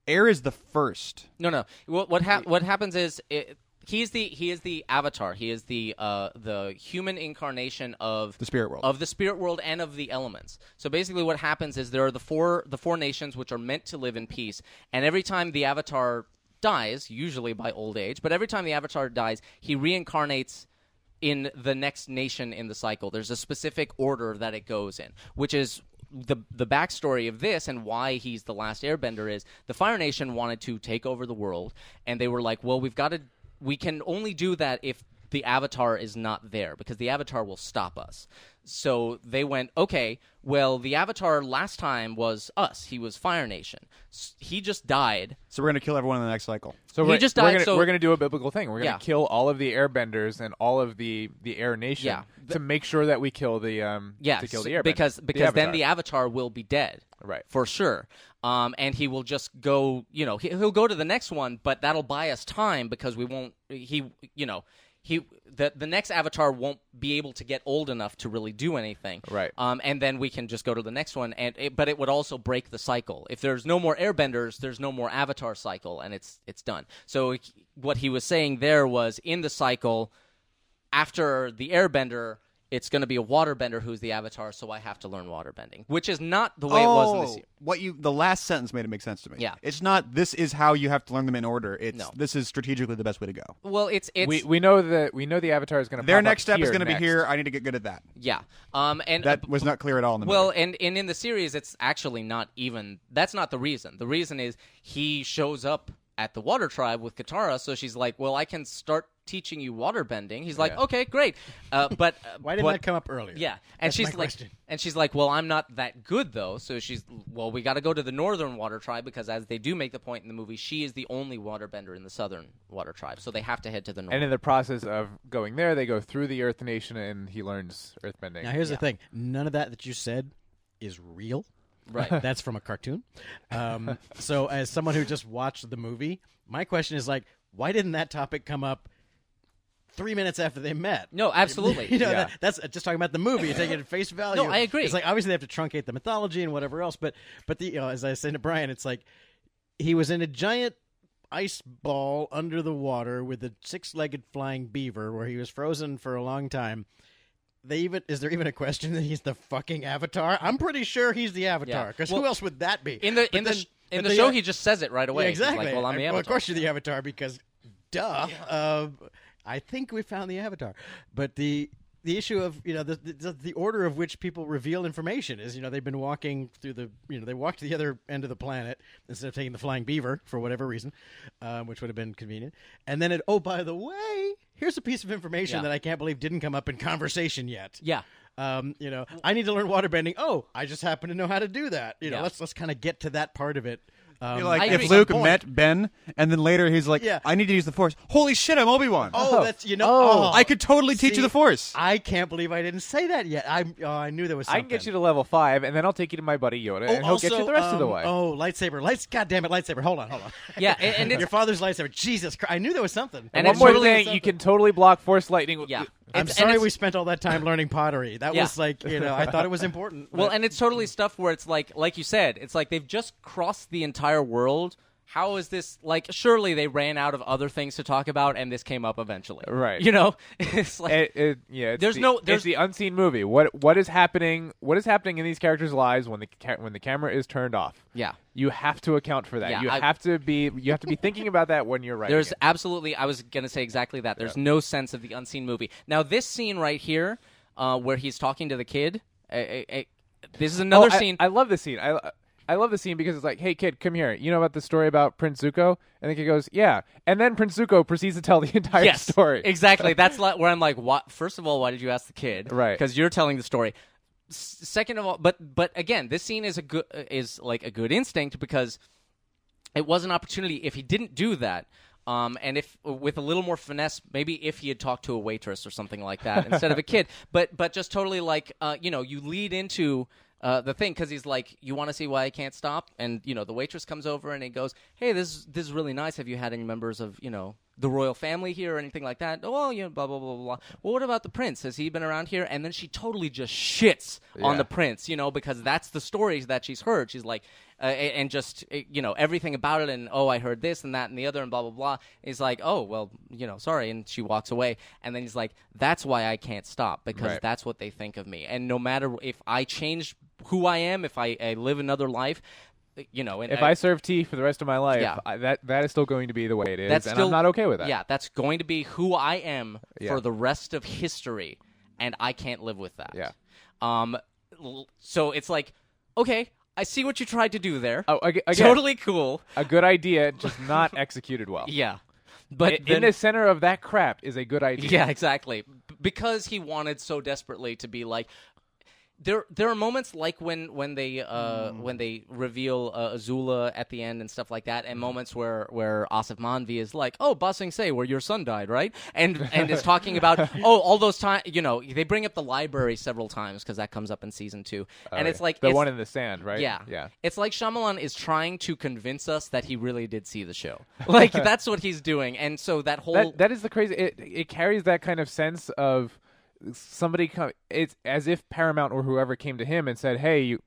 Speaker 2: Air is the first.
Speaker 4: No, no. What what, hap what happens is it, he's the he is the avatar. He is the uh, the human incarnation of
Speaker 2: The spirit world.
Speaker 4: of the spirit world and of the elements. So basically, what happens is there are the four the four nations which are meant to live in peace, and every time the avatar dies, usually by old age, but every time the avatar dies, he reincarnates in the next nation in the cycle. There's a specific order that it goes in, which is the the backstory of this and why he's the last airbender is the Fire Nation wanted to take over the world and they were like, Well, we've got to we can only do that if the Avatar is not there because the Avatar will stop us. So they went, okay, well, the Avatar last time was us. He was Fire Nation. S- he just died.
Speaker 2: So we're gonna kill everyone in the next cycle.
Speaker 5: So
Speaker 4: He
Speaker 5: we're,
Speaker 4: just
Speaker 5: we're
Speaker 4: died,
Speaker 5: gonna,
Speaker 4: so-
Speaker 5: we're gonna do a biblical thing. We're gonna
Speaker 4: Yeah.
Speaker 5: kill all of the Airbenders and all of the the Air Nation
Speaker 4: Yeah.
Speaker 5: to make sure that we kill the um
Speaker 4: Yeah,
Speaker 5: to kill
Speaker 4: so-
Speaker 5: the Airbenders
Speaker 4: because
Speaker 5: the
Speaker 4: because then
Speaker 5: Avatar.
Speaker 4: the Avatar will be dead,
Speaker 5: Right.
Speaker 4: For sure. Um, and he will just go, you know, he, he'll go to the next one, but that'll buy us time because we won't. He, you know, he the the next Avatar won't be able to get old enough to really do anything,
Speaker 5: Right.
Speaker 4: Um, and then we can just go to the next one, and it, but it would also break the cycle. If there's no more Airbenders, there's no more Avatar cycle, and it's it's done. So he- what he was saying there was in the cycle after the airbender it's going to be a waterbender who's the avatar so i have to learn waterbending which is not the way it was in this year
Speaker 2: What you the last sentence made it make sense to me.
Speaker 4: Yeah.
Speaker 2: It's not this is how you have to learn them in order. It's
Speaker 4: No.
Speaker 2: this is strategically the best way to go.
Speaker 4: well it's it's
Speaker 5: we we know that we know the Avatar is gonna
Speaker 2: Their
Speaker 5: pop up
Speaker 2: next step is
Speaker 5: here
Speaker 2: gonna
Speaker 5: next.
Speaker 2: be here. I need to get good at that.
Speaker 4: yeah um and
Speaker 2: That was not clear at all in the
Speaker 4: well
Speaker 2: movie.
Speaker 4: and, and in the series it's actually not even that's not the reason the reason is he shows up at the water tribe with katara so she's like well i can start teaching you waterbending he's like
Speaker 5: Yeah.
Speaker 4: okay great uh, but uh,
Speaker 3: Why didn't
Speaker 4: but-
Speaker 3: that come up earlier?
Speaker 4: Yeah, and
Speaker 3: That's
Speaker 4: she's
Speaker 3: my
Speaker 4: like,
Speaker 3: question.
Speaker 4: and she's like, well, I'm not that good though. So she's, well, we got to go to the Northern Water Tribe because, as they do make the point in the movie, she is the only waterbender in the Southern Water Tribe. So they have to head to the
Speaker 5: And
Speaker 4: North.
Speaker 5: in the process of going there, they go through the Earth Nation, and he learns Earthbending.
Speaker 3: Now here's the thing: none of that that you said is real.
Speaker 4: Right.
Speaker 3: That's from a cartoon. Um, so, as someone who just watched the movie, my question is like, why didn't that topic come up three minutes after they met?
Speaker 4: No, absolutely.
Speaker 3: You know,
Speaker 5: Yeah.
Speaker 3: that, that's uh, just talking about the movie. You take it at face value.
Speaker 4: No, I agree.
Speaker 3: It's like obviously they have to truncate the mythology and whatever else, but but the you know, as I said to Brian, it's like he was in a giant ice ball under the water with a six-legged flying beaver, where he was frozen for a long time. They even is there even a question that he's the fucking Avatar? I'm pretty sure he's the Avatar
Speaker 4: Yeah.
Speaker 3: because
Speaker 4: Well,
Speaker 3: who else would that be?
Speaker 4: in the
Speaker 3: But
Speaker 4: in the
Speaker 3: then-
Speaker 4: sh-
Speaker 3: but
Speaker 4: in the
Speaker 3: they-
Speaker 4: show, he just says it right away.
Speaker 3: yeah,
Speaker 4: He's like,
Speaker 3: exactly.
Speaker 4: well, I'm the
Speaker 3: Well, of
Speaker 4: Avatar.
Speaker 3: course you're the Avatar because, duh. Uh, I think we found the Avatar, but the the issue of you know the, the the order of which people reveal information is you know they've been walking through the you know they walked to the other end of the planet instead of taking the flying beaver for whatever reason, um, which would have been convenient. And then it oh by the way, here's a piece of information
Speaker 4: Yeah.
Speaker 3: that I can't believe didn't come up in conversation yet.
Speaker 4: Yeah.
Speaker 3: Um, you know, I need to learn waterbending. Oh, I just happen to know how to do that. You know,
Speaker 4: Yeah.
Speaker 3: let's let's kind of get to that part of it. Um,
Speaker 2: You're like
Speaker 4: I
Speaker 2: if
Speaker 4: agree.
Speaker 2: Luke
Speaker 3: Point.
Speaker 2: met Ben and then later he's like,
Speaker 3: Yeah.
Speaker 2: I need to use the force. Holy shit, I'm Obi Wan.
Speaker 3: Oh, that's you know.
Speaker 5: Oh.
Speaker 3: oh.
Speaker 2: I could totally teach
Speaker 3: See,
Speaker 2: you the force.
Speaker 3: I can't believe I didn't say that yet. I oh, I knew there was.
Speaker 5: I
Speaker 3: Something.
Speaker 5: can get you to level five, and then I'll take you to my buddy Yoda,
Speaker 3: Oh,
Speaker 5: and he'll get you
Speaker 3: also,
Speaker 5: the rest of the
Speaker 3: um,
Speaker 5: way.
Speaker 3: Oh, lightsaber! Lights! God damn it, lightsaber! Hold on, hold on.
Speaker 4: Yeah, and- and it's-
Speaker 3: your father's lightsaber. Jesus Christ! I knew there was something.
Speaker 4: And
Speaker 5: One
Speaker 4: it's
Speaker 5: more
Speaker 4: totally
Speaker 5: thing, you can totally block Force Lightning. with-
Speaker 4: Yeah.
Speaker 3: I'm
Speaker 4: It's- and
Speaker 3: sorry
Speaker 4: it's-
Speaker 3: we spent all that time learning pottery. That
Speaker 4: Yeah.
Speaker 3: was like you know I thought it was important.
Speaker 4: Well,
Speaker 3: but-
Speaker 4: and it's totally stuff where it's like, like you said, it's like they've just crossed the entire world. How is this like? Surely they ran out of other things to talk about, and this came up eventually,
Speaker 5: Right.
Speaker 4: You know, it's like
Speaker 5: It, it, yeah, it's
Speaker 4: There's
Speaker 5: the,
Speaker 4: no-
Speaker 5: it's
Speaker 4: there's-
Speaker 5: the unseen movie. What what is happening? What is happening in these characters' lives when the ca- when the camera is turned off?
Speaker 4: Yeah.
Speaker 5: you have to account for that.
Speaker 4: Yeah,
Speaker 5: you
Speaker 4: I-
Speaker 5: have to be you have to be thinking about that when you're writing.
Speaker 4: There's
Speaker 5: it.
Speaker 4: absolutely. I was going to say exactly that. There's no sense of the unseen movie. Now this scene right here, uh, where he's talking to the kid. I, I, I, this is another
Speaker 5: Oh, I-
Speaker 4: scene.
Speaker 5: I, love this scene. I I love this scene because it's like, hey kid, come here. You know about the story about Prince Zuko? And the kid goes, yeah. And then Prince Zuko proceeds to tell the entire
Speaker 4: yes,
Speaker 5: story.
Speaker 4: exactly. That's li- where I'm like, what? First of all, why did you ask the kid?
Speaker 5: Right.
Speaker 4: Because you're telling the story. S- second of all, but but again, this scene is a good is like a good instinct because it was an opportunity if he didn't do that um, and if with a little more finesse maybe if he had talked to a waitress or something like that instead of a kid but but just totally like uh, you know you lead into uh, the thing because he's like you want to see why i can't stop and you know the waitress comes over and he goes hey this is this is really nice have you had any members of you know the royal family here or anything like that oh well, you know blah blah blah blah blah well what about the prince has he been around here and then she totally just shits on
Speaker 5: Yeah.
Speaker 4: the prince you know because that's the stories that she's heard she's like uh, a- and just uh, you know everything about it and oh i heard this and that and the other and blah blah blah he's like oh well you know sorry and she walks away and then he's like that's why i can't stop because
Speaker 5: Right.
Speaker 4: that's what they think of me and no matter if i change who i am if i, I live another life eh, you know and
Speaker 5: If I serve tea for the rest of my life,
Speaker 4: Yeah.
Speaker 5: I, that that is still going to be the way it is,
Speaker 4: that's
Speaker 5: and
Speaker 4: still
Speaker 5: I'm not okay with that.
Speaker 4: yeah that's going to be who i am
Speaker 5: Yeah.
Speaker 4: for the rest of history and i can't live with that
Speaker 5: Yeah.
Speaker 4: um l- so it's like okay i see what you tried to do there
Speaker 5: Oh, aga- again,
Speaker 4: totally cool
Speaker 5: a good idea, just not executed well.
Speaker 4: Yeah. But
Speaker 5: in,
Speaker 4: then-
Speaker 5: the center of that crap is a good idea.
Speaker 4: Yeah, exactly. B- Because he wanted so desperately to be like. There, there are moments like when when they
Speaker 5: Mm.
Speaker 4: uh, when they reveal uh, Azula at the end and stuff like
Speaker 5: Mm.
Speaker 4: that, and moments where where Asif Manvi is like, "Oh, Basing Se, where your son died, right?" and and is talking about, "Oh, all those times, you know." They bring up the library several times because that comes up in season two, and it's like
Speaker 5: Oh, the
Speaker 4: it's-
Speaker 5: one in the sand, right?
Speaker 4: yeah.
Speaker 5: yeah.
Speaker 4: It's like Shyamalan is trying to convince us that he really did see the show. Like that's what he's doing. And so that whole
Speaker 5: That that is the crazy. It it carries that kind of sense of somebody come. It's as if Paramount or whoever came to him and said, "Hey, you,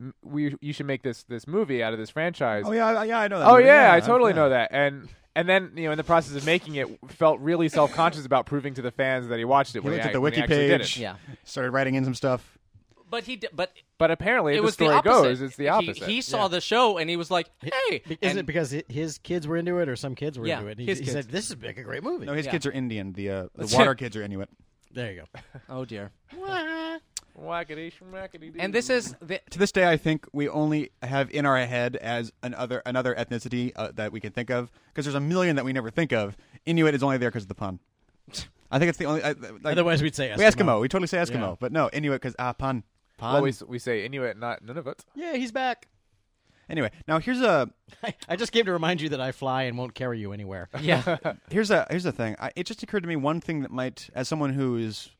Speaker 5: m- we you should make this this movie out of this franchise."
Speaker 2: Oh yeah, I- yeah, I know that.
Speaker 5: Oh
Speaker 2: movie.
Speaker 5: yeah, I
Speaker 2: I'm-
Speaker 5: totally
Speaker 2: yeah.
Speaker 5: know that. And and then you know, in the process of making it, felt really self conscious about proving to the fans that he watched it.
Speaker 2: He
Speaker 5: when
Speaker 2: looked
Speaker 5: he
Speaker 2: at the
Speaker 5: ac- when he
Speaker 2: wiki
Speaker 5: actually did
Speaker 2: page.
Speaker 5: it.
Speaker 4: Yeah.
Speaker 2: Started writing in some stuff.
Speaker 4: but he d- but
Speaker 5: But apparently,
Speaker 4: it
Speaker 5: the
Speaker 4: was
Speaker 5: story
Speaker 4: the opposite.
Speaker 5: goes. It's the
Speaker 4: He-
Speaker 5: opposite.
Speaker 4: He, saw the show and he was like, "Hey,
Speaker 3: Be- Isn't
Speaker 4: and-
Speaker 3: it because hi- his kids were into it or some kids were
Speaker 4: Yeah,
Speaker 3: into it? And
Speaker 4: his
Speaker 3: he, he
Speaker 4: kids.
Speaker 3: said, "This is like a great movie."
Speaker 2: No, his
Speaker 4: Yeah.
Speaker 2: kids are Indian. The uh, the
Speaker 5: That's
Speaker 2: water
Speaker 5: it.
Speaker 2: kids are Inuit.
Speaker 3: there you go.
Speaker 4: oh dear."
Speaker 5: Whackity schmackity doo.
Speaker 4: And this is the,
Speaker 2: To this day, I think we only have in our head as another another ethnicity uh, that we can think of because there's a million that we never think of. Inuit is only there because of the pun. I think it's the only. I, like,
Speaker 3: Otherwise, we'd say
Speaker 2: we Eskimo. We totally say Eskimo,
Speaker 3: Yeah.
Speaker 2: but no Inuit because ah pun. Pun.
Speaker 5: always we say Inuit, not Nunavut.
Speaker 3: Yeah, he's back.
Speaker 2: Anyway, now here's a
Speaker 3: I, I just came to remind you that I fly and won't carry you anywhere.
Speaker 4: yeah.
Speaker 2: here's a here's the thing. I, it just occurred to me one thing that might, as someone who is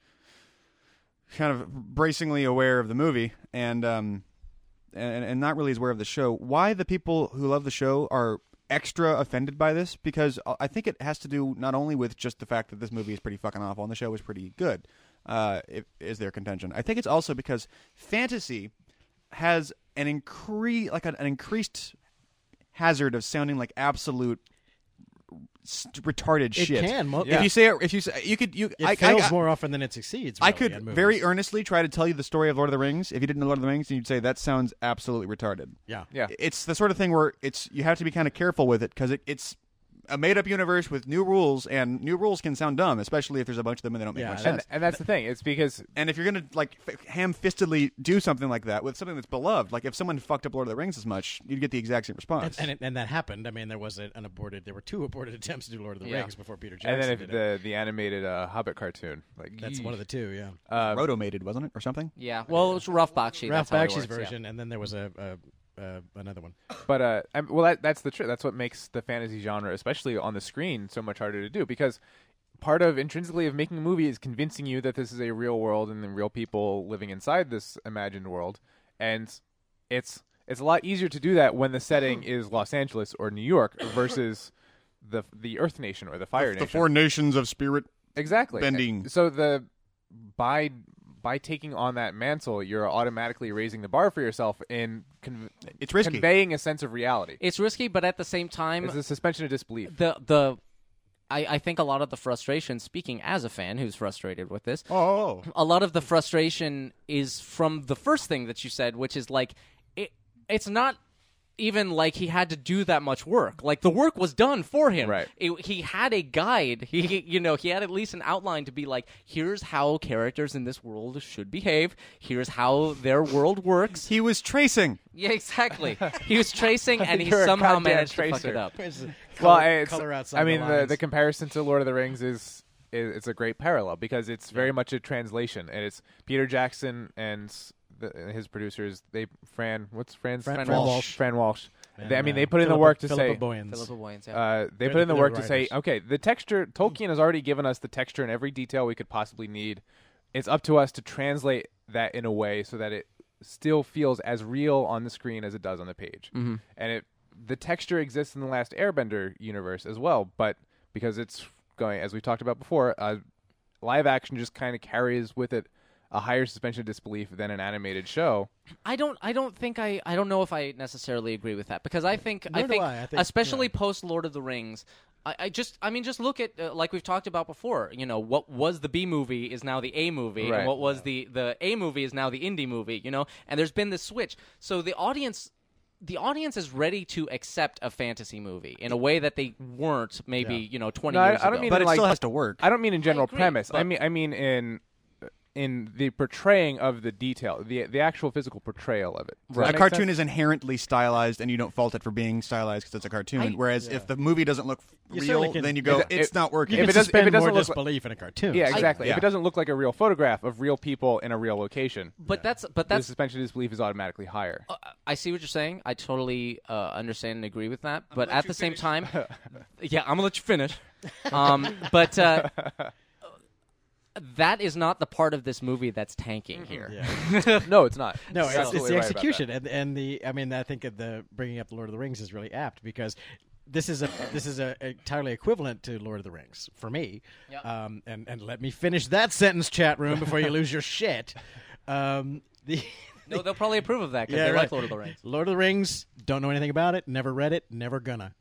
Speaker 2: kind of bracingly aware of the movie and um and, and not really as aware of the show, why the people who love the show are extra offended by this because I- I think it has to do not only with just the fact that this movie is pretty fucking awful and the show is pretty good. Uh, if, is their contention? I think it's also because fantasy has an increase like an, an increased hazard of sounding like absolute st- retarded
Speaker 3: It
Speaker 2: shit.
Speaker 3: can, mo-
Speaker 2: If
Speaker 3: yeah.
Speaker 2: you say it, if you say you could you
Speaker 3: It
Speaker 2: I,
Speaker 3: fails
Speaker 2: I, I,
Speaker 3: more often than it succeeds.
Speaker 2: I
Speaker 3: really,
Speaker 2: could
Speaker 3: at movies.
Speaker 2: very earnestly try to tell you the story of Lord of the Rings. If you didn't know Lord of the Rings, and you'd say that sounds absolutely retarded.
Speaker 3: yeah.
Speaker 5: Yeah.
Speaker 2: It's the sort of thing where it's you have to be kind of careful with it because it, it's a made up universe with new rules, and new rules can sound dumb, especially if there's a bunch of them and they don't make
Speaker 3: Yeah,
Speaker 2: much
Speaker 3: that-
Speaker 2: sense.
Speaker 5: And, and that's the thing. It's because
Speaker 2: And if you're gonna like f- ham-fistedly do something like that with something that's beloved, like if someone fucked up Lord of the Rings as much, you'd get the exact same response.
Speaker 3: And, and, it, and that happened. I mean, there was a, an aborted. There were two aborted attempts to do Lord of the
Speaker 4: Yeah.
Speaker 3: Rings before Peter Jackson
Speaker 5: and then if
Speaker 3: did it.
Speaker 5: the the animated uh, Hobbit cartoon, like
Speaker 3: That's one of the two. Yeah,
Speaker 5: Oh,
Speaker 2: It's Uh, rotomated, wasn't it, or something?
Speaker 4: Yeah. Well, it's rough Bakshi.
Speaker 3: Ralph
Speaker 4: that's how it
Speaker 3: Bakshi's
Speaker 4: works, yeah.
Speaker 3: version, and then there was a, a, a another one.
Speaker 5: But uh, I well, that, that's the trick. That's what makes the fantasy genre, especially on the screen, so much harder to do because part of intrinsically of making a movie is convincing you that this is a real world and the real people living inside this imagined world, and it's it's a lot easier to do that when the setting is Los Angeles or New York versus the the Earth Nation or the Fire Nation.
Speaker 2: The Four Nations of Spirit.
Speaker 5: Exactly.
Speaker 2: bending.
Speaker 5: So the by by taking on that mantle, you're automatically raising the bar for yourself in con-
Speaker 2: It's risky.
Speaker 5: conveying a sense of reality.
Speaker 4: It's risky, but at the same time,
Speaker 5: It's a suspension of disbelief.
Speaker 4: the the I, I think a lot of the frustration. Speaking as a fan who's frustrated with this,
Speaker 2: Oh,
Speaker 4: a lot of the frustration is from the first thing that you said, which is like it, it's not even like he had to do that much work. Like the work was done for him.
Speaker 5: Right.
Speaker 4: It- he had a guide. He, he- you know, he had at least an outline to be like, here's how characters in this world should behave. Here's how their world works.
Speaker 2: he was tracing.
Speaker 4: yeah, exactly. He was tracing, and he
Speaker 5: You're a
Speaker 4: somehow
Speaker 5: goddamn
Speaker 4: managed to fuck
Speaker 5: tracer.
Speaker 4: it up.
Speaker 5: well,
Speaker 3: Color-
Speaker 5: it's-
Speaker 3: color outside
Speaker 5: I mean,
Speaker 3: the,
Speaker 5: the,
Speaker 3: lines.
Speaker 5: the comparison to Lord of the Rings is, is it's a great parallel because it's very much a translation, and it's Peter Jackson and the, his producers. They Fran, what's Fran's
Speaker 3: Fran-
Speaker 4: Fran Walsh.
Speaker 5: Fran Walsh.
Speaker 3: And,
Speaker 5: They- I mean,
Speaker 3: uh,
Speaker 5: they put in the
Speaker 3: Philippa-
Speaker 5: work to
Speaker 3: Philippa
Speaker 5: say.
Speaker 3: Boyens.
Speaker 4: Philippa Boyens, yeah.
Speaker 5: Uh, they
Speaker 3: They're
Speaker 5: put
Speaker 3: the-
Speaker 5: in the
Speaker 3: they're
Speaker 5: work
Speaker 3: the
Speaker 5: to say,
Speaker 3: writers.
Speaker 5: okay, the texture. Tolkien has already given us the texture and every detail we could possibly need. It's up to us to translate that in a way so that it still feels as real on the screen as it does on the page.
Speaker 3: Mm-hmm.
Speaker 5: And it, the texture exists in the last Airbender universe as well, but because it's going as we talked about before, uh, live action just kind of carries with it a higher suspension of disbelief than an animated show.
Speaker 4: I don't. I don't think I. I don't know if I necessarily agree with that because I think. I
Speaker 3: Nor do
Speaker 4: think,
Speaker 3: I. I think-
Speaker 4: especially post Lord of the Rings. I, I just. I mean, just look at uh, like we've talked about before. You know, what was the B movie is now the A movie,
Speaker 5: Right.
Speaker 4: and what was the the A movie is now the indie movie. You know, and there's been this switch. So the audience. The audience is ready to accept a fantasy movie in a way that they weren't maybe you know twenty
Speaker 5: No, I-
Speaker 4: years
Speaker 5: I don't
Speaker 4: ago.
Speaker 5: mean
Speaker 2: But it
Speaker 5: like-
Speaker 2: still has to work.
Speaker 5: I don't mean in general
Speaker 4: agree,
Speaker 5: premise. I
Speaker 4: but-
Speaker 5: mean I mean in in the portraying of the detail, the the actual physical portrayal of it. Does that
Speaker 2: A
Speaker 5: make
Speaker 2: cartoon
Speaker 5: sense?
Speaker 2: is inherently stylized, and you don't fault it for being stylized because it's a cartoon. Whereas if the movie doesn't look
Speaker 3: You certainly
Speaker 2: real,
Speaker 3: can-
Speaker 2: then you go,
Speaker 5: If it-
Speaker 2: "It's
Speaker 5: if-
Speaker 2: not working."
Speaker 5: if
Speaker 3: You
Speaker 5: it
Speaker 3: can
Speaker 5: does- if
Speaker 3: suspend
Speaker 5: it doesn't
Speaker 3: more
Speaker 5: look like-
Speaker 3: disbelief in a cartoon.
Speaker 5: Yeah, exactly. If
Speaker 2: yeah.
Speaker 5: it doesn't look like a real photograph of real people in a real location,
Speaker 4: But that's but
Speaker 5: the
Speaker 4: that's Uh,
Speaker 5: suspension of disbelief is automatically higher.
Speaker 4: I see what you're saying. I totally uh, understand and agree with that. But at the same time, yeah, I'm gonna let you finish. Um, but uh, that is not the part of this movie that's tanking here.
Speaker 5: no, it's not.
Speaker 3: Mm-hmm. No,
Speaker 5: You're
Speaker 3: it's, it's
Speaker 5: absolutely
Speaker 3: the
Speaker 5: right about that.
Speaker 3: execution, and and the I mean I think that the bringing up the Lord of the Rings is really apt because this is a this is a entirely equivalent to Lord of the Rings for me. Um, and and let me finish that sentence, chat room, before you lose your shit. Um, the
Speaker 4: No, they'll probably approve of that because they like Lord of the Rings.
Speaker 3: Lord of the Rings, don't know anything about it, never read it, never gonna.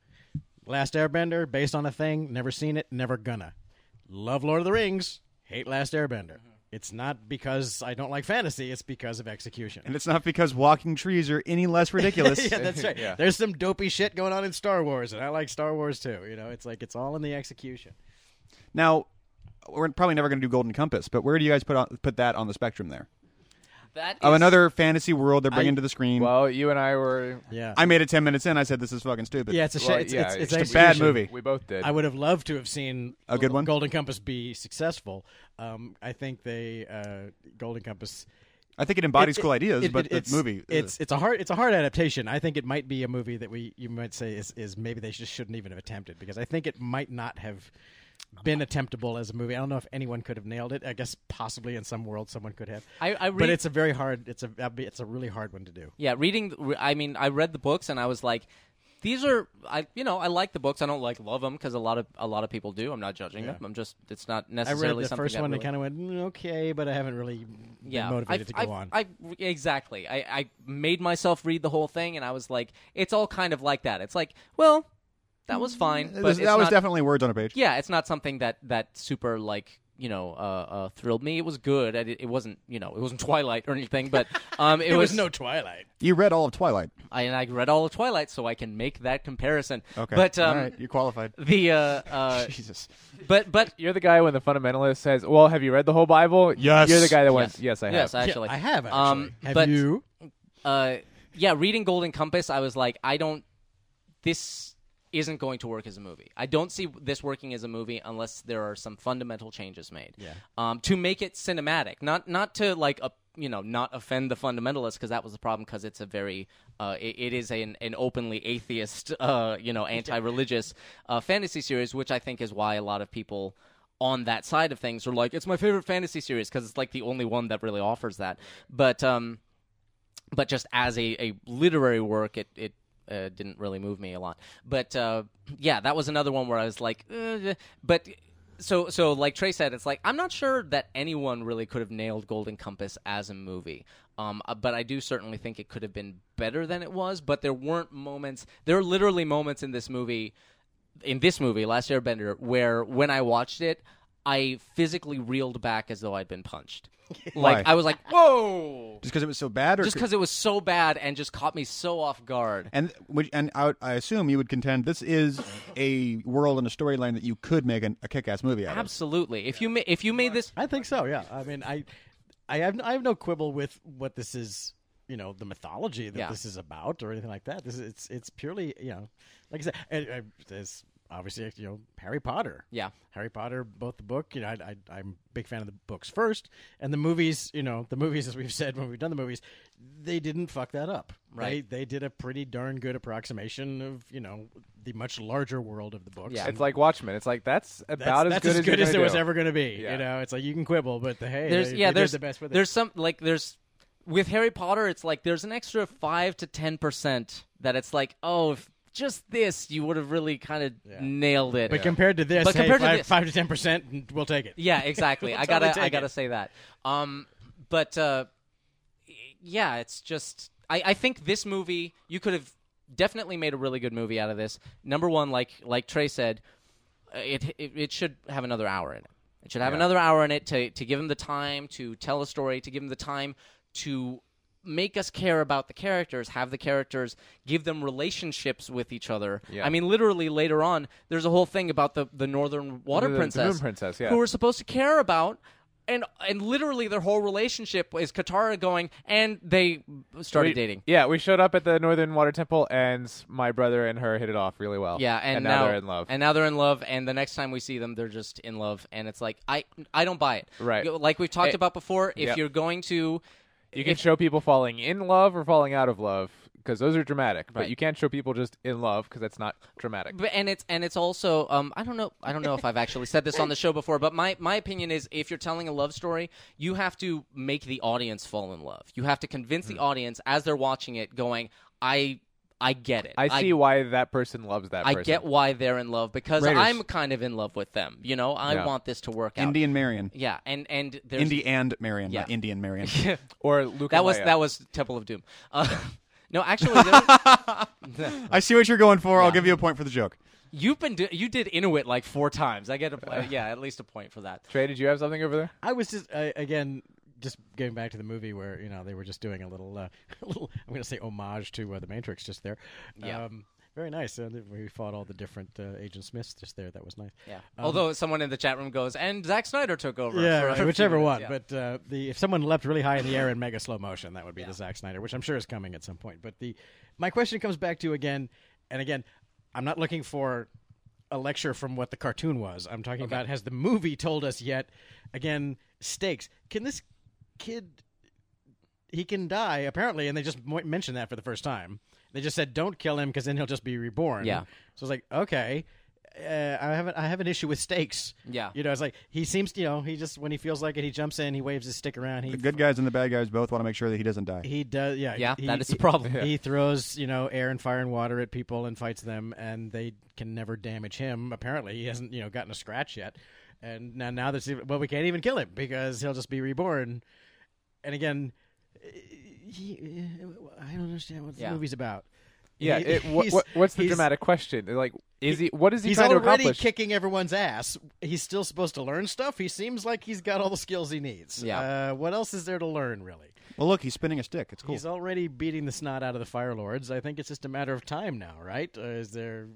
Speaker 3: Last Airbender, based on a thing, never seen it, never gonna. Love Lord of the Rings, hate Last Airbender.
Speaker 4: Mm-hmm.
Speaker 3: It's not because I don't like fantasy, it's because of execution.
Speaker 2: and it's not because walking trees are any less ridiculous.
Speaker 3: yeah, that's right. There's some dopey shit going on in Star Wars, and I like Star Wars too. You know, it's like it's all in the execution.
Speaker 2: Now, we're probably never going to do Golden Compass, but where do you guys put on, put that on the spectrum there?
Speaker 4: That is,
Speaker 2: Of another fantasy world they're bringing to the screen.
Speaker 5: Well, you and I were.
Speaker 3: Yeah,
Speaker 2: I made it ten minutes in. I said this is fucking stupid.
Speaker 3: yeah. It's a shit.
Speaker 5: well,
Speaker 3: it's,
Speaker 5: yeah,
Speaker 3: it's, it's,
Speaker 5: we-
Speaker 2: a bad
Speaker 3: execution.
Speaker 2: movie.
Speaker 5: We both did.
Speaker 3: I would have loved to have seen
Speaker 2: A good one?
Speaker 3: Golden Compass be successful. Um, I think they uh, Golden Compass
Speaker 2: I think it embodies
Speaker 3: it-
Speaker 2: cool
Speaker 3: it-
Speaker 2: ideas,
Speaker 3: it-
Speaker 2: but
Speaker 3: it-
Speaker 2: the
Speaker 3: it's,
Speaker 2: movie. uh, ugh.
Speaker 3: It's it's a hard it's a hard adaptation. I think it might be a movie that we you might say is, is maybe they just shouldn't even have attempted because I think it might not have been attemptable as a movie. I don't know if anyone could have nailed it. I guess possibly in some world someone could have.
Speaker 4: I- I
Speaker 3: but
Speaker 4: read-
Speaker 3: it's a very hard. It's a it's a really hard one to do.
Speaker 4: yeah, reading. the- re- I mean, I read the books and I was like, these are I you know I like the books. I don't like love them because a lot of a lot of people do. I'm not judging them. I'm just it's not
Speaker 3: I
Speaker 4: necessarily
Speaker 3: read the
Speaker 4: something
Speaker 3: first
Speaker 4: that
Speaker 3: one
Speaker 4: really...
Speaker 3: and kind of went "Mm, okay, but I haven't really been motivated
Speaker 4: I,
Speaker 3: to go
Speaker 4: I,
Speaker 3: on.
Speaker 4: I exactly. I, I made myself read the whole thing, and I was like, it's all kind of like that. It's like, well, that was fine, but
Speaker 2: This-
Speaker 4: it's
Speaker 2: that was
Speaker 4: not-
Speaker 2: definitely words on a page.
Speaker 4: yeah, it's not something that that super like you know uh, uh, thrilled me. It was good. I, did- it wasn't you know it wasn't Twilight or anything, but um, it,
Speaker 3: it was no Twilight.
Speaker 2: You read all of Twilight.
Speaker 4: I, and I read all of Twilight, so I can make that comparison.
Speaker 2: Okay,
Speaker 4: but um,
Speaker 2: all right, you qualified.
Speaker 4: the uh, uh,
Speaker 2: Jesus,
Speaker 4: but but
Speaker 5: You're the guy when the fundamentalist says, "Well, have you read the whole Bible?"
Speaker 2: Yes.
Speaker 5: You're the guy that went,
Speaker 4: yes,
Speaker 5: "Yes, I have."
Speaker 4: Yes, actually,
Speaker 3: yeah, I have. Actually.
Speaker 4: Um,
Speaker 3: have
Speaker 4: but-
Speaker 3: you?
Speaker 4: uh, yeah, reading Golden Compass, I was like, I don't. This isn't going to work as a movie. I don't see this working as a movie unless there are some fundamental changes made. Yeah. Um, to make it cinematic, not not to like a you know not offend the fundamentalists because that was the problem because it's a very uh, it, it is an, an openly atheist uh, you know anti-religious uh, fantasy series which i think is why a lot of people on that side of things are like it's my favorite fantasy series because it's like the only one that really offers that but um but just as a, a literary work, it it uh, didn't really move me a lot. But uh, yeah, that was another one where I was like, uh, but so so like Trey said, it's like I'm not sure that anyone really could have nailed Golden Compass as a movie. Um, uh, but I do certainly think it could have been better than it was. But there weren't moments. There are literally moments in this movie in this movie, Last Airbender, where when I watched it, I physically reeled back as though I'd been punched.
Speaker 2: Why?
Speaker 4: Like I was like, "Whoa!"
Speaker 2: just because it was so bad, or
Speaker 4: Just because it was so bad and just caught me so off guard.
Speaker 2: and which and I, would- I assume you would contend this is a world and a storyline that you could make an, a kick-ass movie out of.
Speaker 4: Absolutely. If you ma- if you made this,
Speaker 3: I think so. Yeah. I mean, I, I have, I have no quibble with what this is. You know, the mythology that
Speaker 4: Yeah.
Speaker 3: this is about, or anything like that. This is, it's, it's purely, you know, like I said, and, uh, there's obviously, you know, Harry Potter.
Speaker 4: Yeah.
Speaker 3: Harry Potter, both the book. You know, I, I, I'm a big fan of the books first, and the movies. You know, the movies, as we've said when we've done the movies, they didn't fuck that up.
Speaker 4: Right.
Speaker 3: They, they did a pretty darn good approximation of, you know, the much larger world of the books.
Speaker 4: Yeah.
Speaker 5: It's like Watchmen. It's like that's
Speaker 3: That's,
Speaker 5: about as
Speaker 3: that's as
Speaker 5: good you're
Speaker 3: good as
Speaker 5: gonna
Speaker 3: it was
Speaker 5: do.
Speaker 3: ever going to be.
Speaker 5: Yeah.
Speaker 3: You know, it's like you can quibble, but the, hey,
Speaker 4: there's
Speaker 3: they-
Speaker 4: yeah,
Speaker 3: they did
Speaker 4: there's
Speaker 3: the best with it.
Speaker 4: there's some like there's with Harry Potter, it's like there's an extra five to ten percent that it's like, oh, if just this, you would have really kind of nailed it.
Speaker 3: But compared to this,
Speaker 4: But
Speaker 3: hey,
Speaker 4: compared to
Speaker 3: five,
Speaker 4: this-
Speaker 3: five to ten percent, we'll take it.
Speaker 4: Yeah, exactly.
Speaker 3: We'll
Speaker 4: I gotta,
Speaker 3: totally
Speaker 4: I
Speaker 3: take
Speaker 4: gotta
Speaker 3: it.
Speaker 4: say that. Um, but uh, yeah, it's just I, I think this movie you could have definitely made a really good movie out of this. Number one, like like Trey said, uh, it it, it should have another hour in it. It should have another hour in it to to give him the time to tell a story, to give him the time to make us care about the characters, have the characters give them relationships with each other. I mean literally later on there's a whole thing about the the northern water
Speaker 5: The- the
Speaker 4: princess
Speaker 5: moon princess, yeah.
Speaker 4: who were supposed to care about and and literally their whole relationship is Katara going and they started
Speaker 5: We-
Speaker 4: dating.
Speaker 5: Yeah, we showed up at the Northern Water Temple, and my brother and her hit it off really well.
Speaker 4: Yeah, and,
Speaker 5: now, they're in love.
Speaker 4: And now they're in love, and the next time we see them, they're just in love, and it's like I I don't buy it.
Speaker 5: Right. Eh,
Speaker 4: You- Like we've talked
Speaker 5: It-
Speaker 4: about before, if
Speaker 5: Yep.
Speaker 4: you're going to,
Speaker 5: you can show people falling in love or falling out of love because those are dramatic, but
Speaker 4: Right.
Speaker 5: you can't show people just in love because that's not dramatic.
Speaker 4: but- eh, and it's and it's also um I don't know I don't know if I've actually said this on the show before, but my my opinion is if you're telling a love story, you have to make the audience fall in love. You have to convince
Speaker 5: Hmm.
Speaker 4: the audience as they're watching it, going I I get it.
Speaker 5: I see why that person loves that
Speaker 4: I
Speaker 5: person.
Speaker 4: get why they're in love because
Speaker 5: Raiders.
Speaker 4: I'm kind of in love with them. You know, I
Speaker 5: Yeah.
Speaker 4: want this to work out.
Speaker 2: Indy and Marion.
Speaker 4: Yeah, and and there's
Speaker 2: Indy and Marion, not
Speaker 4: Yeah.
Speaker 2: Indy and Marion.
Speaker 5: or Luke.
Speaker 4: that
Speaker 5: and
Speaker 4: was
Speaker 5: Leia.
Speaker 4: that was Temple of Doom. Uh, no, actually, there was-
Speaker 2: I see what you're going for. I'll give you a point for the joke.
Speaker 4: you've been do- you did Inuit like four times. I get a uh, yeah, at least a point for that.
Speaker 5: Trey, did you have something over there?
Speaker 3: I was just I, again just getting back to the movie where you know they were just doing a little, uh, little I'm going to say homage to uh, the Matrix just there.
Speaker 4: Yeah.
Speaker 3: Um, very nice. Uh, we fought all the different uh, Agent Smiths just there. That was nice. Um,
Speaker 4: Yeah. Although someone in the chat room goes, and Zack Snyder took over.
Speaker 3: Yeah,
Speaker 4: for a
Speaker 3: right,
Speaker 4: few
Speaker 3: whichever one.
Speaker 4: minutes." Yeah.
Speaker 3: But uh, the if someone leapt really high in the air in mega slow motion, that would be the Zack Snyder, which I'm sure is coming at some point. But the my question comes back to again and again. I'm not looking for a lecture from what the cartoon was. I'm talking about has the movie told us yet? Again, stakes. Can this kid? He can die apparently, and they just mo- mentioned that for the first time. They just said, "Don't kill him, because then he'll just be reborn."
Speaker 4: Yeah.
Speaker 3: So it's like, okay, uh, I have an, I have an issue with stakes.
Speaker 4: Yeah.
Speaker 3: You know, it's like he seems, you know, he just when he feels like it, he jumps in, he waves his stick around, he
Speaker 2: The good guys and the bad guys both want to make sure that he doesn't die.
Speaker 3: he does, yeah,
Speaker 4: Yeah,
Speaker 3: he-
Speaker 4: that is the
Speaker 3: he-
Speaker 4: problem.
Speaker 3: He, throws, you know, air and fire and water at people and fights them, and they can never damage him. Apparently, he hasn't, you know, gotten a scratch yet, and now now that's even, well, we can't even kill him because he'll just be reborn. And again, he, I don't understand what the
Speaker 4: Yeah.
Speaker 3: movie's about.
Speaker 5: Yeah.
Speaker 3: He-
Speaker 5: It, what,
Speaker 3: he's-
Speaker 5: what, what's the
Speaker 3: he's-
Speaker 5: dramatic question? Like, is he? What is he
Speaker 3: He's
Speaker 5: trying to
Speaker 3: already
Speaker 5: accomplish?
Speaker 3: kicking everyone's ass. He's still supposed to learn stuff. He seems like he's got all the skills he needs.
Speaker 4: Yeah.
Speaker 3: Uh, what else is there to learn, really?
Speaker 2: well, look, he's spinning a stick. It's cool.
Speaker 3: He's already beating the snot out of the Fire Lords. I think it's just a matter of time now, right? Uh, is there?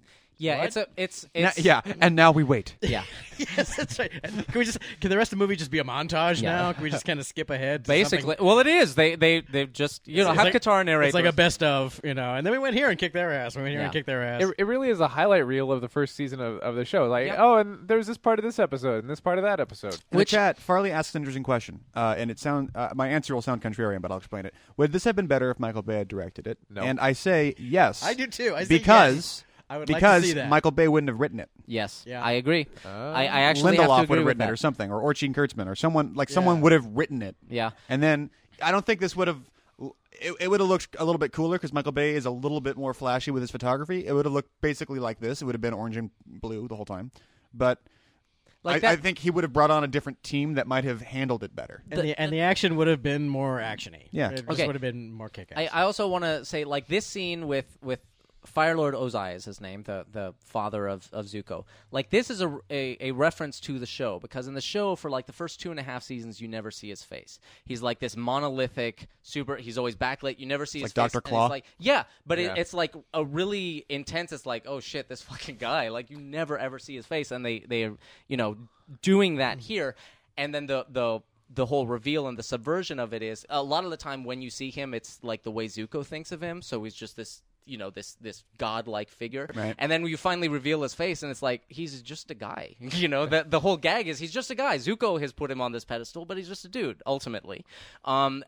Speaker 4: yeah,
Speaker 3: What?
Speaker 4: it's a it's
Speaker 2: Na-
Speaker 4: it's
Speaker 2: yeah, and now we wait.
Speaker 4: yeah.
Speaker 3: yes, that's right. Can we just? Can the rest of the movie just be a montage now? Can we just kind of skip ahead? to
Speaker 4: Basically,
Speaker 3: something-
Speaker 4: well, it is. They they they just you know
Speaker 3: It's
Speaker 4: have
Speaker 3: like-
Speaker 4: Katara narrate.
Speaker 3: It's like
Speaker 4: the-
Speaker 3: a best of, you know. And then we went here and kicked their ass. We went here
Speaker 4: Yeah.
Speaker 3: and kicked their ass.
Speaker 5: It, it really is a highlight reel of the first season of, of the show. Like,
Speaker 4: Yep.
Speaker 5: oh, and there's this part of this episode and this part of that episode.
Speaker 2: In the chat, Farley asks an interesting question, uh, and it sound uh, my answer will sound contrarian, but I'll explain it. Would this have been better if Michael Bay had directed it?
Speaker 5: No.
Speaker 2: And I say yes.
Speaker 3: I do too. I say
Speaker 2: because
Speaker 3: yes. I would like to
Speaker 2: because
Speaker 3: see that.
Speaker 2: Michael Bay wouldn't have written it.
Speaker 4: yes,
Speaker 3: Yeah.
Speaker 4: I agree. I, I actually have to
Speaker 2: Lindelof
Speaker 4: agree
Speaker 2: would have
Speaker 4: with
Speaker 2: written
Speaker 4: that.
Speaker 2: it or something, or Orchin Kurtzman or someone like someone would have written it.
Speaker 4: Yeah.
Speaker 2: And then I don't think this would have. It, it would have looked a little bit cooler because Michael Bay is a little bit more flashy with his photography. It would have looked basically like this. It would have been orange and blue the whole time, but
Speaker 4: Like
Speaker 2: I,
Speaker 4: that-
Speaker 2: I think he would have brought on a different team that might have handled it better.
Speaker 3: and, the, and the action would have been more actiony.
Speaker 2: Yeah.
Speaker 3: it just
Speaker 4: Okay.
Speaker 3: would have been more kick-ass.
Speaker 4: I, I also want to say like this scene with with Firelord Ozai is his name, the the father of, of Zuko. Like this is a, a a reference to the show because in the show for like the first two and a half seasons you never see his face. He's like this monolithic super. He's always backlit. You never see
Speaker 2: It's
Speaker 4: his
Speaker 2: like
Speaker 4: face.
Speaker 2: Dr.
Speaker 4: and
Speaker 2: Claw.
Speaker 4: It's like yeah, but
Speaker 5: Yeah.
Speaker 4: It, it's like a really intense. It's like oh shit, this fucking guy. Like you never ever see his face, and they they are, you know doing that here, and then the the the whole reveal and the subversion of it is a lot of the time when you see him, it's like the way Zuko thinks of him. So he's just this you know this this godlike figure,
Speaker 2: Right.
Speaker 4: and then when you finally reveal his face, and it's like he's just a guy. you know the the whole gag is he's just a guy. Zuko has put him on this pedestal, but he's just a dude ultimately. Um,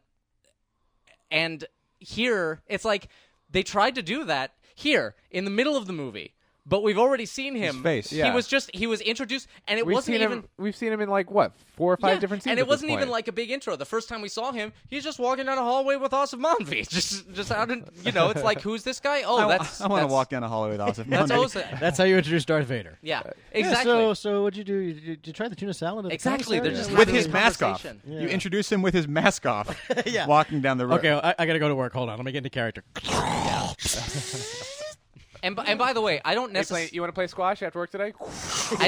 Speaker 4: and here, it's like they tried to do that here in the middle of the movie, but we've already seen him.
Speaker 2: face,
Speaker 5: yeah.
Speaker 4: He was just he was introduced, and it
Speaker 5: We've
Speaker 4: wasn't
Speaker 5: seen
Speaker 4: even.
Speaker 5: him. We've seen him in like what four or five
Speaker 4: Yeah,
Speaker 5: different scenes,
Speaker 4: and
Speaker 5: at
Speaker 4: it
Speaker 5: this
Speaker 4: wasn't even
Speaker 5: point.
Speaker 4: like a big intro. The first time we saw him, he's just walking down a hallway with Asif Manvi, just just out in you know. It's like who's this guy? Oh,
Speaker 2: I,
Speaker 4: that's
Speaker 2: want to
Speaker 4: that's-
Speaker 2: walk down a hallway with Asif.
Speaker 4: That's
Speaker 2: Malik.
Speaker 4: Osa.
Speaker 3: That's how you introduce Darth Vader.
Speaker 4: Yeah,
Speaker 3: Yeah,
Speaker 4: exactly.
Speaker 3: so, so what'd you do? You, you, you try the tuna salad? at the
Speaker 4: Exactly, they're
Speaker 3: commissary?
Speaker 4: just
Speaker 2: with
Speaker 4: having
Speaker 2: his
Speaker 4: a
Speaker 2: mask off.
Speaker 4: conversation.
Speaker 2: You introduce him with his mask off,
Speaker 3: Yeah.
Speaker 2: walking down the road.
Speaker 3: Okay, I, I gotta go to work. Hold on, let me get into character.
Speaker 4: and b- and by the way, I don't
Speaker 5: You play-
Speaker 4: necessarily.
Speaker 5: you want to play squash after work today?
Speaker 4: I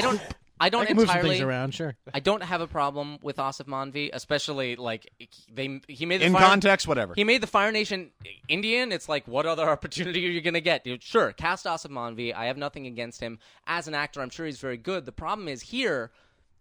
Speaker 4: don't. I don't
Speaker 3: I can move some
Speaker 4: entirely.
Speaker 3: things around, sure.
Speaker 4: I don't have a problem with Asif Manvi, especially like they he made the
Speaker 2: In
Speaker 4: fire,
Speaker 2: context, whatever.
Speaker 4: He made the Fire Nation Indian. It's like, what other opportunity are you gonna get? Dude, sure, cast Asif Manvi. I have nothing against him as an actor. I'm sure he's very good. The problem is here,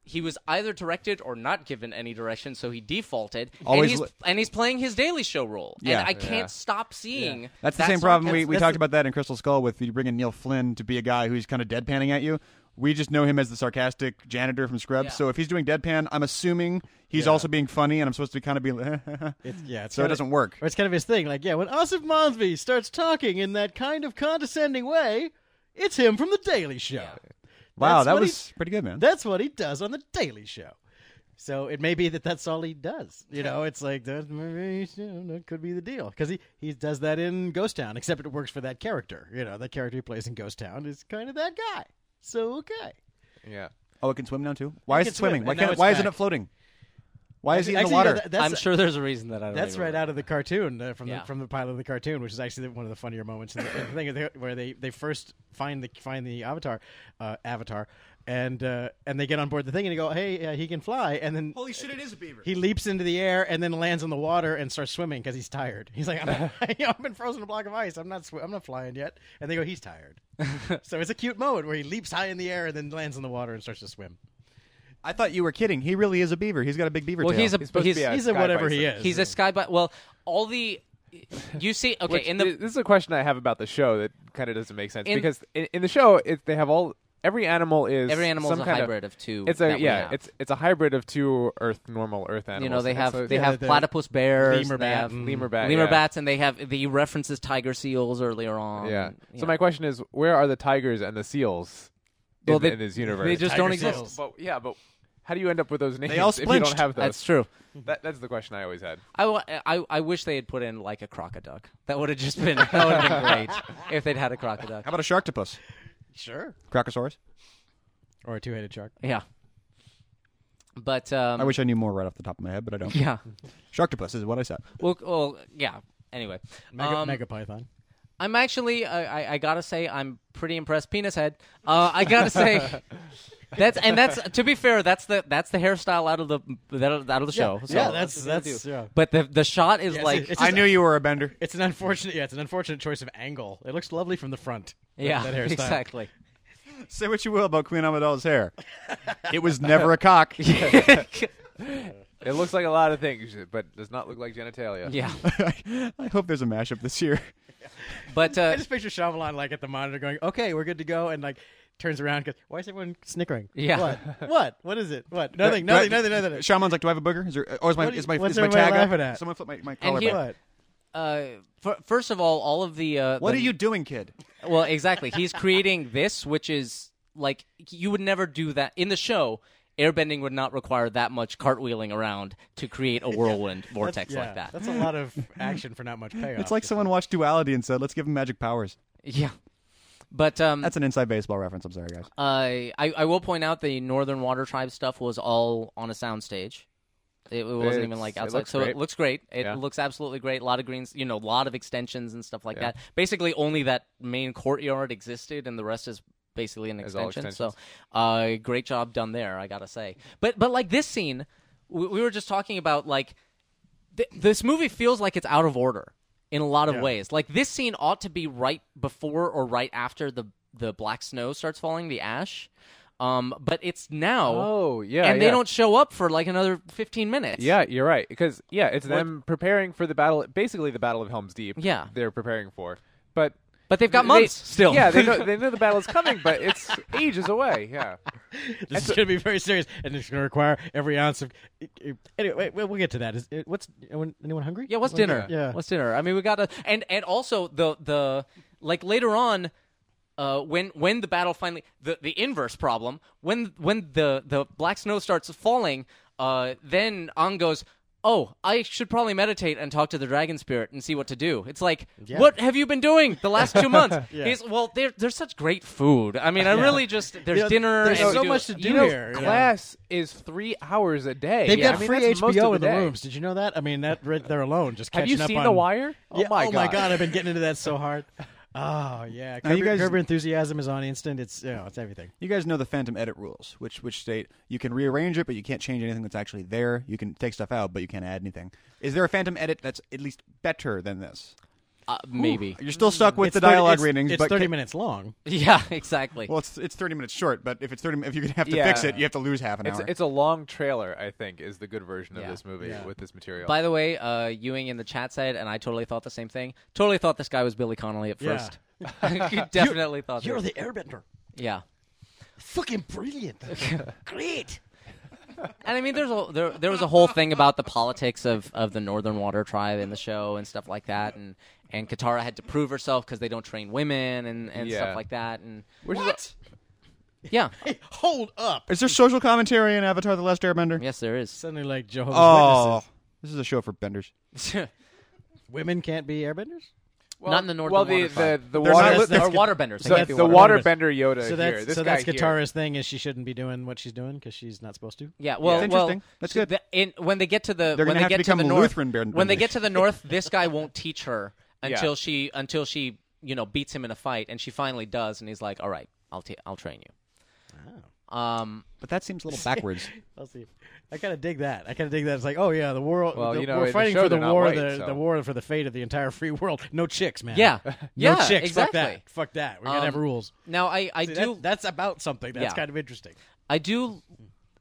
Speaker 4: he was either directed or not given any direction, so he defaulted.
Speaker 2: Always
Speaker 4: and he's,
Speaker 2: li-
Speaker 4: and he's playing his Daily Show role.
Speaker 2: Yeah.
Speaker 4: and I can't
Speaker 5: Yeah.
Speaker 4: stop seeing.
Speaker 2: That's the
Speaker 4: that
Speaker 2: same problem.
Speaker 4: sarcasm.
Speaker 2: We, we
Speaker 4: That's
Speaker 2: talked
Speaker 4: the-
Speaker 2: about that in Crystal Skull with you bring in Neil Flynn to be a guy who's kind of deadpanning at you. We just know him as the sarcastic janitor from Scrubs.
Speaker 4: Yeah.
Speaker 2: So if he's doing deadpan, I'm assuming he's also being funny, and I'm supposed to kind of be.
Speaker 3: It's, yeah, it's
Speaker 2: so it
Speaker 3: kinda-
Speaker 2: doesn't work.
Speaker 3: Or it's kind of his thing. Like, yeah, when Asif Masvi starts talking in that kind of condescending way, it's him from The Daily Show.
Speaker 2: Wow,
Speaker 3: That's
Speaker 2: that
Speaker 3: what he-
Speaker 2: was pretty good, man.
Speaker 3: That's what he does on The Daily Show. So it may be that that's all he does. You know, it's like that maybe you know, that could be the deal because he he does that in Ghost Town, except it works for that character. You know, that character he plays in Ghost Town is kind of that guy. So okay,
Speaker 5: Yeah.
Speaker 2: oh, it can swim now too. Why is
Speaker 3: can
Speaker 2: it swimming?
Speaker 3: swim,
Speaker 2: Why
Speaker 3: and now
Speaker 2: can't?
Speaker 3: it's
Speaker 2: Why isn't
Speaker 3: back.
Speaker 2: it floating? Why is he in the
Speaker 3: Actually, you know,
Speaker 2: water?
Speaker 3: that- that's
Speaker 4: I'm sure there's a reason that I don't.
Speaker 3: That's
Speaker 4: even
Speaker 3: right
Speaker 4: remember.
Speaker 3: out of the cartoon uh, from
Speaker 4: Yeah.
Speaker 3: the from the pilot of the cartoon, which is actually one of the funnier moments in the, in the thing is they- where they, they first find the find the avatar, uh, avatar, and uh, and they get on board the thing and they go, hey, uh, he can fly, and then
Speaker 2: Holy shit! It is a beaver.
Speaker 3: he leaps into the air and then lands on the water and starts swimming because he's tired. He's like, I'm, you know, I've been frozen in a block of ice. I'm not sw- I'm not flying yet. And they go, he's tired. so it's a cute moment where he leaps high in the air and then lands on the water and starts to swim.
Speaker 2: I thought you were kidding. He really is a beaver. He's got a big beaver
Speaker 4: Well,
Speaker 2: tail.
Speaker 4: he's a
Speaker 5: He's
Speaker 4: he's,
Speaker 5: supposed to
Speaker 4: he's,
Speaker 5: be a
Speaker 3: He's a
Speaker 5: sky
Speaker 3: whatever he
Speaker 5: bison.
Speaker 3: is.
Speaker 4: a sky. bi- Well, all the you see. Okay,
Speaker 5: Which
Speaker 4: in the
Speaker 5: thi- this is a question I have about the show that kind of doesn't make sense
Speaker 4: In-
Speaker 5: because in, in the show it, they have all every animal is
Speaker 4: Every animal's
Speaker 5: some
Speaker 4: a
Speaker 5: kind
Speaker 4: hybrid of two
Speaker 5: It's a
Speaker 4: that we
Speaker 5: yeah,
Speaker 4: have.
Speaker 5: it's it's a hybrid of two Earth normal Earth animals.
Speaker 4: you know they
Speaker 5: And
Speaker 4: have
Speaker 5: so-
Speaker 4: they
Speaker 5: yeah,
Speaker 4: have
Speaker 3: the-
Speaker 4: platypus bears,
Speaker 3: lemur
Speaker 4: and they
Speaker 3: bat
Speaker 4: have
Speaker 3: and-
Speaker 5: lemur bat,
Speaker 4: lemur
Speaker 5: yeah.
Speaker 4: bats, and they have the references tiger seals earlier on.
Speaker 5: Yeah.
Speaker 4: and, you
Speaker 5: So
Speaker 4: know.
Speaker 5: my question is, where are the tigers and the seals
Speaker 4: Well,
Speaker 5: in,
Speaker 4: they-
Speaker 5: in this universe?
Speaker 4: they just don't
Speaker 3: Tiger seals.
Speaker 4: exist.
Speaker 5: But yeah, but how do you end up with those names
Speaker 2: all
Speaker 5: if you don't
Speaker 2: splinched.
Speaker 5: have those?
Speaker 4: That's true.
Speaker 5: That, that's the question I always had.
Speaker 4: I, wa- I, I wish they had put in like a crocoduck. That would have just been that would have been great if they'd had a crocoduck.
Speaker 2: How about a sharktopus?
Speaker 3: Sure.
Speaker 2: Crocosaurus.
Speaker 3: Or a two headed shark.
Speaker 4: Yeah. But um,
Speaker 2: I wish I knew more right off the top of my head, but I don't.
Speaker 4: yeah.
Speaker 2: Sharktopus is what I said.
Speaker 4: Well, well yeah. Anyway,
Speaker 3: Mega,
Speaker 4: um,
Speaker 3: mega python.
Speaker 4: I'm actually I, I, I gotta say I'm pretty impressed. Penis head. Uh, I gotta say. That's and that's to be fair. That's the that's the hairstyle out of the out of the show. so-
Speaker 3: yeah, that's that's yeah.
Speaker 4: But the the shot is
Speaker 3: Yes,
Speaker 4: like
Speaker 3: it's
Speaker 2: I
Speaker 3: just-
Speaker 2: knew you were a bender.
Speaker 3: It's an unfortunate, yeah, it's an unfortunate choice of angle. It looks lovely from the front. that-
Speaker 4: yeah,
Speaker 3: that hairstyle.
Speaker 4: exactly.
Speaker 2: Say what you will about Queen Amidala's hair. it was never a cock.
Speaker 5: It looks like a lot of things, but does not look like genitalia.
Speaker 4: Yeah,
Speaker 2: I hope there's a mashup this year.
Speaker 4: but
Speaker 3: I
Speaker 4: uh,
Speaker 3: just picture Shyamalan like at the monitor going, "Okay, we're good to go," and like turns around because why is everyone snickering?
Speaker 4: Yeah.
Speaker 3: What? what? What is it? What? Nothing. nothing. Nothing. Nothing. nothing.
Speaker 2: Shaman's like, do I have a booger? Is there? Oh, is my
Speaker 3: What do
Speaker 2: is my
Speaker 3: you- what's
Speaker 2: is my
Speaker 3: everybody
Speaker 2: tag up?
Speaker 3: laughing at?
Speaker 2: Someone flip my, my collar
Speaker 4: and here,
Speaker 2: back.
Speaker 3: back.
Speaker 4: uh, fir- first of all, all of the uh,
Speaker 2: What
Speaker 4: the-
Speaker 2: are you doing, kid?
Speaker 4: Well, exactly. He's creating this, which is like you would never do that in the show. Airbending would not require that much cartwheeling around to create a whirlwind vortex
Speaker 3: yeah,
Speaker 4: like that.
Speaker 3: That's a lot of action for not much payoff.
Speaker 2: It's like someone watched Duality and said, let's give him magic powers.
Speaker 4: Yeah, but um,
Speaker 2: That's an inside baseball reference. I'm sorry, guys.
Speaker 4: I, I I will point out the Northern Water Tribe stuff was all on a soundstage. It, it wasn't even
Speaker 5: It's-
Speaker 4: like
Speaker 5: it
Speaker 4: outside,
Speaker 5: looks
Speaker 4: so
Speaker 5: great.
Speaker 4: it looks great. It
Speaker 5: Yeah.
Speaker 4: looks absolutely great. A lot of greens, you know, a lot of extensions and stuff like that. Basically, only that main courtyard existed, and the rest is basically an
Speaker 5: Is all
Speaker 4: extension. So, uh, great job done there, I gotta say. But but like this scene, we, we were just talking about like th- this movie feels like it's out of order in a lot of ways. Like this scene ought to be right before or right after the the black snow starts falling, the ash. Um, but it's now.
Speaker 5: Oh, yeah,
Speaker 4: and they
Speaker 5: yeah.
Speaker 4: don't show up for like another fifteen minutes.
Speaker 5: Yeah, you're right. Because yeah, it's them preparing for the battle, basically the Battle of Helm's Deep.
Speaker 4: Yeah.
Speaker 5: they're preparing for, but
Speaker 4: But they've got
Speaker 5: they-
Speaker 4: months still.
Speaker 5: Yeah, they know, they know the battle is coming, but it's ages away. Yeah,
Speaker 3: this is going to be very serious, and it's going to require every ounce of. Anyway, wait, we'll get to that. Is it, what's anyone, anyone hungry?
Speaker 4: Yeah, what's dinner?
Speaker 3: Yeah.
Speaker 4: what's dinner? I mean, we gotta and and also the the like later on, uh, when when the battle finally the the inverse problem when when the the black snow starts falling, uh, then Ang goes. Oh, I should probably meditate and talk to the dragon spirit and see what to do. It's like, what have you been doing the last two months? He's, well, there- there's such great food. I mean, I really just there's
Speaker 3: Yeah,
Speaker 4: dinner.
Speaker 3: there's
Speaker 4: and we
Speaker 3: so
Speaker 4: do-
Speaker 3: much to do
Speaker 5: you know,
Speaker 3: here, yeah.
Speaker 5: class is three hours a day.
Speaker 3: They've
Speaker 5: Yeah,
Speaker 3: got
Speaker 5: I mean,
Speaker 3: free
Speaker 5: that's most of
Speaker 3: HBO in the
Speaker 5: day.
Speaker 3: rooms. Did you know that? I mean, that right there alone just
Speaker 5: Have
Speaker 3: catching
Speaker 5: you
Speaker 3: up
Speaker 5: seen
Speaker 3: on
Speaker 5: The Wire?
Speaker 3: Yeah,
Speaker 5: Oh my god!
Speaker 3: I've been getting into that so hard. Oh yeah,
Speaker 2: Now, you
Speaker 3: Curb,
Speaker 2: guys-
Speaker 3: Curb Your enthusiasm is on instant. It's you know, it's everything.
Speaker 2: You guys know the phantom edit rules, which which state you can rearrange it, but you can't change anything that's actually there. You can take stuff out, but you can't add anything. Is there a phantom edit that's at least better than this?
Speaker 4: Uh, maybe.
Speaker 2: You're still stuck with
Speaker 3: It's
Speaker 2: the
Speaker 3: 30
Speaker 2: dialogue
Speaker 3: it's-
Speaker 2: readings,
Speaker 3: It's
Speaker 2: but
Speaker 3: thirty
Speaker 2: ca-
Speaker 3: minutes long.
Speaker 4: Yeah, exactly.
Speaker 2: Well, it's it's 30 minutes short, but if it's 30, mi- if you have to
Speaker 5: Yeah.
Speaker 2: fix it, you have to lose half an
Speaker 5: It's,
Speaker 2: hour.
Speaker 5: it's a long trailer, I think, is the good version of
Speaker 4: Yeah.
Speaker 5: this movie
Speaker 3: Yeah.
Speaker 5: with this material.
Speaker 4: By the way, uh, Ewing in the chat said, and I totally thought the same thing. Totally thought this guy was Billy Connolly at
Speaker 3: Yeah.
Speaker 4: first. you definitely thought.
Speaker 3: You're
Speaker 4: that.
Speaker 3: the airbender.
Speaker 4: yeah.
Speaker 3: Fucking brilliant. Great.
Speaker 4: And I mean, there's a there, there was a whole thing about the politics of, of the Northern Water Tribe in the show and stuff like that, and and Katara had to prove herself because they don't train women and, and
Speaker 5: Yeah.
Speaker 4: stuff like that, and
Speaker 5: Which is a-
Speaker 3: What?
Speaker 4: yeah,
Speaker 3: Hey, hold up.
Speaker 2: Is there social commentary in Avatar: The Last Airbender?
Speaker 4: yes, there is.
Speaker 3: Suddenly, like Jehovah's
Speaker 2: Oh, this is a show for benders.
Speaker 3: Witnesses. Women can't be airbenders.
Speaker 5: well,
Speaker 4: Not in the Northern
Speaker 5: well,
Speaker 4: Water
Speaker 5: the, the,
Speaker 4: Tribe.
Speaker 5: the
Speaker 2: They're
Speaker 5: water,
Speaker 2: not-
Speaker 5: the-
Speaker 2: that's
Speaker 4: Or
Speaker 2: good.
Speaker 4: waterbenders. they
Speaker 5: so
Speaker 4: can't be
Speaker 5: the
Speaker 4: waterbenders.
Speaker 5: waterbender Yoda
Speaker 3: So
Speaker 5: here.
Speaker 3: that's
Speaker 5: this
Speaker 3: so
Speaker 5: guy
Speaker 3: that's
Speaker 5: here.
Speaker 3: Katara's thing is she shouldn't be doing what she's doing because she's not supposed to.
Speaker 4: Yeah, well,
Speaker 2: That's
Speaker 4: well,
Speaker 2: interesting. That's
Speaker 4: so
Speaker 2: good.
Speaker 4: The, in, when they get to the
Speaker 2: They're gonna
Speaker 4: when they
Speaker 2: have to
Speaker 4: get to,
Speaker 2: become
Speaker 4: the north,
Speaker 2: Lutheran band-
Speaker 4: when they
Speaker 2: banders.
Speaker 4: get to the north, this guy won't teach her until
Speaker 5: Yeah.
Speaker 4: she until she you know beats him in a fight, and she finally does, and he's like, "All right, I'll t- I'll train you." Um,
Speaker 2: But that seems a little backwards.
Speaker 3: I'll see. I kind of dig that. I kind of dig that. It's like, oh yeah, the world.
Speaker 5: Well,
Speaker 3: the-
Speaker 5: you know, in
Speaker 3: we're
Speaker 5: the
Speaker 3: fighting
Speaker 5: show
Speaker 3: for the
Speaker 5: they're not
Speaker 3: war.
Speaker 5: white,
Speaker 3: the,
Speaker 5: so.
Speaker 3: the war for the fate of the entire free world. No chicks, man.
Speaker 4: Yeah.
Speaker 3: no
Speaker 4: Yeah,
Speaker 3: chicks.
Speaker 4: exactly.
Speaker 3: Fuck that. Fuck that. We're gonna
Speaker 4: Um,
Speaker 3: have rules.
Speaker 4: now I I
Speaker 3: See,
Speaker 4: do
Speaker 3: that- that's about something. That's
Speaker 4: Yeah.
Speaker 3: kind of interesting.
Speaker 4: I do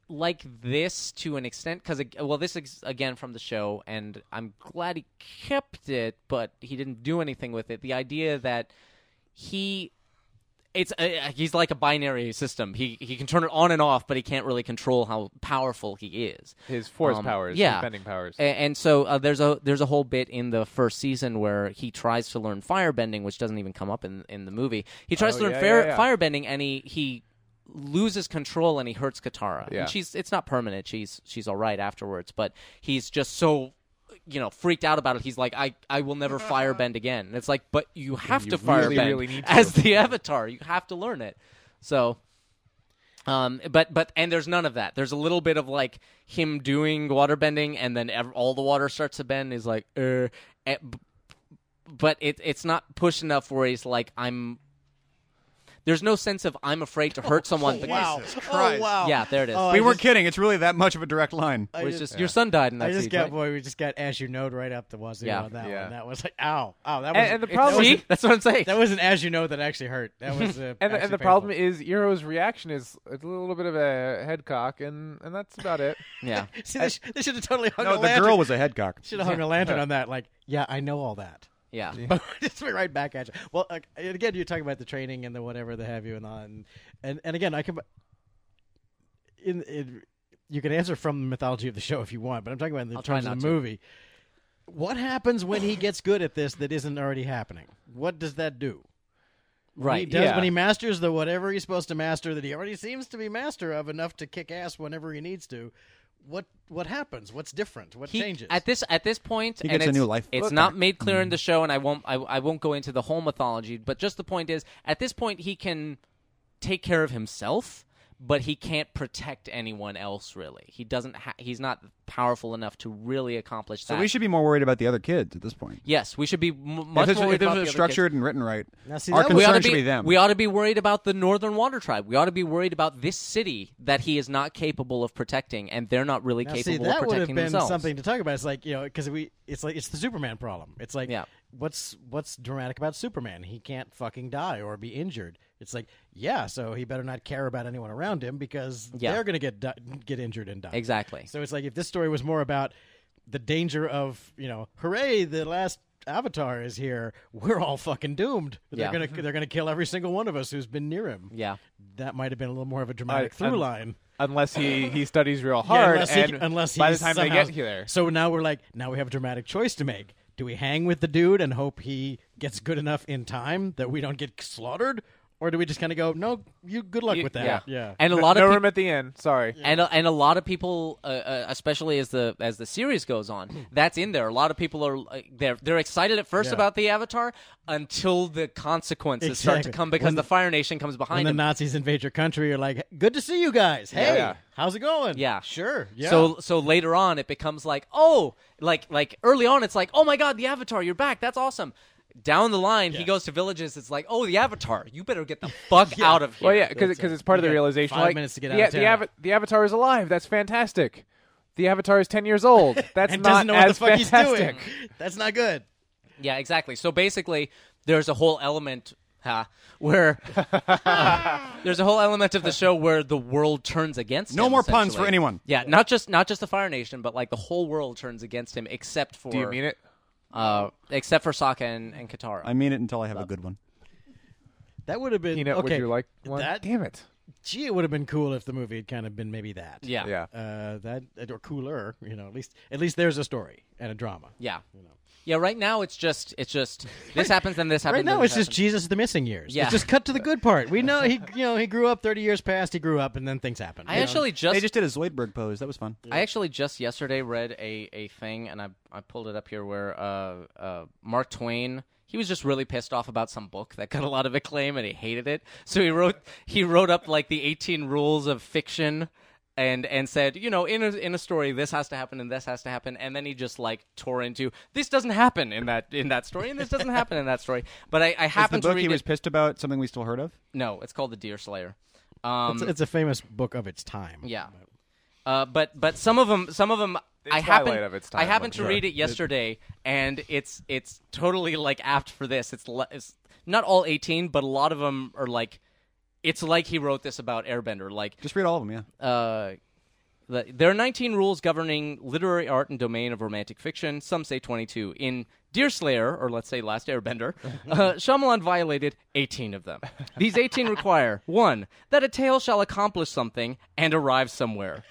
Speaker 4: like this to an extent because well, this is again from the show, and I'm glad he kept it, but he didn't do anything with it. The idea that he it's uh, he's like a binary system. He he can turn it on and off, but he can't really control how powerful he is.
Speaker 5: His force powers, his
Speaker 4: yeah,
Speaker 5: bending powers.
Speaker 4: A- And, so uh, there's a there's a whole bit in the first season where he tries to learn firebending, which doesn't even come up in in the movie. He tries
Speaker 5: Oh,
Speaker 4: to learn
Speaker 5: yeah,
Speaker 4: fire,
Speaker 5: yeah, yeah.
Speaker 4: firebending, and he he loses control and he hurts Katara.
Speaker 5: Yeah.
Speaker 4: And she's it's not permanent. She's she's all right afterwards, but he's just so you know freaked out about it. He's like, I I will never firebend again. And it's like, but you have
Speaker 5: You
Speaker 4: to
Speaker 5: really,
Speaker 4: firebend
Speaker 5: really need to.
Speaker 4: as the Avatar. You have to learn it. So. Um, but but and there's none of that. There's a little bit of like him doing water bending, and then ev- all the water starts to bend. He's like, er, eh, b- but it it's not pushed enough where he's like, I'm. There's no sense of I'm afraid to hurt someone. because,
Speaker 2: Christ.
Speaker 3: Oh wow.
Speaker 4: Yeah, there it is.
Speaker 3: Oh, I
Speaker 2: we weren't
Speaker 3: just-
Speaker 2: kidding. It's really that much of a direct line.
Speaker 3: I
Speaker 4: Where it's
Speaker 3: just-
Speaker 4: just your son died in that
Speaker 3: I just
Speaker 4: siege,
Speaker 3: got
Speaker 4: right?
Speaker 3: boy, we just got as you knowed right up the wazoo
Speaker 4: Yeah.
Speaker 3: on that
Speaker 5: Yeah.
Speaker 3: one. That was like, ow, ow. That was
Speaker 5: And- and the problem-
Speaker 3: that, was,
Speaker 4: See, that's what I'm saying.
Speaker 3: that was an as you know that actually hurt. That was uh,
Speaker 5: and,
Speaker 3: actually
Speaker 5: the, and
Speaker 3: painful.
Speaker 5: the problem is, Eero's reaction is a little bit of a head cock, and, and that's about it.
Speaker 4: yeah,
Speaker 3: See, they, sh- they should have totally hung a
Speaker 2: No, the
Speaker 3: lantern.
Speaker 2: girl was a headcock.
Speaker 3: should have hung a lantern on that. Like, yeah, I know all that.
Speaker 4: yeah.
Speaker 3: But just be right back at you. Well, uh, and again, you talk about the training and the whatever they have you and on, and and again, I can. In, in you can answer from the mythology of the show if you want, but I'm talking about in the
Speaker 4: I'll try
Speaker 3: terms of
Speaker 4: not
Speaker 3: the
Speaker 4: to.
Speaker 3: movie. What happens when he gets good at this that isn't already happening? What does that do? When he
Speaker 4: Right.
Speaker 3: does
Speaker 5: yeah.
Speaker 3: when he masters the whatever he's supposed to master that he already seems to be master of enough to kick ass whenever he needs to. What what happens? What's different? What
Speaker 4: He-
Speaker 3: changes?
Speaker 4: at this at this point.
Speaker 2: He
Speaker 4: and
Speaker 2: gets a
Speaker 4: it's-
Speaker 2: new life. Mm.
Speaker 4: It's
Speaker 2: Look
Speaker 4: not
Speaker 2: back.
Speaker 4: made clear in the show, and I won't I, I won't go into the whole mythology. But just the point is, at this point, he can take care of himself, but he can't protect anyone else. Really, he doesn't. Ha- he's not powerful enough to really accomplish that.
Speaker 2: So we should be more worried about the other kids at this point.
Speaker 4: Yes, we should be m- much
Speaker 2: if this,
Speaker 4: more
Speaker 2: if
Speaker 4: worried
Speaker 2: this
Speaker 4: about the
Speaker 2: was
Speaker 4: other
Speaker 2: structured
Speaker 4: kids.
Speaker 2: and written right,
Speaker 3: Now, see,
Speaker 2: our
Speaker 3: that was-
Speaker 4: We
Speaker 2: concern
Speaker 4: ought, to
Speaker 2: should
Speaker 4: be,
Speaker 2: be them.
Speaker 4: we ought to be worried about the Northern Water Tribe. We ought to be worried about this city that he is not capable of protecting, and they're not really
Speaker 3: Now,
Speaker 4: capable
Speaker 3: see, that
Speaker 4: of
Speaker 3: would
Speaker 4: protecting
Speaker 3: have been
Speaker 4: themselves.
Speaker 3: something to talk about. It's like you know, because we, it's like it's the Superman problem. It's like,
Speaker 4: Yeah.
Speaker 3: what's what's dramatic about Superman? He can't fucking die or be injured. It's like, yeah, so he better not care about anyone around him because
Speaker 4: Yeah.
Speaker 3: they're gonna get di- get injured and die.
Speaker 4: Exactly.
Speaker 3: So it's like if this story was more about the danger of you know, hooray, the last Avatar is here. We're all fucking doomed.
Speaker 4: Yeah.
Speaker 3: They're gonna they're gonna kill every single one of us who's been near him.
Speaker 4: Yeah.
Speaker 3: that might have been a little more of a dramatic
Speaker 5: I-
Speaker 3: through
Speaker 5: I'm-
Speaker 3: line.
Speaker 5: Unless he, he studies real
Speaker 3: Yeah,
Speaker 5: hard,
Speaker 3: unless
Speaker 5: and
Speaker 3: he, unless
Speaker 5: by
Speaker 3: he's
Speaker 5: the time
Speaker 3: somehow,
Speaker 5: they get there,
Speaker 3: So now we're like, now we have a dramatic choice to make. Do we hang with the dude and hope he gets good enough in time that we don't get slaughtered, or do we just kind of go, no, you good luck with that?
Speaker 4: Yeah.
Speaker 3: yeah.
Speaker 4: And a
Speaker 5: no,
Speaker 4: lot
Speaker 5: no
Speaker 4: of people,
Speaker 5: room at the end. Sorry.
Speaker 3: Mm.
Speaker 4: and a, and a lot of people, uh, uh, especially as the as the series goes on, that's in there. A lot of people are uh, they're they're excited at first
Speaker 3: Mm. Yeah.
Speaker 4: about the Avatar until the consequences start to
Speaker 3: Exactly.
Speaker 4: come because
Speaker 3: When
Speaker 4: the Fire Nation comes
Speaker 3: when
Speaker 4: behind
Speaker 3: the
Speaker 4: them.
Speaker 3: Nazis invade your country, you're like, good to see you guys. Hey,
Speaker 5: Yeah.
Speaker 3: how's it going?
Speaker 4: Yeah.
Speaker 3: sure. Yeah.
Speaker 4: So so later on it becomes like, "Oh, like like early on it's like, "Oh my god, the avatar, you're back. That's awesome." Down the line, he
Speaker 3: Yeah.
Speaker 4: goes to villages. It's like, "Oh, the avatar, you better get the fuck out of here."
Speaker 5: Well, yeah, because it's part of
Speaker 3: You
Speaker 5: the
Speaker 3: got
Speaker 5: realization.
Speaker 3: five
Speaker 5: like,
Speaker 3: minutes to get
Speaker 5: the,
Speaker 3: out of
Speaker 5: the,
Speaker 3: town.
Speaker 5: ava- the Avatar is alive. That's fantastic. The Avatar is ten years old. That's
Speaker 3: and doesn't
Speaker 5: not
Speaker 3: know what the
Speaker 5: as
Speaker 3: fuck
Speaker 5: fantastic.
Speaker 3: he's doing. That's not good.
Speaker 4: Yeah, exactly. So basically, there's a whole element ha, where there's a whole element of the show where the world turns against
Speaker 2: No
Speaker 4: him,
Speaker 2: more puns for
Speaker 4: essentially.
Speaker 2: anyone.
Speaker 4: Yeah, not just not just the Fire Nation, but like the whole world turns against him, except for
Speaker 5: Do you mean it?
Speaker 4: Uh, except for Sokka and, and Katara.
Speaker 2: I mean it until I have a good one.
Speaker 3: That would have been
Speaker 5: Peanut,
Speaker 3: okay.
Speaker 5: would you like one?
Speaker 3: That,
Speaker 5: Damn it.
Speaker 3: gee, it would have been cool if the movie had kind of been maybe that.
Speaker 4: yeah,
Speaker 5: Yeah.
Speaker 3: Uh, that or cooler, you know. At least, at least there's a story and a drama.
Speaker 4: yeah, yeah. Right now, it's just it's just this happens and this happens.
Speaker 3: Right now,
Speaker 4: and
Speaker 3: it's
Speaker 4: this
Speaker 3: just
Speaker 4: happens.
Speaker 3: Jesus the missing years.
Speaker 4: Yeah.
Speaker 3: It's just cut to the good part. We know he, you know, he grew up thirty years past. He grew up, and then things happen.
Speaker 4: I
Speaker 3: You know?
Speaker 4: actually
Speaker 2: They
Speaker 4: just,
Speaker 2: just did a Zoidberg pose. That was fun.
Speaker 4: I actually just yesterday read a, a thing and I I pulled it up here where uh, uh, Mark Twain he was just really pissed off about some book that got a lot of acclaim and he hated it. So he wrote he wrote up like the 18 rules of fiction and and said, you know, in a in a story this has to happen and this has to happen and then he just like tore into this doesn't happen in that in that story and this doesn't happen in that story. But I I
Speaker 2: Is the
Speaker 4: happened to
Speaker 2: book
Speaker 4: read
Speaker 2: he
Speaker 4: it.
Speaker 2: was pissed about something we still heard of?
Speaker 4: No, it's called The Deer Slayer. Um,
Speaker 3: it's, it's a famous book of its time.
Speaker 4: yeah. Uh, but but some of them some of them I
Speaker 5: twilight
Speaker 4: happened
Speaker 5: of its
Speaker 4: I
Speaker 5: time,
Speaker 4: happened to
Speaker 5: I'm sure.
Speaker 4: read it yesterday and it's it's totally like apt for this. It's, le- it's not all 18 but a lot of them are like it's like he wrote this about Airbender like
Speaker 2: Just read all of them, yeah.
Speaker 4: uh, the, there are 19 rules governing literary art and domain of romantic fiction. Some say 22. In Deerslayer, or let's say Last Airbender, uh, Shyamalan violated 18 of them. These 18 require one, that a tale shall accomplish something and arrive somewhere.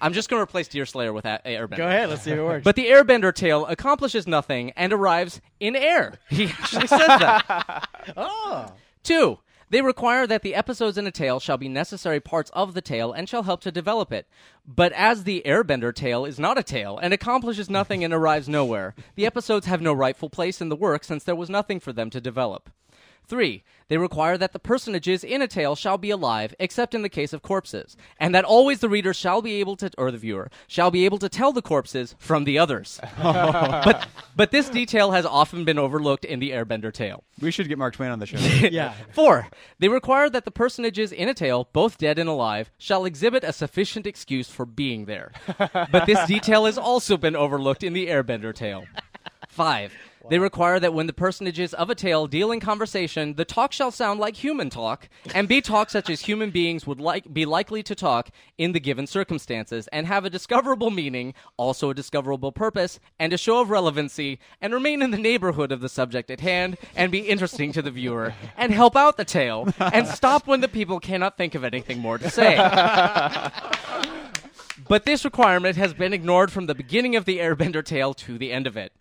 Speaker 4: I'm just going to replace Deerslayer with a- Airbender.
Speaker 3: Go ahead. Let's see if it works.
Speaker 4: But the Airbender tale accomplishes nothing and arrives in air. He actually says that. oh. Two. They require that the episodes in a tale shall be necessary parts of the tale and shall help to develop it. But as the Airbender tale is not a tale and accomplishes nothing and arrives nowhere, the episodes have no rightful place in the work since there was nothing for them to develop. 3. They require that the personages in a tale shall be alive, except in the case of corpses, and that always the reader shall be able to, or the viewer, shall be able to tell the corpses from the others. but, but this detail has often been overlooked in the Airbender tale.
Speaker 2: We should get Mark Twain on the show.
Speaker 3: yeah.
Speaker 4: Four, they require that the personages in a tale, both dead and alive, shall exhibit a sufficient excuse for being there. but this detail has also been overlooked in the Airbender tale. Five, they require that when the personages of a tale deal in conversation, the talk shall sound like human talk and be talk such as human beings would like be likely to talk in the given circumstances and have a discoverable meaning, also a discoverable purpose, and a show of relevancy, and remain in the neighborhood of the subject at hand and be interesting to the viewer and help out the tale and stop when the people cannot think of anything more to say. But this requirement has been ignored from the beginning of the Airbender tale to the end of it.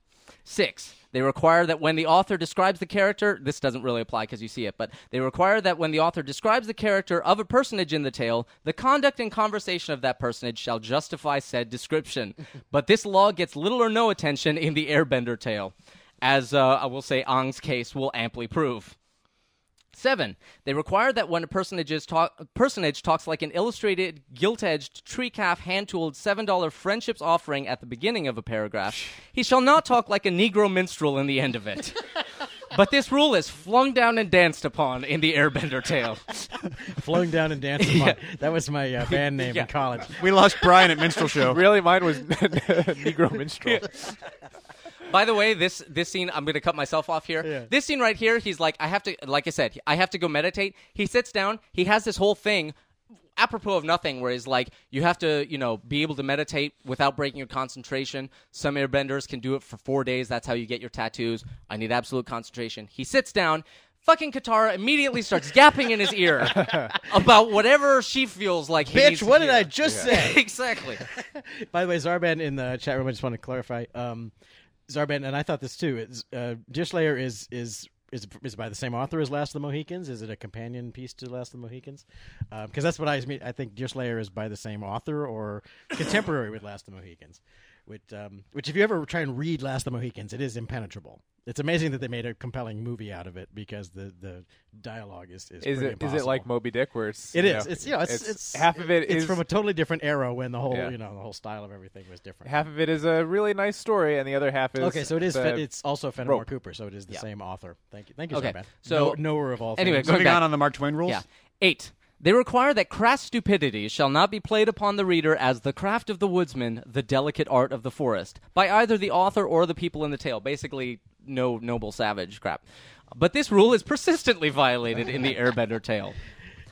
Speaker 4: Six, they require that when the author describes the character, this doesn't really apply because you see it, but they require that when the author describes the character of a personage in the tale, the conduct and conversation of that personage shall justify said description. but this law gets little or no attention in the Airbender tale, as uh, I will say Ang's case will amply prove. Seven, they require that when a personage's talk, personage talks like an illustrated, gilt edged, tree calf, hand tooled $7 friendships offering at the beginning of a paragraph, he shall not talk like a Negro minstrel in the end of it. but this rule is flung down and danced upon in the Airbender tale.
Speaker 3: Flowing down and dancing. That was my uh, band name
Speaker 4: Yeah.
Speaker 3: in college.
Speaker 2: we lost Brian at Minstrel Show.
Speaker 5: Really, mine was Negro Minstrel.
Speaker 4: By the way, this this scene, I'm going to cut myself off here.
Speaker 3: Yeah.
Speaker 4: This scene right here, he's like, I have to, like I said, I have to go meditate. He sits down. He has this whole thing, apropos of nothing, where he's like, you have to, you know, be able to meditate without breaking your concentration. Some airbenders can do it for four days. That's how you get your tattoos. I need absolute concentration. He sits down. Fucking Katara immediately starts yapping in his ear about whatever she feels like. he needs
Speaker 3: Bitch,
Speaker 4: to
Speaker 3: what did
Speaker 4: hear.
Speaker 3: I just say?
Speaker 4: exactly.
Speaker 3: By the way, Zarban in the chat room, I just want to clarify. Um, Zarban, and I thought this too. Is, uh, Deerslayer is is is is by the same author as Last of the Mohicans. Is it a companion piece to Last of the Mohicans? Because that's what I mean. I think Deerslayer is by the same author or contemporary with Last of the Mohicans. Which, um, which, if you ever try and read Last of the Mohicans, it is impenetrable. It's amazing that they made a compelling movie out of it because the, the dialogue is is,
Speaker 5: Is
Speaker 3: pretty
Speaker 5: it is it
Speaker 3: impossible.
Speaker 5: like Moby Dick where it's
Speaker 3: It
Speaker 5: you
Speaker 3: is.
Speaker 5: know,
Speaker 3: It's you know, it's, it's,
Speaker 5: half of it
Speaker 3: it's
Speaker 5: is
Speaker 3: from a totally different era when the whole
Speaker 5: Yeah.
Speaker 3: you know the whole style of everything was different.
Speaker 5: half of it is a really nice story and the other half is
Speaker 3: okay, so it is.
Speaker 5: the-
Speaker 3: Fe- it's also Fenimore
Speaker 5: rope.
Speaker 3: Cooper, so it is the same author. Thank you. Thank you,
Speaker 4: Okay,
Speaker 3: Zarban.
Speaker 4: so-
Speaker 3: No- knower of all.
Speaker 4: Anyway,
Speaker 3: things.
Speaker 4: go-
Speaker 2: Moving
Speaker 4: back.
Speaker 2: on on the Mark Twain rules.
Speaker 4: Yeah. Eight. They require that crass stupidity shall not be played upon the reader as the craft of the woodsman, the delicate art of the forest, by either the author or the people in the tale. Basically, no noble savage crap. But this rule is persistently violated in the Airbender tale.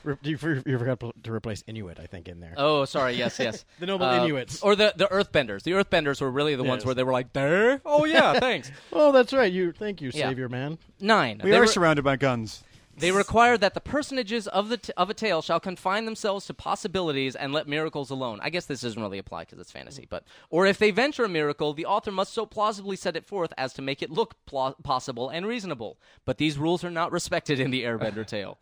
Speaker 3: Re- you, for- you forgot pl- to replace Inuit, I think, in there.
Speaker 4: Oh, sorry. Yes, yes. Uh,
Speaker 3: The noble Inuits.
Speaker 4: or the the Earthbenders. The Earthbenders were really the ones
Speaker 3: Yes.
Speaker 4: where they were like, "There, oh yeah, thanks."
Speaker 3: Oh, that's right. You thank you,
Speaker 4: Yeah.
Speaker 3: savior man.
Speaker 4: Nine.
Speaker 2: We
Speaker 4: They
Speaker 2: are
Speaker 4: were-
Speaker 2: surrounded by guns.
Speaker 4: They require that the personages of the t- of a tale shall confine themselves to possibilities and let miracles alone. I guess this doesn't really apply because it's fantasy, but or if they venture a miracle, the author must so plausibly set it forth as to make it look pl- possible and reasonable. But these rules are not respected in the Airbender tale.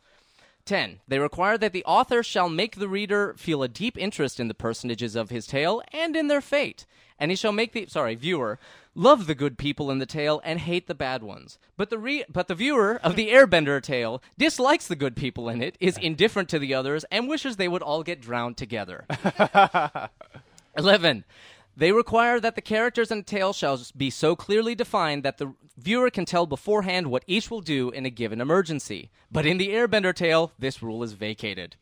Speaker 4: 10. They require that the author shall make the reader feel a deep interest in the personages of his tale and in their fate. And he shall make the sorry, viewer love the good people in the tale and hate the bad ones. But the re- but the viewer of the Airbender tale dislikes the good people in it, is indifferent to the others and wishes they would all get drowned together. 11. They require that the characters and tale shall be so clearly defined that the viewer can tell beforehand what each will do in a given emergency. But in the Airbender tale, this rule is vacated.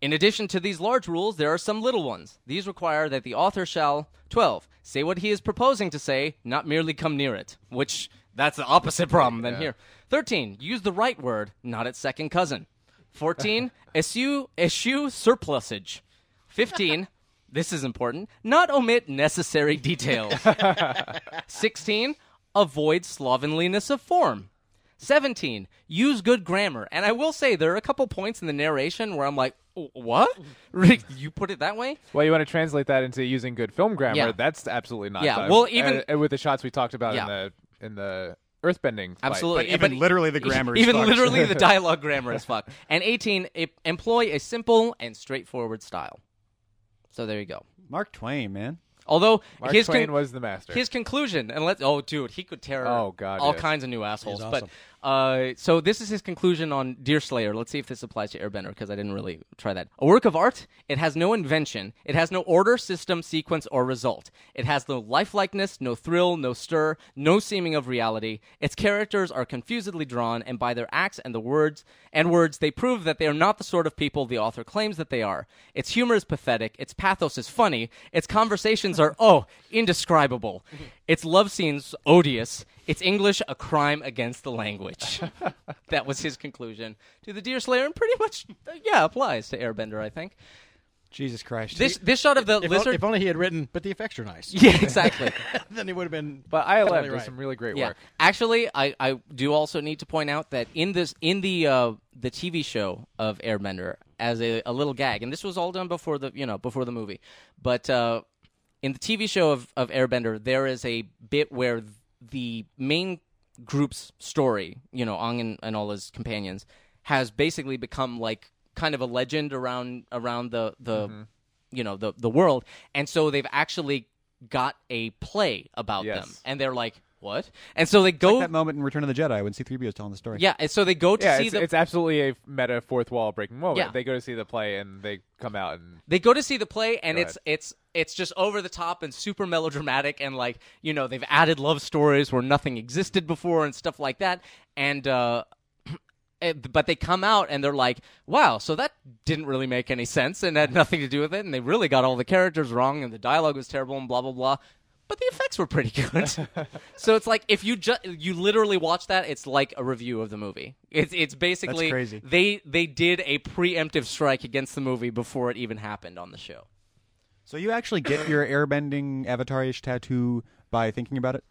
Speaker 4: In addition to these large rules, there are some little ones. These require that the author shall 12 say what he is proposing to say, not merely come near it, which that's the opposite problem than here. 13 use the right word, not its second cousin. 14 eschew eschew surplusage. 15 this is important. Not omit necessary details. 16. Avoid slovenliness of form. 17. Use good grammar. And I will say there are a couple points in the narration where I'm like, "Wh- what? Rick, you put it that way?
Speaker 5: Well, you want to translate that into using good film grammar?
Speaker 4: Yeah.
Speaker 5: That's absolutely not.
Speaker 4: Yeah,
Speaker 5: done.
Speaker 4: well, even-
Speaker 5: And- and with the shots we talked about
Speaker 4: Yeah.
Speaker 5: in the in the earthbending. fight.
Speaker 4: Absolutely.
Speaker 2: But even literally the grammar is
Speaker 4: Even
Speaker 2: fucked.
Speaker 4: literally the dialogue grammar is fucked. And 18. e- employ a simple and straightforward style. So there you go.
Speaker 2: Mark Twain, man.
Speaker 4: Although
Speaker 5: Mark
Speaker 4: his
Speaker 5: Twain
Speaker 4: con-
Speaker 5: was the master.
Speaker 4: His conclusion, and let oh dude, he could tear
Speaker 5: Oh, God,
Speaker 4: all
Speaker 5: yes.
Speaker 4: kinds of new assholes. But uh, so this is his conclusion on Deerslayer. Let's see if this applies to Airbender because I didn't really try that. A work of art, it has no invention, it has no order, system, sequence, or result. It has no lifelikeness, no thrill, no stir, no seeming of reality. Its characters are confusedly drawn, and by their acts and the words and words, they prove that they are not the sort of people the author claims that they are. Its humor is pathetic. Its pathos is funny. Its conversations are oh indescribable. Its love scenes odious. Its English a crime against the language. that was his conclusion to the Deerslayer, and pretty much uh, yeah applies to Airbender. I think
Speaker 2: Jesus Christ.
Speaker 4: this this shot of the
Speaker 3: If,
Speaker 4: lizard.
Speaker 3: o- if only he had written, but the effects are nice.
Speaker 4: yeah, exactly.
Speaker 3: then he would have been.
Speaker 5: but I
Speaker 3: totally
Speaker 5: eleven does
Speaker 3: right.
Speaker 5: some really great
Speaker 4: yeah,
Speaker 5: work.
Speaker 4: actually, I, I do also need to point out that in this in the uh, the TV show of Airbender as a, a little gag, and this was all done before the you know before the movie, but uh, in the TV show of, of Airbender, there is a bit where th- the main group's story, you know, Aang and, and all his companions, has basically become like kind of a legend around around the the
Speaker 5: Mm-hmm.
Speaker 4: you know the the world, and so they've actually got a play about
Speaker 5: Yes.
Speaker 4: them, and they're like. What? And so they go.
Speaker 2: that moment in Return of the Jedi when C-3PO is telling the story.
Speaker 4: Yeah, and so they go to
Speaker 5: Yeah,
Speaker 4: see
Speaker 5: it's,
Speaker 4: the
Speaker 5: it's absolutely a meta fourth wall breaking moment.
Speaker 4: Yeah.
Speaker 5: They go to see the play and they come out and
Speaker 4: they go to see the play and
Speaker 5: Go
Speaker 4: it's it's it's just over the top and super melodramatic and like you know they've added love stories where nothing existed before and stuff like that and uh eh, but they come out and they're like, "Wow, so that didn't really make any sense and had nothing to do with it, and they really got all the characters wrong, and the dialogue was terrible, and blah blah blah." But the effects were pretty good. so it's like if you just you literally watch that, it's like a review of the movie. It's it's basically
Speaker 2: crazy.
Speaker 4: they they did a preemptive strike against the movie before it even happened on the show.
Speaker 2: So you actually get your airbending avatarish tattoo by thinking about it?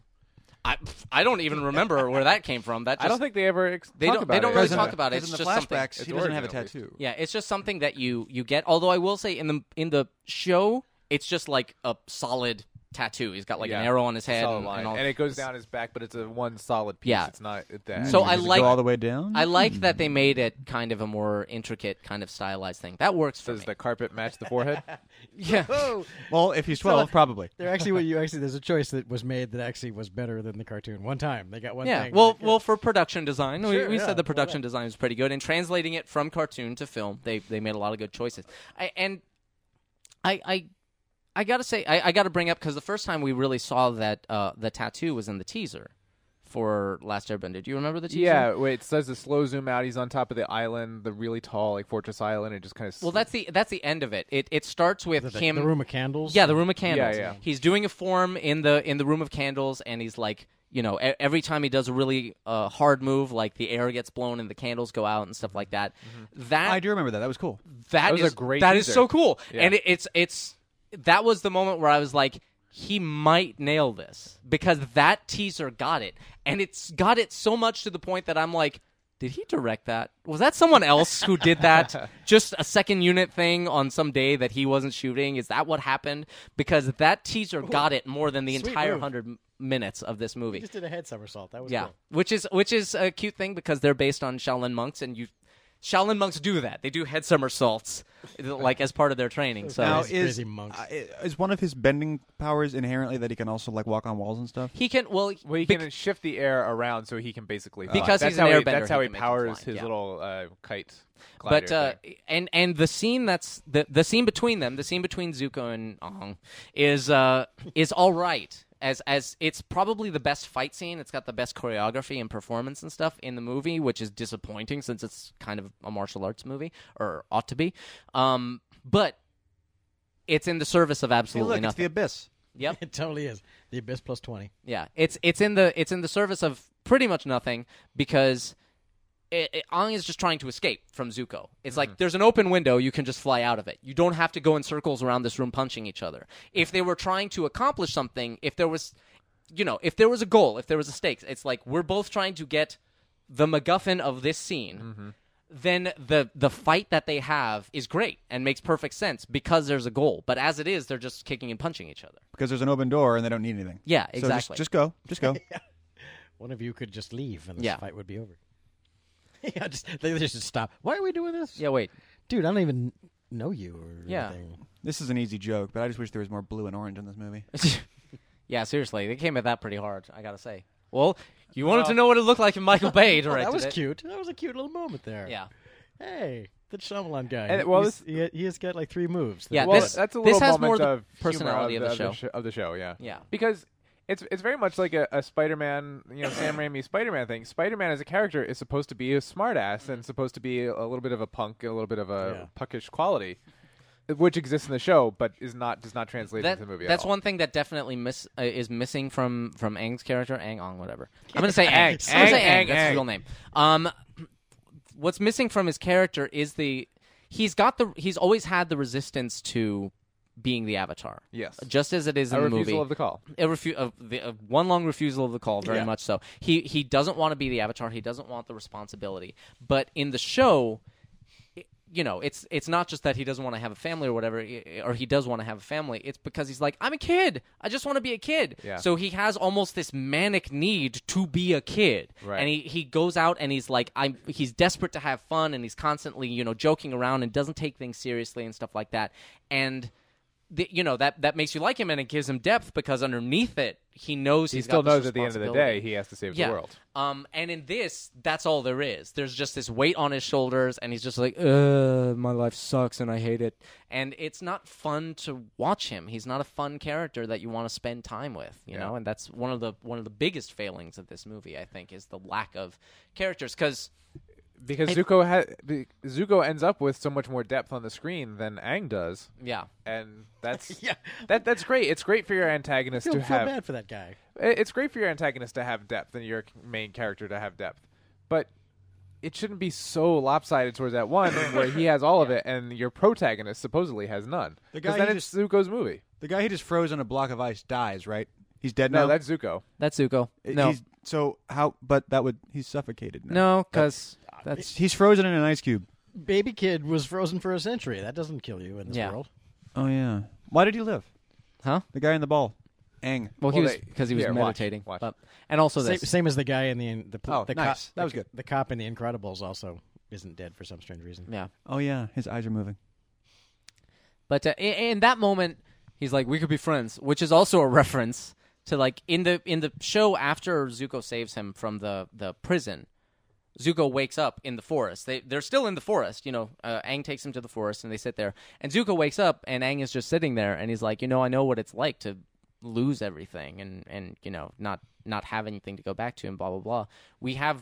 Speaker 4: I, pff, I don't even remember where that came from. That just,
Speaker 5: I don't think they ever ex-
Speaker 4: They
Speaker 5: talk
Speaker 4: don't-
Speaker 5: about
Speaker 4: they don't
Speaker 5: it.
Speaker 4: really
Speaker 2: Because in
Speaker 4: talk
Speaker 2: the-
Speaker 4: about it.
Speaker 2: because
Speaker 4: It's
Speaker 2: in
Speaker 4: just
Speaker 2: the
Speaker 4: something-
Speaker 2: flashbacks,
Speaker 5: it's
Speaker 2: he doesn't have a
Speaker 5: origin, at least.
Speaker 2: tattoo.
Speaker 4: Yeah, it's just something that you you get. Although I will say in the in the show, it's just like a solid tattoo. He's got like
Speaker 5: Yeah.
Speaker 4: an arrow on his head
Speaker 5: Solid
Speaker 4: and,
Speaker 5: line.
Speaker 4: and all.
Speaker 5: And it goes down his back, but it's a one solid piece.
Speaker 4: Yeah. Mm-hmm.
Speaker 5: It's not at the
Speaker 4: So
Speaker 5: end.
Speaker 4: I
Speaker 2: Does it
Speaker 4: like-
Speaker 2: go all the way down.
Speaker 4: I like that they made it kind of a more intricate, kind of stylized thing. That works for
Speaker 5: Does
Speaker 4: me.
Speaker 5: the carpet match the forehead?
Speaker 4: yeah.
Speaker 3: Oh,
Speaker 2: well, if he's twelve, probably.
Speaker 3: there actually, well, you actually, there's a choice that was made that actually was better than the cartoon. One time they got one.
Speaker 4: Yeah,
Speaker 3: thing.
Speaker 4: well,
Speaker 3: Like, uh,
Speaker 4: well, for production design, we,
Speaker 3: Sure,
Speaker 4: we
Speaker 3: yeah,
Speaker 4: said the
Speaker 3: why
Speaker 4: production
Speaker 3: not?
Speaker 4: design was pretty good, and translating it from cartoon to film, they they made a lot of good choices. I, and I I I gotta say, I, I gotta bring up because the first time we really saw that uh, the tattoo was in the teaser for Last Airbender. Do you remember the teaser?
Speaker 5: yeah. Wait, it says the slow zoom out. He's on top of the island, the really tall like fortress island. It just kind of
Speaker 4: Well, that's the that's the end of it. It it starts with
Speaker 3: the,
Speaker 4: him.
Speaker 3: the room of candles.
Speaker 4: Yeah, the room of candles.
Speaker 5: yeah.
Speaker 4: He's doing a form in the in the room of candles, and he's like, you know, e- every time he does a really uh, hard move, like the air gets blown and the candles go out and stuff like that. That
Speaker 2: I do remember that. That was cool.
Speaker 4: that
Speaker 5: was
Speaker 4: is-
Speaker 5: a great
Speaker 4: that is
Speaker 5: teaser.
Speaker 4: so cool
Speaker 5: Yeah.
Speaker 4: and it, it's it's that was the moment where i was like he might nail this because that teaser got it and it's got it so much to the point that i'm like did he direct that was that someone else who did that just a second unit thing on some day that he wasn't shooting is that what happened because that teaser got it more than the
Speaker 3: sweet
Speaker 4: entire
Speaker 3: move.
Speaker 4: 100 m- minutes of this movie
Speaker 3: He just did a head somersault. That was
Speaker 4: yeah,
Speaker 3: cool.
Speaker 4: which is which is a cute thing because they're based on Shaolin monks, and you Shaolin monks do that. They do head somersaults like as part of their training. So
Speaker 2: Now
Speaker 3: Those
Speaker 2: is
Speaker 3: crazy monks.
Speaker 2: uh, is one of his bending powers inherently that he can also like walk on walls and stuff?
Speaker 4: he can well,
Speaker 5: Well, he
Speaker 4: bec-
Speaker 5: can shift the air around, so he can basically fly.
Speaker 4: Because
Speaker 5: that's
Speaker 4: he's an
Speaker 5: how he,
Speaker 4: airbender,
Speaker 5: That's how
Speaker 4: he
Speaker 5: he
Speaker 4: can make him
Speaker 5: powers
Speaker 4: fly,
Speaker 5: his
Speaker 4: yeah.
Speaker 5: little uh, kite.
Speaker 4: but
Speaker 5: glider
Speaker 4: uh,
Speaker 5: thing.
Speaker 4: and and the scene that's the the scene between them, the scene between Zuko and Aang, is uh is all right. As, as it's probably the best fight scene. It's got the best choreography and performance and stuff in the movie, which is disappointing since it's kind of a martial arts movie or ought to be. Um, but it's in the service of
Speaker 2: Hey,
Speaker 4: absolutely
Speaker 2: look, it's the
Speaker 4: nothing.
Speaker 2: abyss.
Speaker 4: Yep.
Speaker 3: It totally is. The Abyss plus 20.
Speaker 4: Yeah, it's it's in the it's in the service of pretty much nothing because it, it, Aang is just trying to escape from Zuko. It's like there's an open window; you can just fly out of it. You don't have to go in circles around this room punching each other. If they were trying to accomplish something, if there was, you know, if there was a goal, if there was a stakes, it's like we're both trying to get the MacGuffin of this scene. Then the the fight that they have is great and makes perfect sense because there's a goal. But as it is, they're just kicking and punching each other.
Speaker 2: because there's an open door and they don't need anything.
Speaker 4: Yeah,
Speaker 2: So just-
Speaker 4: exactly.
Speaker 2: just, go, just go.
Speaker 3: One of you could just leave and the
Speaker 4: Yeah.
Speaker 3: fight would be over. yeah, just, they just should stop. Why are we doing this?
Speaker 4: Yeah, wait.
Speaker 3: Dude, I don't even know you or
Speaker 4: Yeah.
Speaker 3: anything.
Speaker 2: this is an easy joke, but I just wish there was more blue and orange in this movie.
Speaker 4: yeah, seriously, they came at that pretty hard. I gotta say. Well, you wanted to know what it looked like in Michael Bay
Speaker 3: Oh,
Speaker 4: directed
Speaker 3: that was
Speaker 4: it.
Speaker 3: cute. That was a cute little moment there.
Speaker 4: Yeah,
Speaker 3: Hey, the Shyamalan guy.
Speaker 5: And,
Speaker 3: he-
Speaker 5: well,
Speaker 3: he's- he, he has got like three moves.
Speaker 4: Yeah,
Speaker 5: well,
Speaker 4: this-
Speaker 5: that's a
Speaker 4: this
Speaker 5: little
Speaker 4: has
Speaker 5: moment
Speaker 4: more the
Speaker 5: of humor
Speaker 4: personality of
Speaker 5: of
Speaker 4: the show.
Speaker 5: of the show, yeah,
Speaker 4: Yeah.
Speaker 5: Because it's it's very much like a, a Spider-Man, you know, Sam Raimi Spider-Man thing. Spider-Man as a character is supposed to be a smartass
Speaker 4: Mm-hmm.
Speaker 5: and supposed to be a little bit of a punk, a little bit of a punkish quality, which exists in the show, but is not does not translate
Speaker 4: That-
Speaker 5: into the movie. Oh. at
Speaker 4: that's
Speaker 5: all.
Speaker 4: one thing that definitely miss uh, is missing from from Aang's character, Aang Ong, whatever. I'm gonna say Aang.
Speaker 5: Aang,
Speaker 4: I'm gonna say
Speaker 5: Aang,
Speaker 4: Aang. That's
Speaker 5: Aang.
Speaker 4: his real name. Um, what's missing from his character is the he's got the he's always had the resistance to being the Avatar.
Speaker 5: Yes.
Speaker 4: just as it is in
Speaker 5: a
Speaker 4: the
Speaker 5: refusal
Speaker 4: movie.
Speaker 5: of the call.
Speaker 4: a refu- of the, of one long refusal of the call, very
Speaker 5: Yeah.
Speaker 4: much so. He he doesn't want to be the avatar. He doesn't want the responsibility. But in the show, i- you know, it's it's not just that he doesn't want to have a family or whatever, i- or he does want to have a family. It's because he's like, I'm a kid. I just want to be a kid.
Speaker 5: Yeah.
Speaker 4: So he has almost this manic need to be a kid,
Speaker 5: Right.
Speaker 4: and he he goes out and he's like, I'm. He's desperate to have fun, and he's constantly you know joking around and doesn't take things seriously and stuff like that, and the, you know that that makes you like him and it gives him depth because underneath it he knows
Speaker 5: He
Speaker 4: he's
Speaker 5: still
Speaker 4: got this
Speaker 5: knows at the end of the
Speaker 4: responsibility.
Speaker 5: day he has to save
Speaker 4: yeah.
Speaker 5: the world.
Speaker 4: Um, and in this, that's all there is. There's just this weight on his shoulders, and he's just like, "Uh, my life sucks, and I hate it." And it's not fun to watch him. He's not a fun character that you want to spend time with, you know. And that's one of the one of the biggest failings of this movie, I think, is the lack of characters. Because
Speaker 5: Because Zuko ha- be- Zuko ends up with so much more depth on the screen than Aang does.
Speaker 4: yeah,
Speaker 5: and that's
Speaker 3: Yeah.
Speaker 5: that that's great. It's great for your antagonist
Speaker 3: I
Speaker 5: to
Speaker 3: feel, feel
Speaker 5: have.
Speaker 3: bad for that guy.
Speaker 5: i- It's great for your antagonist to have depth and your c- main character to have depth, but it shouldn't be so lopsided towards that one where he has all of it and your protagonist supposedly has none.
Speaker 2: The
Speaker 5: Because
Speaker 2: guy
Speaker 5: then
Speaker 2: who
Speaker 5: it's Zuko's movie.
Speaker 2: The guy who just froze on a block of ice dies, right? He's dead
Speaker 5: No,
Speaker 2: now.
Speaker 5: that's Zuko.
Speaker 4: that's Zuko.
Speaker 2: I-
Speaker 4: No,
Speaker 2: He's, so how? But that would he's suffocated. Now.
Speaker 4: no, because that's
Speaker 2: he's frozen in an ice cube.
Speaker 3: Baby kid was frozen for a century. That doesn't kill you in this
Speaker 4: Yeah.
Speaker 3: world.
Speaker 2: Oh yeah. Why did he live?
Speaker 4: huh.
Speaker 2: The guy in the ball, Aang.
Speaker 4: Well, he
Speaker 5: Well,
Speaker 4: was
Speaker 5: they-
Speaker 4: because he was
Speaker 5: yeah, watch,
Speaker 4: meditating,
Speaker 5: watch.
Speaker 4: but- and also
Speaker 3: Same,
Speaker 4: this.
Speaker 3: same as the guy in the the pl-
Speaker 2: Oh,
Speaker 3: the
Speaker 2: nice.
Speaker 3: cop,
Speaker 2: That was
Speaker 3: the-
Speaker 2: good.
Speaker 3: The cop in the Incredibles also isn't dead for some strange reason.
Speaker 4: Yeah.
Speaker 2: Oh yeah, his eyes are moving.
Speaker 4: But uh, in, in that moment, he's like, "We could be friends," which is also a reference to like in the in the show after Zuko saves him from the the prison. Zuko wakes up in the forest. They they're still in the forest. You know, uh, Aang takes him to the forest and they sit there. And Zuko wakes up and Aang is just sitting there and he's like, "You know, I know what it's like to lose everything and and you know not not have anything to go back to and blah blah blah. We have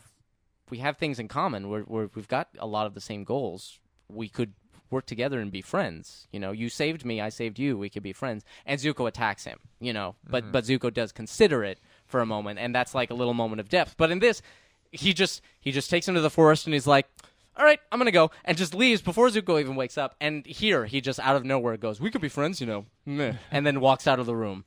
Speaker 4: we have things in common. We're, we're, we've got a lot of the same goals. We could work together and be friends. You know, you saved me, I saved you. We could be friends. And Zuko attacks him. You know, but but Zuko does consider it for a moment, and that's like a little moment of depth. But in this, he just he just takes him to the forest and he's like, "All right, I'm gonna go," and just leaves before Zuko even wakes up. And here, he just out of nowhere goes, "We could be friends, you know," meh," and then walks out of the room.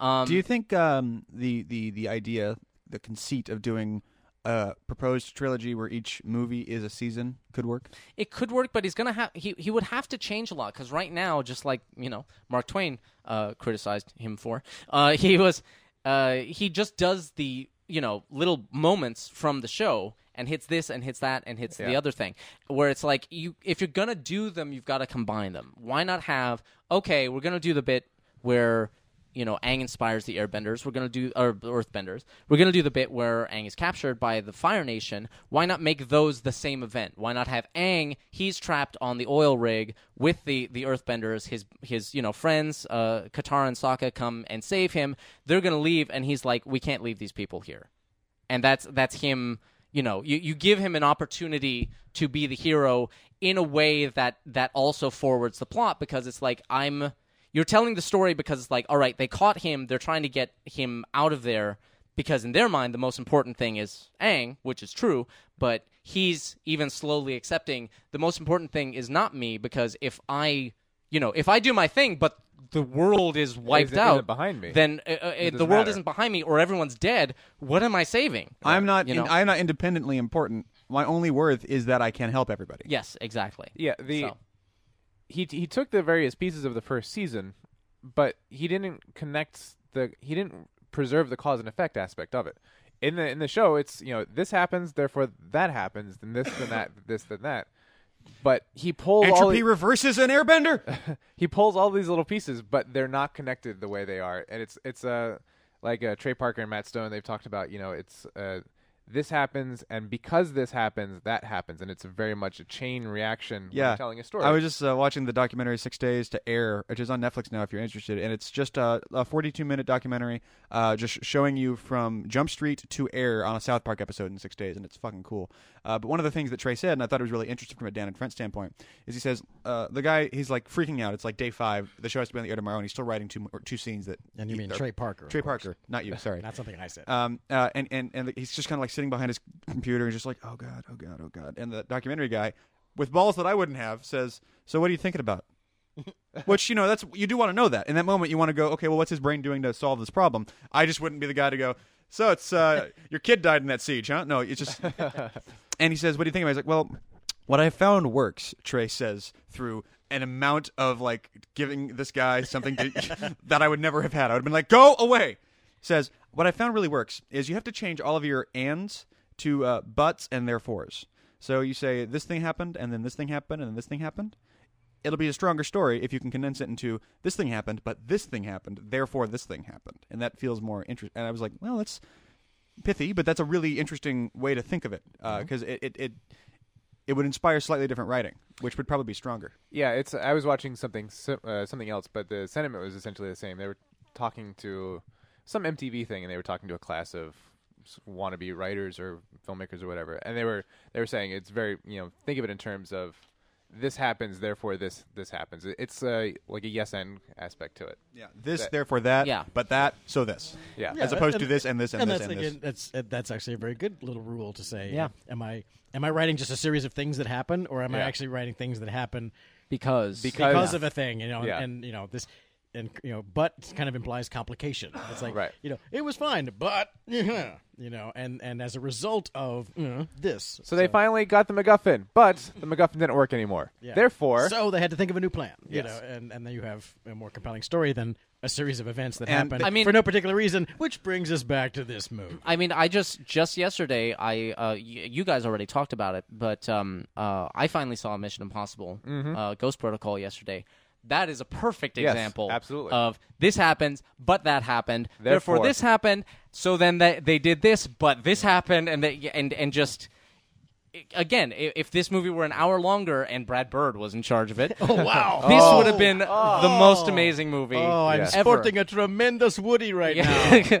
Speaker 4: Um,
Speaker 2: Do you think um, the the the idea, the conceit of doing a proposed trilogy where each movie is a season could work?
Speaker 4: it could work, but he's gonna have he he would have to change a lot because right now, just like you know, Mark Twain uh, criticized him for, uh, he was uh, he just does the you know little moments from the show and hits this and hits that and hits the other thing where it's like you if you're gonna do them, you've got to combine them. Why not have okay, we're gonna do the bit where you know, Aang inspires the Airbenders. We're gonna do or the Earthbenders. We're gonna do the bit where Aang is captured by the Fire Nation. Why not make those the same event? Why not have Aang? He's trapped on the oil rig with the the Earthbenders. His his you know friends, uh, Katara and Sokka come and save him. They're gonna leave, and he's like, we can't leave these people here, and that's that's him. You know, you, you give him an opportunity to be the hero in a way that that also forwards the plot because it's like I'm you're telling the story because it's like, all right, they caught him. They're trying to get him out of there because in their mind, the most important thing is Aang, which is true. But he's even slowly accepting the most important thing is not me because if I, you know, if I do my thing, but the world is wiped
Speaker 5: isn't
Speaker 4: out
Speaker 5: behind me.
Speaker 4: Then uh, uh, the
Speaker 5: doesn't
Speaker 4: world
Speaker 5: matter.
Speaker 4: isn't behind me, or everyone's dead. What am I saving?
Speaker 2: I'm not.
Speaker 4: You
Speaker 2: in-
Speaker 4: know?
Speaker 2: I'm not independently important. My only worth is that I can help everybody.
Speaker 4: Yes, exactly.
Speaker 5: Yeah, the
Speaker 4: So.
Speaker 5: he he took the various pieces of the first season, but he didn't connect the he didn't preserve the cause and effect aspect of it. In the in the show, it's you know this happens, therefore that happens, then this, then that, this, then that. But he pulled all
Speaker 2: Entropy reverses an Airbender.
Speaker 5: he pulls all these little pieces, but they're not connected the way they are, and it's it's uh, like uh, Trey Parker and Matt Stone. They've talked about you know it's uh, this happens, and because this happens, that happens, and it's very much a chain reaction. when you're
Speaker 2: yeah,
Speaker 5: telling a story.
Speaker 2: I was just uh, watching the documentary Six Days to Air, which is on Netflix now if you're interested, and it's just a, a 42 minute documentary, uh, just showing you from Jump Street to Air on a South Park episode in six days, and it's fucking cool. Uh, but one of the things that Trey said, and I thought it was really interesting from a Dan and Friend standpoint, is he says uh, the guy he's like freaking out. It's like day five. The show has to be on the air tomorrow, and he's still writing two or two scenes that.
Speaker 3: And you mean
Speaker 2: they're-
Speaker 3: Trey Parker, of
Speaker 2: Trey
Speaker 3: course.
Speaker 2: Parker, not you. Sorry,
Speaker 3: Not something I said.
Speaker 2: um, uh, and and and he's just kind of like sitting behind his computer and just like, oh god, oh god, oh god. And the documentary guy, with balls that I wouldn't have, says, "So what are you thinking about?" Which you know, that's you do want to know that. In that moment, you want to go, okay, well, what's his brain doing to solve this problem? I just wouldn't be the guy to go. So it's uh, your kid died in that siege, huh? No, it's just. and he says, "What do you think?" about it?" He's like, "Well, what I found works." Trey says through an amount of like giving this guy something to, that I would never have had. I would have been like, "Go away." Says, "What I found really works is you have to change all of your ands to uh, buts and therefores. So you say this thing happened, and then this thing happened, and then this thing happened." It'll be a stronger story if you can condense it into this thing happened, but this thing happened, therefore this thing happened, and that feels more interesting. And I was like, well, that's pithy, but that's a really interesting way to think of it because it, it, it it would inspire slightly different writing, which would probably be stronger.
Speaker 5: Yeah, it's. I was watching something sim- uh, something else, but the sentiment was essentially the same. They were talking to some MTV thing, and they were talking to a class of s- wannabe writers or filmmakers or whatever, and they were they were saying it's very you know think of it in terms of this happens, therefore this this happens. It- It's uh, like a yes and aspect to it.
Speaker 2: Yeah, this
Speaker 5: That-
Speaker 2: therefore that.
Speaker 4: Yeah.
Speaker 2: but that so this.
Speaker 5: Yeah.
Speaker 2: as
Speaker 3: Yeah,
Speaker 2: opposed to this and this and, this
Speaker 3: that's
Speaker 2: and
Speaker 3: again,
Speaker 2: this.
Speaker 3: That's uh, that's actually a very good little rule to say.
Speaker 4: Yeah.
Speaker 3: Am I am I writing just a series of things that happen, or am I
Speaker 5: Yeah.
Speaker 3: actually writing things that happen
Speaker 4: Because
Speaker 5: Because-
Speaker 3: because of a thing? You know,
Speaker 5: Yeah.
Speaker 3: and you know this. And you know, but kind of implies complication. It's like
Speaker 5: Right.
Speaker 3: you know, it was fine, but you know, and and as a result of uh, this,
Speaker 5: So they finally got the MacGuffin, but the MacGuffin didn't work anymore.
Speaker 3: Yeah.
Speaker 5: Therefore,
Speaker 3: so they had to think of a new plan. You
Speaker 5: Yes.
Speaker 3: know, and and then you have a more compelling story than a series of events that
Speaker 2: And
Speaker 3: happen
Speaker 4: I mean-
Speaker 3: for no particular reason, which brings us back to this movie.
Speaker 4: I mean, I just just yesterday, I uh, y- you guys already talked about it, but um, uh, I finally saw Mission Impossible, uh, Ghost Protocol yesterday. That is a perfect
Speaker 5: Mm-hmm. Yes,
Speaker 4: example
Speaker 5: absolutely.
Speaker 4: of this happens, but that happened. Therefore,
Speaker 5: Therefore.
Speaker 4: this happened. So then they, they did this, but this happened, and they, and and just again, i- if this movie were an hour longer and Brad Bird was in charge of it, oh
Speaker 3: wow.
Speaker 4: this would have been the most amazing movie.
Speaker 3: Oh, I'm
Speaker 5: Yeah.
Speaker 3: sporting a tremendous Woody right now.
Speaker 4: yeah.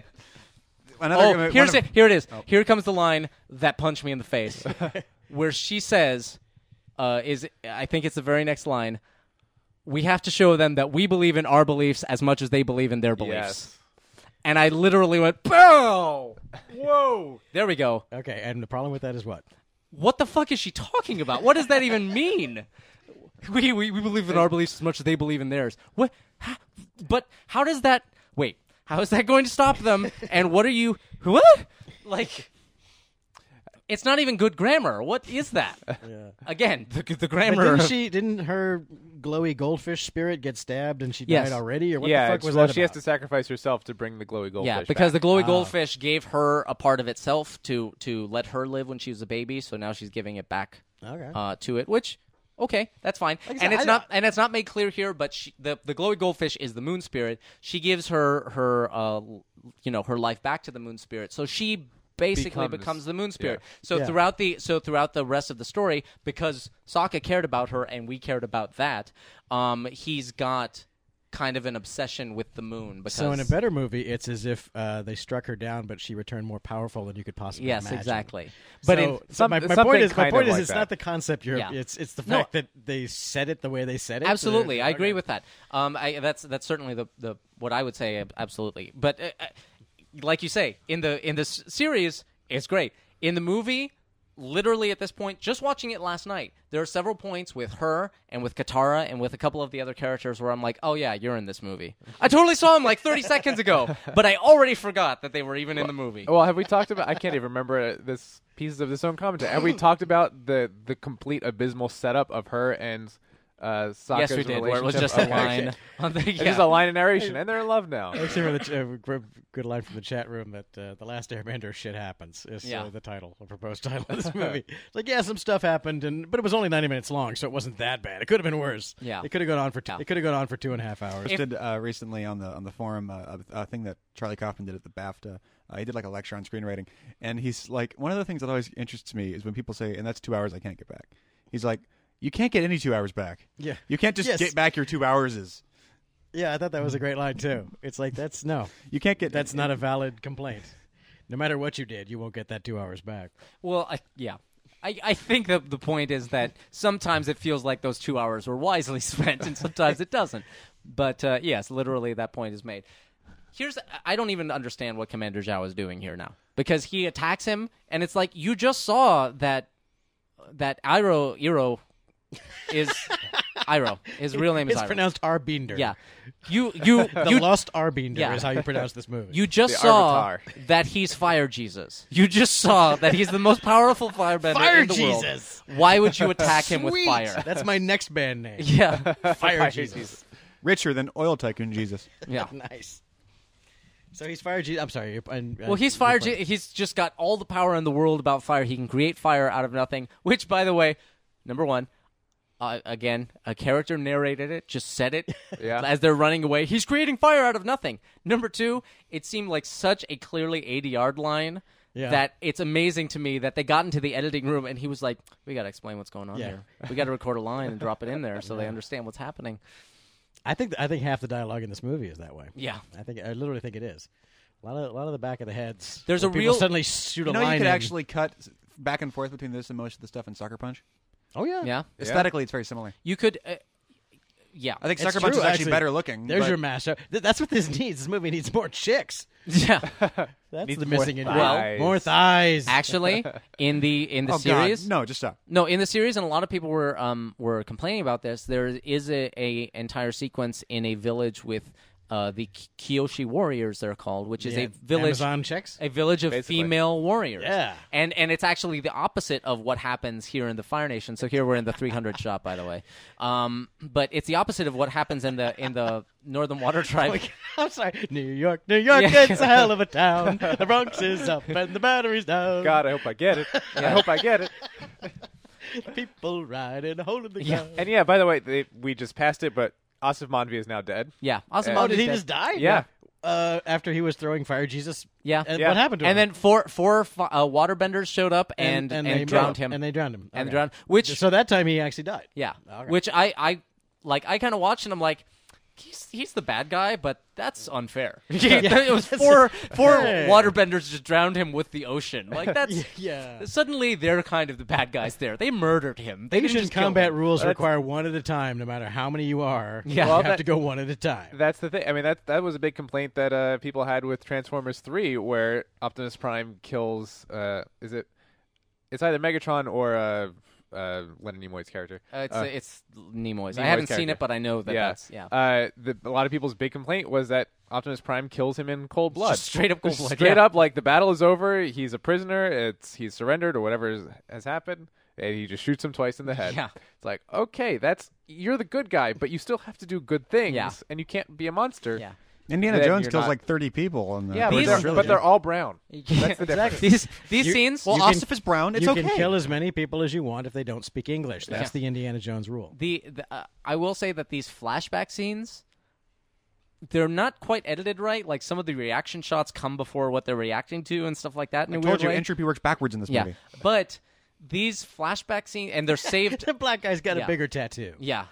Speaker 2: Another,
Speaker 4: Oh,
Speaker 2: one
Speaker 4: here's
Speaker 2: of-
Speaker 4: it. Here it is. Here comes the line that punched me in the face, where she says, uh, "Is I think it's the very next line. We have to show them that we believe in our beliefs as much as they believe in their beliefs."
Speaker 5: yes,
Speaker 4: and I literally went, "Bro, whoa!" There we go.
Speaker 3: Okay, and the problem with that is what?
Speaker 4: What the fuck is she talking about? What does that even mean? We, we we believe in our beliefs as much as they believe in theirs. What? Ha, but how does that? Wait, how is that going to stop them? And what are you? What? Like, it's not even good grammar. What is that? Again, the, the
Speaker 3: But
Speaker 4: grammar.
Speaker 3: didn't she? Didn't her glowy goldfish spirit get stabbed and she
Speaker 4: Yes.
Speaker 3: died already? Or what
Speaker 5: yeah,
Speaker 3: the fuck
Speaker 5: it's-
Speaker 3: was
Speaker 5: well,
Speaker 3: that
Speaker 5: she
Speaker 3: about?
Speaker 5: has to sacrifice herself to bring the glowy goldfish.
Speaker 4: Yeah, because the
Speaker 5: back.
Speaker 3: Ah.
Speaker 4: glowy goldfish gave her a part of itself to to let her live when she was a baby. So now she's giving it back
Speaker 3: Okay.
Speaker 4: uh, to it, which okay, that's fine.
Speaker 3: I said,
Speaker 4: and it's
Speaker 3: I
Speaker 4: not and it's not made clear here, but she, the the glowy goldfish is the moon spirit. She gives her her uh, l- you know her life back to the moon spirit. So she basically becomes,
Speaker 5: Becomes-
Speaker 4: the moon spirit.
Speaker 5: yeah.
Speaker 4: So
Speaker 3: Yeah.
Speaker 4: throughout the so throughout the rest of the story, because Sokka cared about her and we cared about that, um, he's got kind of an obsession with the moon. Because
Speaker 3: So in a better movie, it's as if uh, they struck her down, but she returned more powerful than you could possibly
Speaker 4: Yes,
Speaker 3: imagine.
Speaker 4: exactly. But
Speaker 3: But
Speaker 4: in-
Speaker 5: some-
Speaker 3: my, my
Speaker 5: something
Speaker 3: point is, my
Speaker 5: kind
Speaker 3: point
Speaker 5: of
Speaker 3: is,
Speaker 5: like
Speaker 3: it's
Speaker 5: that.
Speaker 3: not the concept. You're,
Speaker 4: Yeah.
Speaker 3: it's it's the
Speaker 4: No.
Speaker 3: fact that they said it the way they said it. uh,
Speaker 4: Absolutely, I agree
Speaker 3: okay.
Speaker 4: with that. Um, I, that's that's certainly the, the what I would say. ab- Absolutely, but uh, uh, like you say, in the in this series, it's great. In the movie, literally at this point, just watching it last night, there are several points with her and with Katara and with a couple of the other characters where I'm like, oh yeah, you're in this movie. I totally saw him like 30 seconds ago, but I already forgot that they were even in the movie.
Speaker 5: Oh, Well, have we talked about? I can't even remember uh, this pieces of this own commentary. Have we talked about the the complete abysmal setup of her and uh, Sokka's
Speaker 4: yes, we did. Where it was
Speaker 5: relationship?
Speaker 4: just a
Speaker 5: Okay.
Speaker 4: line. on the-
Speaker 5: It's just
Speaker 4: yeah.
Speaker 5: a line of narration, and they're in love now.
Speaker 3: I actually read a ch- a gr- good line from the chat room that uh, the last Airbender shit happens is
Speaker 4: Yeah.
Speaker 3: uh, the title, the proposed title of this movie. it's like, yeah, some stuff happened, and but it was only ninety minutes long, so it wasn't that bad. It could have been worse.
Speaker 4: Yeah.
Speaker 3: it could have gone on for t-
Speaker 4: Yeah.
Speaker 3: it could have gone on for two and a half hours.
Speaker 2: posted uh, recently on the on the forum uh, a, a thing that Charlie Kaufman did at the BAFTA. Uh, he did like a lecture on screenwriting, and he's like, one of the things that always interests me is when people say, "And that's two hours I can't get back." He's like, "You can't get any two hours back.
Speaker 3: Yeah.
Speaker 2: you can't just
Speaker 3: Yes.
Speaker 2: get back your two hourses.
Speaker 3: yeah, I thought that was a great line too. It's like that's no,
Speaker 2: You can't get
Speaker 3: that's not a valid complaint. No matter what you did, you won't get that two hours back.
Speaker 4: Well, I, yeah. I, I think that the point is that sometimes it feels like those two hours were wisely spent, and sometimes it doesn't. But uh, yes, literally that point is made. Here's I don't even understand what Commander Zhao is doing here now because he attacks him, and it's like you just saw that that Iro Iro is Iro. His real name is
Speaker 3: It's
Speaker 4: Iroh.
Speaker 3: pronounced Arbinder.
Speaker 4: Yeah, you you
Speaker 3: the
Speaker 4: you
Speaker 3: lost Arbinder
Speaker 4: Yeah.
Speaker 3: is how you pronounce this movie.
Speaker 4: you just
Speaker 5: The
Speaker 4: saw
Speaker 5: Arbitar.
Speaker 4: that he's Fire Jesus. You just saw that he's the most powerful firebender
Speaker 3: Fire
Speaker 4: in the
Speaker 3: Jesus.
Speaker 4: world. Why would you attack him with
Speaker 3: Sweet!
Speaker 4: fire?
Speaker 3: That's my next band name.
Speaker 4: yeah,
Speaker 3: Fire,
Speaker 5: Fire
Speaker 3: Jesus.
Speaker 5: Jesus.
Speaker 2: richer than oil tycoon Jesus.
Speaker 4: yeah.
Speaker 3: nice. So he's fire Jesus. I'm sorry. you're- and-
Speaker 4: Well,
Speaker 3: and-
Speaker 4: he's fire. Je- he's just got all the power in the world about fire. He can create fire out of nothing. Which, by the way, number one. Uh, again, a character narrated it, just said it
Speaker 5: Yeah.
Speaker 4: as they're running away. He's creating fire out of nothing. Number two, it seemed like such a clearly 80 yard line
Speaker 3: Yeah.
Speaker 4: that it's amazing to me that they got into the editing room and he was like, We got to explain what's going on
Speaker 3: Yeah.
Speaker 4: here. We got to record a line and drop it in there so they understand what's happening.
Speaker 3: I think I think half the dialogue in this movie is that way.
Speaker 4: Yeah.
Speaker 3: I think I literally think it is. A lot of a lot of the back of the heads.
Speaker 4: There's
Speaker 3: where
Speaker 4: a
Speaker 3: people
Speaker 4: real-
Speaker 3: suddenly shoot
Speaker 2: You
Speaker 3: a
Speaker 2: know,
Speaker 3: line.
Speaker 2: you could
Speaker 3: in.
Speaker 2: actually cut back and forth between this and most of the stuff in Sucker Punch.
Speaker 3: Oh yeah.
Speaker 4: Yeah.
Speaker 2: Aesthetically, it's very similar.
Speaker 4: You could, uh, yeah.
Speaker 2: I think
Speaker 3: It's
Speaker 2: Sucker
Speaker 3: true,
Speaker 2: Punch is actually,
Speaker 3: actually.
Speaker 2: better looking.
Speaker 3: There's
Speaker 2: but-
Speaker 3: your mashup. Th- that's what this needs. This movie needs more chicks.
Speaker 4: yeah.
Speaker 3: That's
Speaker 5: Needs
Speaker 3: the
Speaker 5: more
Speaker 3: missing
Speaker 5: thighs.
Speaker 3: more thighs.
Speaker 4: Actually, in the in the
Speaker 2: Oh, God.
Speaker 4: series,
Speaker 2: No, just stop.
Speaker 4: No, in the series, and a lot of people were um, were complaining about this. There is a, a entire sequence in a village with uh, the Ki- Kyoshi warriors. They're called, which is
Speaker 3: Yeah,
Speaker 4: a village
Speaker 3: Amazon chicks.
Speaker 4: a village of
Speaker 5: Basically.
Speaker 4: female warriors.
Speaker 3: Yeah.
Speaker 4: and and it's actually the opposite of what happens here in the Fire Nation. So here we're in the 300 shop, by the way. Um, but it's the opposite of what happens in the in the Northern Water Tribe.
Speaker 3: I'm sorry. New York, New York,
Speaker 4: Yeah.
Speaker 3: it's a hell of a town. The Bronx is up and the battery's down.
Speaker 5: God, I hope I get it. I hope I get it.
Speaker 3: People riding, holding the
Speaker 4: Yeah.
Speaker 3: ground.
Speaker 5: And yeah, by the way, they, we just passed it, but Asif Manvi is now dead.
Speaker 4: yeah, awesome.
Speaker 5: Oh,
Speaker 3: Oh, did he
Speaker 4: Dead.
Speaker 3: just die?
Speaker 5: Yeah.
Speaker 3: Uh, after he was throwing fire Jesus.
Speaker 4: Yeah.
Speaker 3: And
Speaker 5: Yeah.
Speaker 3: What happened to
Speaker 4: And
Speaker 3: him?
Speaker 4: then four four fi- uh, waterbenders showed up and and,
Speaker 3: they drown-
Speaker 4: drowned him
Speaker 3: And they drowned him.
Speaker 4: and
Speaker 3: Okay.
Speaker 4: drowned. Which
Speaker 3: So that time he actually died.
Speaker 4: Yeah.
Speaker 3: Okay.
Speaker 4: Which I, I like I kind of watched and I'm like he's he's the bad guy, but that's unfair.
Speaker 3: Yeah.
Speaker 4: it was four four
Speaker 3: Hey.
Speaker 4: waterbenders just drowned him with the ocean. Like that's
Speaker 3: Yeah.
Speaker 4: Suddenly they're kind of the bad guys there. They murdered him. They didn't
Speaker 3: Asian
Speaker 4: just kill
Speaker 3: combat
Speaker 4: him.
Speaker 3: rules require one at a time, no matter how many you are.
Speaker 4: Yeah.
Speaker 3: you
Speaker 4: Well,
Speaker 3: have
Speaker 5: that-
Speaker 3: to go one at a time.
Speaker 5: That's the thing. I mean, that that was a big complaint that uh, people had with Transformers Three, where Optimus Prime kills. Uh, is it? It's either Megatron or uh, uh, Leonard Nimoy's character.
Speaker 4: Uh, it's
Speaker 5: Uh,
Speaker 4: it's Nimoy's. I
Speaker 5: Nimoy's
Speaker 4: haven't seen
Speaker 5: character.
Speaker 4: it, but I know that that's yeah.
Speaker 5: Uh, the, a lot of people's big complaint was that Optimus Prime kills him in cold blood.
Speaker 4: Just straight up cold blood,
Speaker 5: Straight
Speaker 4: yeah.
Speaker 5: up, like the battle is over. He's a prisoner. It's he's surrendered or whatever is, has happened, and he just shoots him twice in the head.
Speaker 4: Yeah.
Speaker 5: It's like okay, that's you're the good guy, but you still have to do good things,
Speaker 4: Yeah.
Speaker 5: and you can't be a monster.
Speaker 4: Yeah.
Speaker 2: Indiana
Speaker 5: Then
Speaker 2: Jones
Speaker 5: you're
Speaker 2: kills
Speaker 5: not-
Speaker 2: like 30 people on the
Speaker 5: Yeah, but
Speaker 2: first
Speaker 4: These-
Speaker 5: they're, but
Speaker 2: trilogy.
Speaker 5: they're all brown. That's the difference.
Speaker 4: These these
Speaker 3: You-
Speaker 4: scenes.
Speaker 2: well,
Speaker 3: you can-
Speaker 2: Osip is brown. It's
Speaker 3: you
Speaker 2: okay.
Speaker 3: can kill as many people as you want if they don't speak English. That's
Speaker 4: Yeah.
Speaker 3: the Indiana Jones rule.
Speaker 4: the, the uh, I will say that these flashback scenes they're not quite edited right. Like some of the reaction shots come before what they're reacting to and stuff like that. In a
Speaker 2: I
Speaker 4: weird
Speaker 2: told you,
Speaker 4: way.
Speaker 2: entropy works backwards in this
Speaker 4: yeah,
Speaker 2: movie.
Speaker 4: but these flashback scenes and they're saved.
Speaker 3: The black guy's got
Speaker 4: Yeah.
Speaker 3: a bigger tattoo.
Speaker 4: yeah.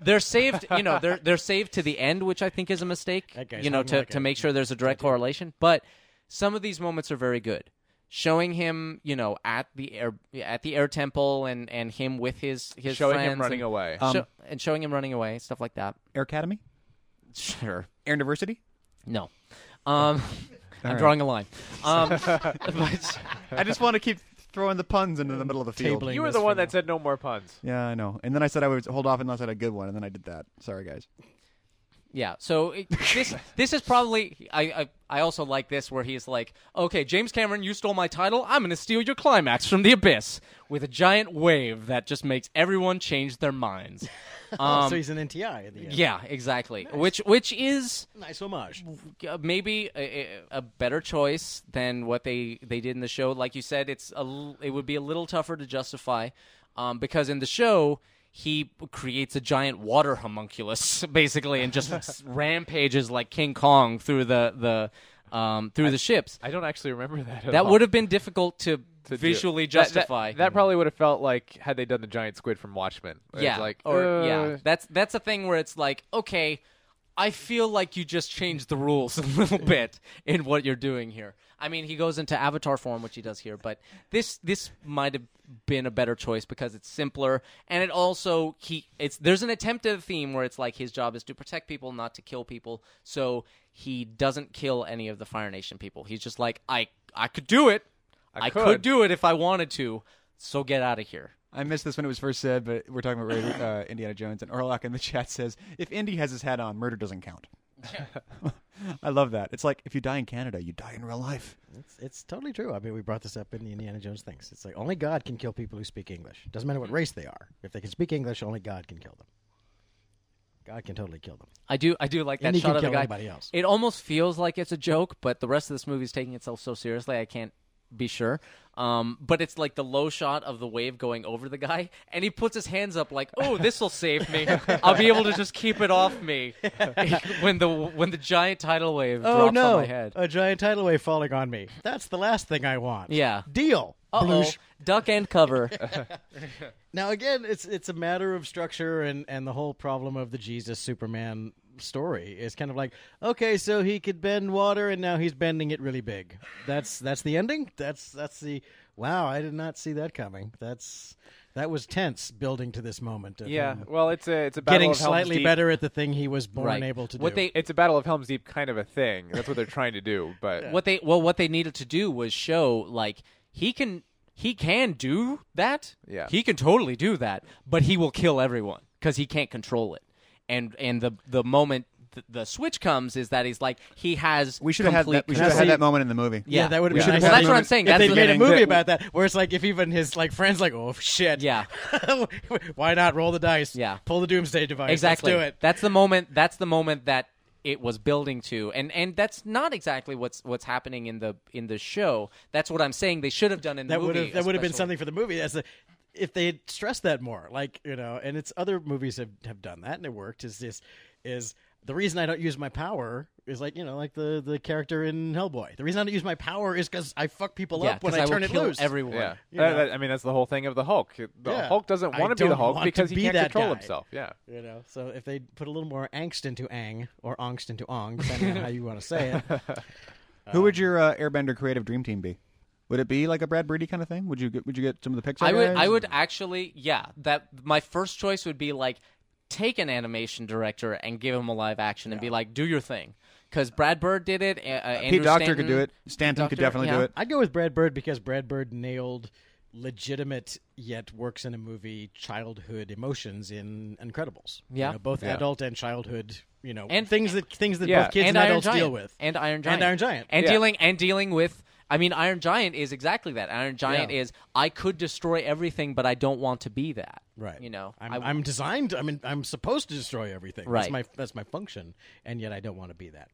Speaker 4: they're saved, you know. They're they're saved to the end, which I think is a mistake.
Speaker 3: That guy's
Speaker 4: You know,
Speaker 3: hung
Speaker 4: to,
Speaker 3: like
Speaker 4: to
Speaker 3: a-
Speaker 4: make sure there's a direct correlation. But some of these moments are very good, showing him, you know, at the air at the air temple and and him with his his
Speaker 5: Showing
Speaker 4: friends
Speaker 5: him running
Speaker 4: and-
Speaker 5: away.
Speaker 4: Sho- and showing him running away, stuff like that.
Speaker 2: Air Academy?
Speaker 4: Sure.
Speaker 2: Air Diversity?
Speaker 4: No. Um, I'm drawing a line. Um, but
Speaker 2: I just want to keep throwing the puns into the middle of the field.
Speaker 3: Tabling.
Speaker 5: you were
Speaker 3: this
Speaker 5: the one
Speaker 3: for now.
Speaker 5: that said no more puns.
Speaker 2: Yeah, I know. And then I said I would hold off unless I had a good one, and then I did that. Sorry, guys.
Speaker 4: yeah, so it- this this is probably I, I I also like this where he's like, okay, James Cameron, you stole my title. I'm gonna steal your climax from the abyss with a giant wave that just makes everyone change their minds. Um,
Speaker 3: Oh, so he's an NTI in the end.
Speaker 4: yeah, exactly. Which which is
Speaker 3: Nice homage.
Speaker 4: uh, maybe a, a a better choice than what they they did in the show. Like you said, it's a l- it would be a little tougher to justify, um, because in the show he creates a giant water homunculus basically and just s- rampages like King Kong through the the um, through the ships.
Speaker 5: I don't actually remember that. At
Speaker 4: That
Speaker 5: all.
Speaker 4: would have been difficult to,
Speaker 5: to do.
Speaker 4: visually
Speaker 5: That- that-
Speaker 4: justify.
Speaker 5: That, probably would have felt like had they done the giant squid from Watchmen. It was
Speaker 4: yeah,
Speaker 5: like
Speaker 4: or
Speaker 5: uh,
Speaker 4: yeah, that's that's a thing where it's like okay. I feel like you just changed the rules a little bit in what you're doing here. I mean, he goes into avatar form, which he does here, but this this might have been a better choice because it's simpler and it also he it's there's an attempted theme where it's like his job is to protect people, not to kill people. So he doesn't kill any of the Fire Nation people. He's just like I I could do it. I, could.
Speaker 5: could.
Speaker 4: do it if I wanted to. So get out of here.
Speaker 2: I missed this when it was first said, but we're talking about uh, Indiana Jones, and Orlock in the chat says, if Indy has his hat on, murder doesn't count. I love that. It's like if you die in Canada, you die in real life.
Speaker 3: It's, it's totally true. I mean, we brought this up in the Indiana Jones things. It's like only God can kill people who speak English. Doesn't matter what
Speaker 4: Hmm.
Speaker 3: race they are. If they can speak English, only God can kill them. God can totally kill them.
Speaker 4: I do, I do like that
Speaker 3: And he
Speaker 4: shot
Speaker 3: can
Speaker 4: of the
Speaker 3: kill
Speaker 4: guy.
Speaker 3: anybody else.
Speaker 4: It almost feels like it's a joke, but the rest of this movie is taking itself so seriously, I can't be sure. Um, but it's like the low shot of the wave going over the guy, and he puts his hands up like, "Oh, this will save me. I'll be able to just keep it off me when the when the giant tidal wave
Speaker 3: Oh,
Speaker 4: drops on my head."
Speaker 3: A giant tidal wave falling on me. That's the last thing I want.
Speaker 4: Yeah.
Speaker 3: Deal.
Speaker 4: Uh-oh.
Speaker 3: Bloosh.
Speaker 4: Duck and cover.
Speaker 3: Now again, it's it's a matter of structure and and the whole problem of the Jesus Superman story is kind of like okay, so he could bend water and now he's bending it really big. That's that's the ending. That's that's the wow. I did not see that coming. That's that was tense building to this moment. Of
Speaker 5: Yeah,
Speaker 3: him
Speaker 5: well, it's a it's a battle
Speaker 3: getting
Speaker 5: of Helm's
Speaker 3: slightly
Speaker 5: Deep.
Speaker 3: better at the thing he was born
Speaker 4: Right.
Speaker 3: able to
Speaker 4: What
Speaker 3: do.
Speaker 4: they-
Speaker 5: It's a battle of Helm's Deep kind of a thing. That's what they're trying to do. But
Speaker 4: what they well what they needed to do was show like he can he can do that
Speaker 5: Yeah.
Speaker 4: he can totally do that but he will kill everyone because he can't control it and and the the moment th- the switch comes is that he's like he has
Speaker 2: We should have had
Speaker 4: complete
Speaker 2: that. We should have
Speaker 4: control.
Speaker 2: had that moment in the movie.
Speaker 3: yeah, that would have been
Speaker 2: should've
Speaker 3: nice.
Speaker 2: had
Speaker 4: well, that's
Speaker 2: that
Speaker 4: what I'm
Speaker 2: moment.
Speaker 4: saying
Speaker 3: If
Speaker 4: that's
Speaker 3: they
Speaker 4: the
Speaker 3: made a
Speaker 4: thing.
Speaker 3: movie about that, where it's like if even his like friends like, oh shit,
Speaker 4: Yeah.
Speaker 3: why not roll the dice?
Speaker 4: Yeah.
Speaker 3: pull the doomsday device. Let's
Speaker 4: exactly
Speaker 3: do it.
Speaker 4: that's the moment that's the moment that it was building to and and that's not exactly what's what's happening in the in the show that's what i'm saying they should have done in the
Speaker 3: that would
Speaker 4: movie
Speaker 3: have that would have been
Speaker 4: especially.
Speaker 3: something for the movie. That's a, if they had stressed that more, like you know, and it's other movies have, have done that and it worked. Is this is the reason I don't use my power is like you know like the the character in Hellboy. The reason I don't use my power is because I fuck people
Speaker 4: yeah,
Speaker 3: up when
Speaker 4: 'cause
Speaker 3: I,
Speaker 4: will
Speaker 3: turn it
Speaker 4: kill
Speaker 3: loose.
Speaker 4: Everyone.
Speaker 5: Yeah,
Speaker 3: You know.
Speaker 5: Uh, that- I mean that's the whole thing of the Hulk. The
Speaker 3: Yeah.
Speaker 5: Hulk doesn't
Speaker 3: I
Speaker 5: want to be the
Speaker 3: don't
Speaker 5: Hulk
Speaker 3: want to
Speaker 5: because he
Speaker 3: be
Speaker 5: can't
Speaker 3: that
Speaker 5: control
Speaker 3: guy.
Speaker 5: himself. Yeah,
Speaker 3: You know, so if they put a little more angst into Ang or angst into Ong, depending on how you want to say it,
Speaker 2: Who would your uh, Airbender creative dream team be? Would it be like a Brad Brady kind of thing? Would you get, would you get some of the Pixar?
Speaker 4: I would
Speaker 2: guys?
Speaker 4: I would actually yeah that my first choice would be like take an animation director and give him a live action and be like do your thing because Brad Bird did it. Uh, uh, Andrew
Speaker 2: Pete Doctor
Speaker 4: Stanton-
Speaker 2: could do it. Stanton could
Speaker 4: Doctor,
Speaker 2: definitely do
Speaker 4: yeah.
Speaker 2: it.
Speaker 3: I'd go with Brad Bird because Brad Bird nailed legitimate yet works in a movie childhood emotions in Incredibles. You
Speaker 4: Yeah.
Speaker 3: know, both
Speaker 5: Yeah.
Speaker 3: adult and childhood. You know,
Speaker 4: And-
Speaker 3: things that things that
Speaker 5: Yeah.
Speaker 3: both kids and,
Speaker 4: Iron
Speaker 3: adults
Speaker 4: Giant.
Speaker 3: deal with.
Speaker 4: and Iron Giant
Speaker 3: And Iron Giant.
Speaker 4: and
Speaker 5: Yeah.
Speaker 4: dealing and dealing with. I mean, Iron Giant is exactly that. Iron Giant
Speaker 3: Yeah.
Speaker 4: is I could destroy everything, but I don't want to be that.
Speaker 3: Right.
Speaker 4: You know.
Speaker 3: I'm,
Speaker 4: I-
Speaker 3: I'm designed. I mean, I'm supposed to destroy everything.
Speaker 4: Right.
Speaker 3: That's my that's my function, and yet I don't want to be that.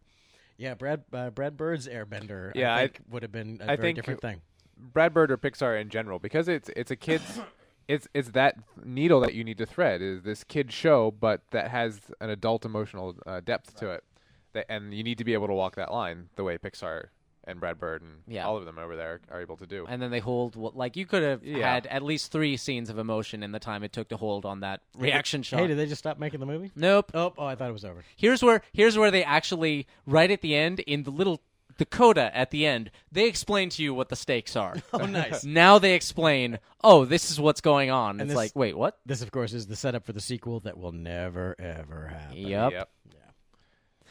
Speaker 3: Yeah, Brad uh, Brad Bird's Airbender. I
Speaker 5: Yeah, I-
Speaker 3: think would have been a
Speaker 5: I
Speaker 3: very
Speaker 5: think-
Speaker 3: different thing.
Speaker 5: Brad Bird or Pixar in general because it's it's a kids. It's, it's that needle that you need to thread is this kid show, but that has an adult emotional uh, depth to it, that, and you need to be able to walk that line the way Pixar and Brad Bird and
Speaker 4: Yeah.
Speaker 5: all of them over there are able to do.
Speaker 4: and then they hold what like you could have
Speaker 5: Yeah.
Speaker 4: had at least three scenes of emotion in the time it took to hold on that reaction shot.
Speaker 3: Hey, did they just stop making the movie?
Speaker 4: nope.
Speaker 3: Oh, oh, I thought it was over.
Speaker 4: Here's where here's where they actually right at the end in the little the coda at the end they explain to you what the stakes are.
Speaker 3: Oh, nice.
Speaker 4: now they explain. Oh, this is what's going on. it's
Speaker 3: this-
Speaker 4: like wait what?
Speaker 3: This, of course, is the setup for the sequel that will never ever happen.
Speaker 4: Yep.
Speaker 5: Yep.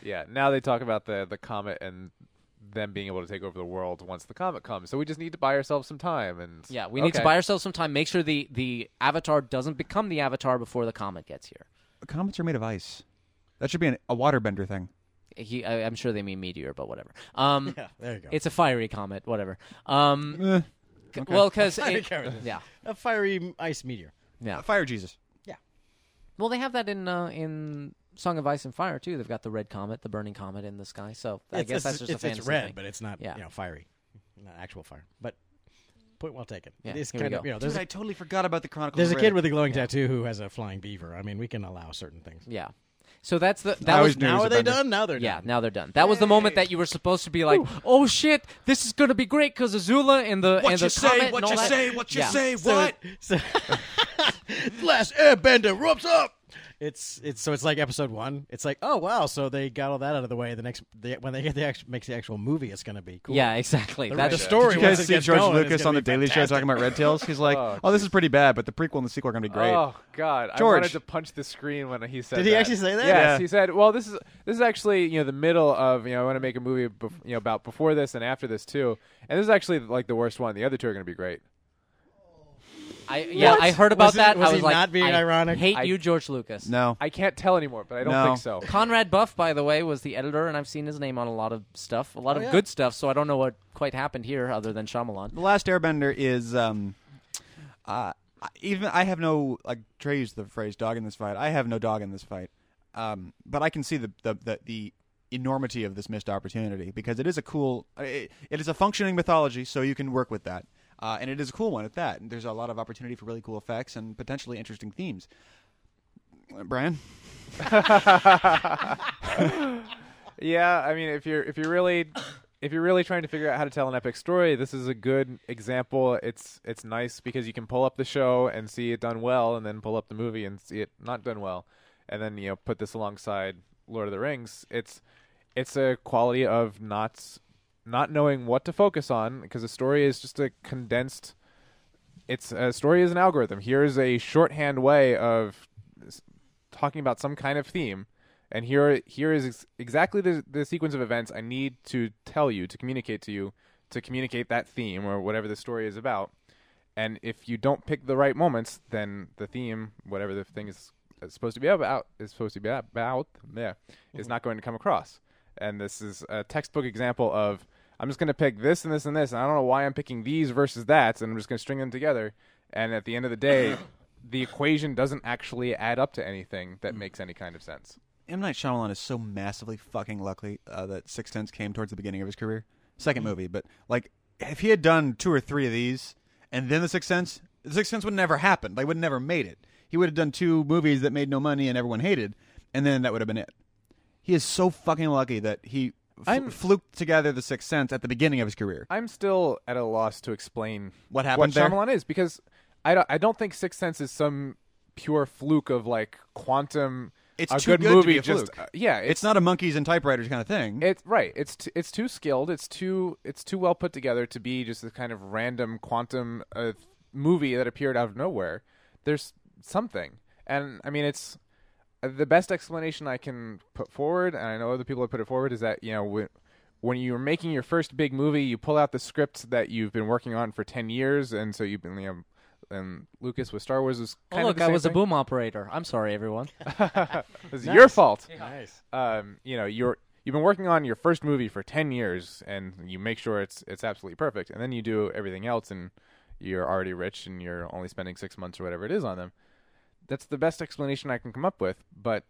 Speaker 5: Yeah. Now they talk about the the comet and them being able to take over the world once the comet comes. So we just need to buy ourselves some time and
Speaker 4: Yeah, we need to
Speaker 5: Okay.
Speaker 4: buy ourselves some time. Make sure the the avatar doesn't become the avatar before the comet gets here.
Speaker 2: Comets are made of ice. That should be an, a waterbender thing.
Speaker 4: He, I, I'm sure they mean meteor, but whatever. Um,
Speaker 3: Yeah, there you go.
Speaker 4: it's a fiery comet, whatever. Um,
Speaker 2: Eh,
Speaker 4: c- well, because
Speaker 3: Fiery comet.
Speaker 4: yeah,
Speaker 3: a fiery ice meteor.
Speaker 4: yeah.
Speaker 2: Fire Jesus.
Speaker 4: Well, they have that in uh, in Song of Ice and Fire too. They've got the red comet, the burning comet in the sky. So I
Speaker 3: It's-
Speaker 4: guess
Speaker 3: it's,
Speaker 4: that's just
Speaker 3: it's,
Speaker 4: a fantasy
Speaker 3: it's red,
Speaker 4: thing.
Speaker 3: but it's not
Speaker 4: Yeah.
Speaker 3: you know fiery, not actual fire. But point well taken.
Speaker 4: Yeah,
Speaker 3: It's
Speaker 4: here we
Speaker 3: kind
Speaker 4: go.
Speaker 3: of you know there's a,
Speaker 2: totally forgot about the Chronicles.
Speaker 3: there's a kid with a glowing tattoo who has a flying beaver. I mean, we can allow certain things.
Speaker 4: yeah. So that's the
Speaker 2: I
Speaker 4: that was
Speaker 2: always knew
Speaker 3: Now
Speaker 2: There's
Speaker 3: are
Speaker 2: a
Speaker 3: they
Speaker 2: bender.
Speaker 3: done? Now they're
Speaker 4: Yeah,
Speaker 3: done.
Speaker 4: now they're done. That was the moment that you were supposed to be like, "Oh shit, this is gonna be great because Azula and the and the comet and all that." Yeah.
Speaker 3: What? So, last airbender ropes up. It's it's so it's like episode one. It's like oh wow, so they got all that out of the way. The next the, when they get the actual, makes the actual movie, it's gonna be cool.
Speaker 4: Yeah, exactly.
Speaker 3: the,
Speaker 4: That's
Speaker 3: the story.
Speaker 2: Did you
Speaker 3: once
Speaker 2: guys
Speaker 3: it
Speaker 2: see
Speaker 3: gets
Speaker 2: George
Speaker 3: going, it's
Speaker 2: Lucas
Speaker 3: gonna
Speaker 2: on the
Speaker 3: be
Speaker 2: Daily Show
Speaker 3: fantastic.
Speaker 2: talking about Red Tails? He's like, "Oh, this is pretty bad, but the prequel and the sequel are going to be great."
Speaker 5: Oh God! I
Speaker 2: George.
Speaker 5: wanted to punch the screen when he said.
Speaker 3: Did he
Speaker 5: that.
Speaker 3: actually say that?
Speaker 5: Yes,
Speaker 2: Yeah.
Speaker 5: he said. Well, this is this is actually you know the middle of you know I want to make a movie bef- you know about before this and after this too, and this is actually like the worst one. The other two are going to be great.
Speaker 4: I yeah, I heard about
Speaker 3: Was he-
Speaker 4: that.
Speaker 3: was
Speaker 4: I was
Speaker 3: he
Speaker 4: like,
Speaker 3: not being
Speaker 4: I
Speaker 3: ironic?
Speaker 4: Hate
Speaker 5: I-
Speaker 4: you, George Lucas.
Speaker 2: No,
Speaker 5: I can't tell anymore, but I don't
Speaker 2: No.
Speaker 5: think so.
Speaker 4: Conrad Buff, by the way, was the editor, and I've seen his name on a lot of stuff, a lot of
Speaker 3: Oh, yeah.
Speaker 4: good stuff. So I don't know what quite happened here, other than Shyamalan.
Speaker 2: The Last Airbender is um, uh, I- even I have no like Trey used the phrase "dog in this fight." I have no dog in this fight, um, but I can see the the the, the enormity of this missed opportunity because it is a cool it, it is a functioning mythology, so you can work with that, uh, and it is a cool one at that. And there's a lot of opportunity for really cool effects and potentially interesting themes. Uh, Brian,
Speaker 5: Yeah, I mean, if you're if you're really if you're really trying to figure out how to tell an epic story, this is a good example. It's it's nice because you can pull up the show and see it done well, and then pull up the movie and see it not done well, and then you know put this alongside Lord of the Rings. It's it's a quality of not not knowing what to focus on because the story is just a condensed it's a story is an algorithm. Here is a shorthand way of s- talking about some kind of theme, and here here is ex- exactly the the sequence of events I need to tell you to communicate to you to communicate that theme or whatever the story is about. And if you don't pick the right moments, then the theme, whatever the thing is is supposed to be about, is supposed to be about, yeah, is not going to come across. And this is a textbook example of I'm just going to pick this and this and this, and I don't know why I'm picking these versus that, and I'm just going to string them together. And at the end of the day, the equation doesn't actually add up to anything that makes any kind of sense.
Speaker 2: M Night Shyamalan is so massively fucking lucky uh, that Sixth Sense came towards the beginning of his career, 2nd movie. But like, if he had done two or three of these and then the Sixth Sense, the Sixth Sense would never happen. They would never made it. He would have done two movies that made no money and everyone hated, and then that would have been it. He He is so fucking lucky that he fl-
Speaker 5: I'm-
Speaker 2: fluked together The Sixth Sense at the beginning of his career.
Speaker 5: I'm still at a loss to explain
Speaker 2: What
Speaker 5: what
Speaker 2: happened there?
Speaker 5: Shyamalan is because I don't, I don't think Sixth Sense is some pure fluke of like quantum.
Speaker 2: It's
Speaker 5: a
Speaker 2: too
Speaker 5: good
Speaker 2: good to
Speaker 5: movie.
Speaker 2: be a
Speaker 5: just
Speaker 2: fluke.
Speaker 5: uh, yeah, it's,
Speaker 2: It's not a monkeys and typewriters kind of thing.
Speaker 5: It's right. It's t- it's too skilled. It's too it's too well put together to be just this kind of random quantum uh, movie that appeared out of nowhere. There's something, and I mean, it's uh, the best explanation I can put forward, and I know other people have put it forward, is that you know when when you're making your first big movie, you pull out the script that you've been working on for ten years, and so you've been you know, and Lucas with Star Wars is kind
Speaker 4: oh,
Speaker 5: of
Speaker 4: look,
Speaker 5: the
Speaker 4: I
Speaker 5: same
Speaker 4: was
Speaker 5: thing.
Speaker 4: a boom operator. I'm sorry, everyone.
Speaker 5: It's your fault
Speaker 3: Nice.
Speaker 5: um, you know, you're you've been working on your first movie for ten years, and you make sure it's it's absolutely perfect, and then you do everything else, and you're already rich, and you're only spending six months or whatever it is on them. That's the best explanation I can come up with, but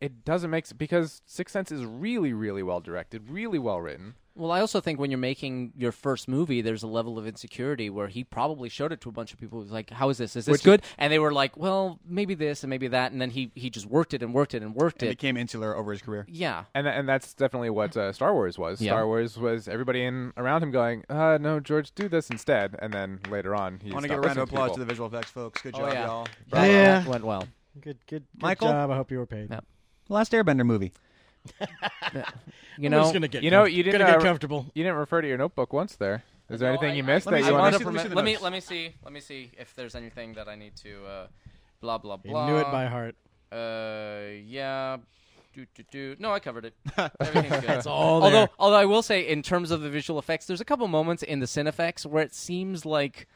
Speaker 5: it doesn't make s- because Sixth Sense is really, really well directed, really well written.
Speaker 4: Well, I also think when you're making your first movie, there's a level of insecurity where he probably showed it to a bunch of people. He was like, "How is this? Is this
Speaker 5: Which-
Speaker 4: good?" And they were like, "Well, maybe this and maybe that." And then he he just worked it and worked it and worked
Speaker 2: It
Speaker 4: it.
Speaker 2: became insular over his career.
Speaker 4: yeah.
Speaker 5: And tha- and that's definitely what uh, Star Wars was.
Speaker 4: Yeah.
Speaker 5: Star Wars was everybody in around him going, uh, "No, George, do this instead." And then later on, he
Speaker 2: I want to
Speaker 5: stopped
Speaker 2: give a round
Speaker 5: listening
Speaker 2: of applause
Speaker 5: people.
Speaker 2: to the visual effects folks. Good
Speaker 4: Oh
Speaker 2: job,
Speaker 4: yeah.
Speaker 2: y'all.
Speaker 4: That
Speaker 3: Yeah.
Speaker 4: went well.
Speaker 3: Good, good, good
Speaker 2: Michael?
Speaker 3: job. I hope you were paid.
Speaker 4: Yeah.
Speaker 2: Last Airbender movie.
Speaker 4: You
Speaker 3: I'm
Speaker 4: know,
Speaker 3: just gonna get
Speaker 5: you know,
Speaker 3: comf-
Speaker 5: you didn't,
Speaker 3: gonna get
Speaker 5: uh,
Speaker 3: comfortable.
Speaker 5: You didn't refer to your notebook once there. Is there anything
Speaker 4: I-
Speaker 5: you
Speaker 4: I-
Speaker 5: missed
Speaker 2: let
Speaker 5: that
Speaker 2: me
Speaker 5: you
Speaker 2: see-
Speaker 4: I
Speaker 5: want
Speaker 4: wanna
Speaker 5: to?
Speaker 2: see- let me
Speaker 4: prevent-
Speaker 2: the
Speaker 4: let me
Speaker 2: notes.
Speaker 4: let me see let me see if there's anything that I need to uh, blah blah
Speaker 3: You
Speaker 4: blah.
Speaker 3: knew it by heart.
Speaker 4: Uh, yeah. Do, do, do. No, I covered it. Everything's good. it's
Speaker 3: all
Speaker 4: although,
Speaker 3: there.
Speaker 4: although I will say, in terms of the visual effects, there's a couple moments in the Cinefex where it seems like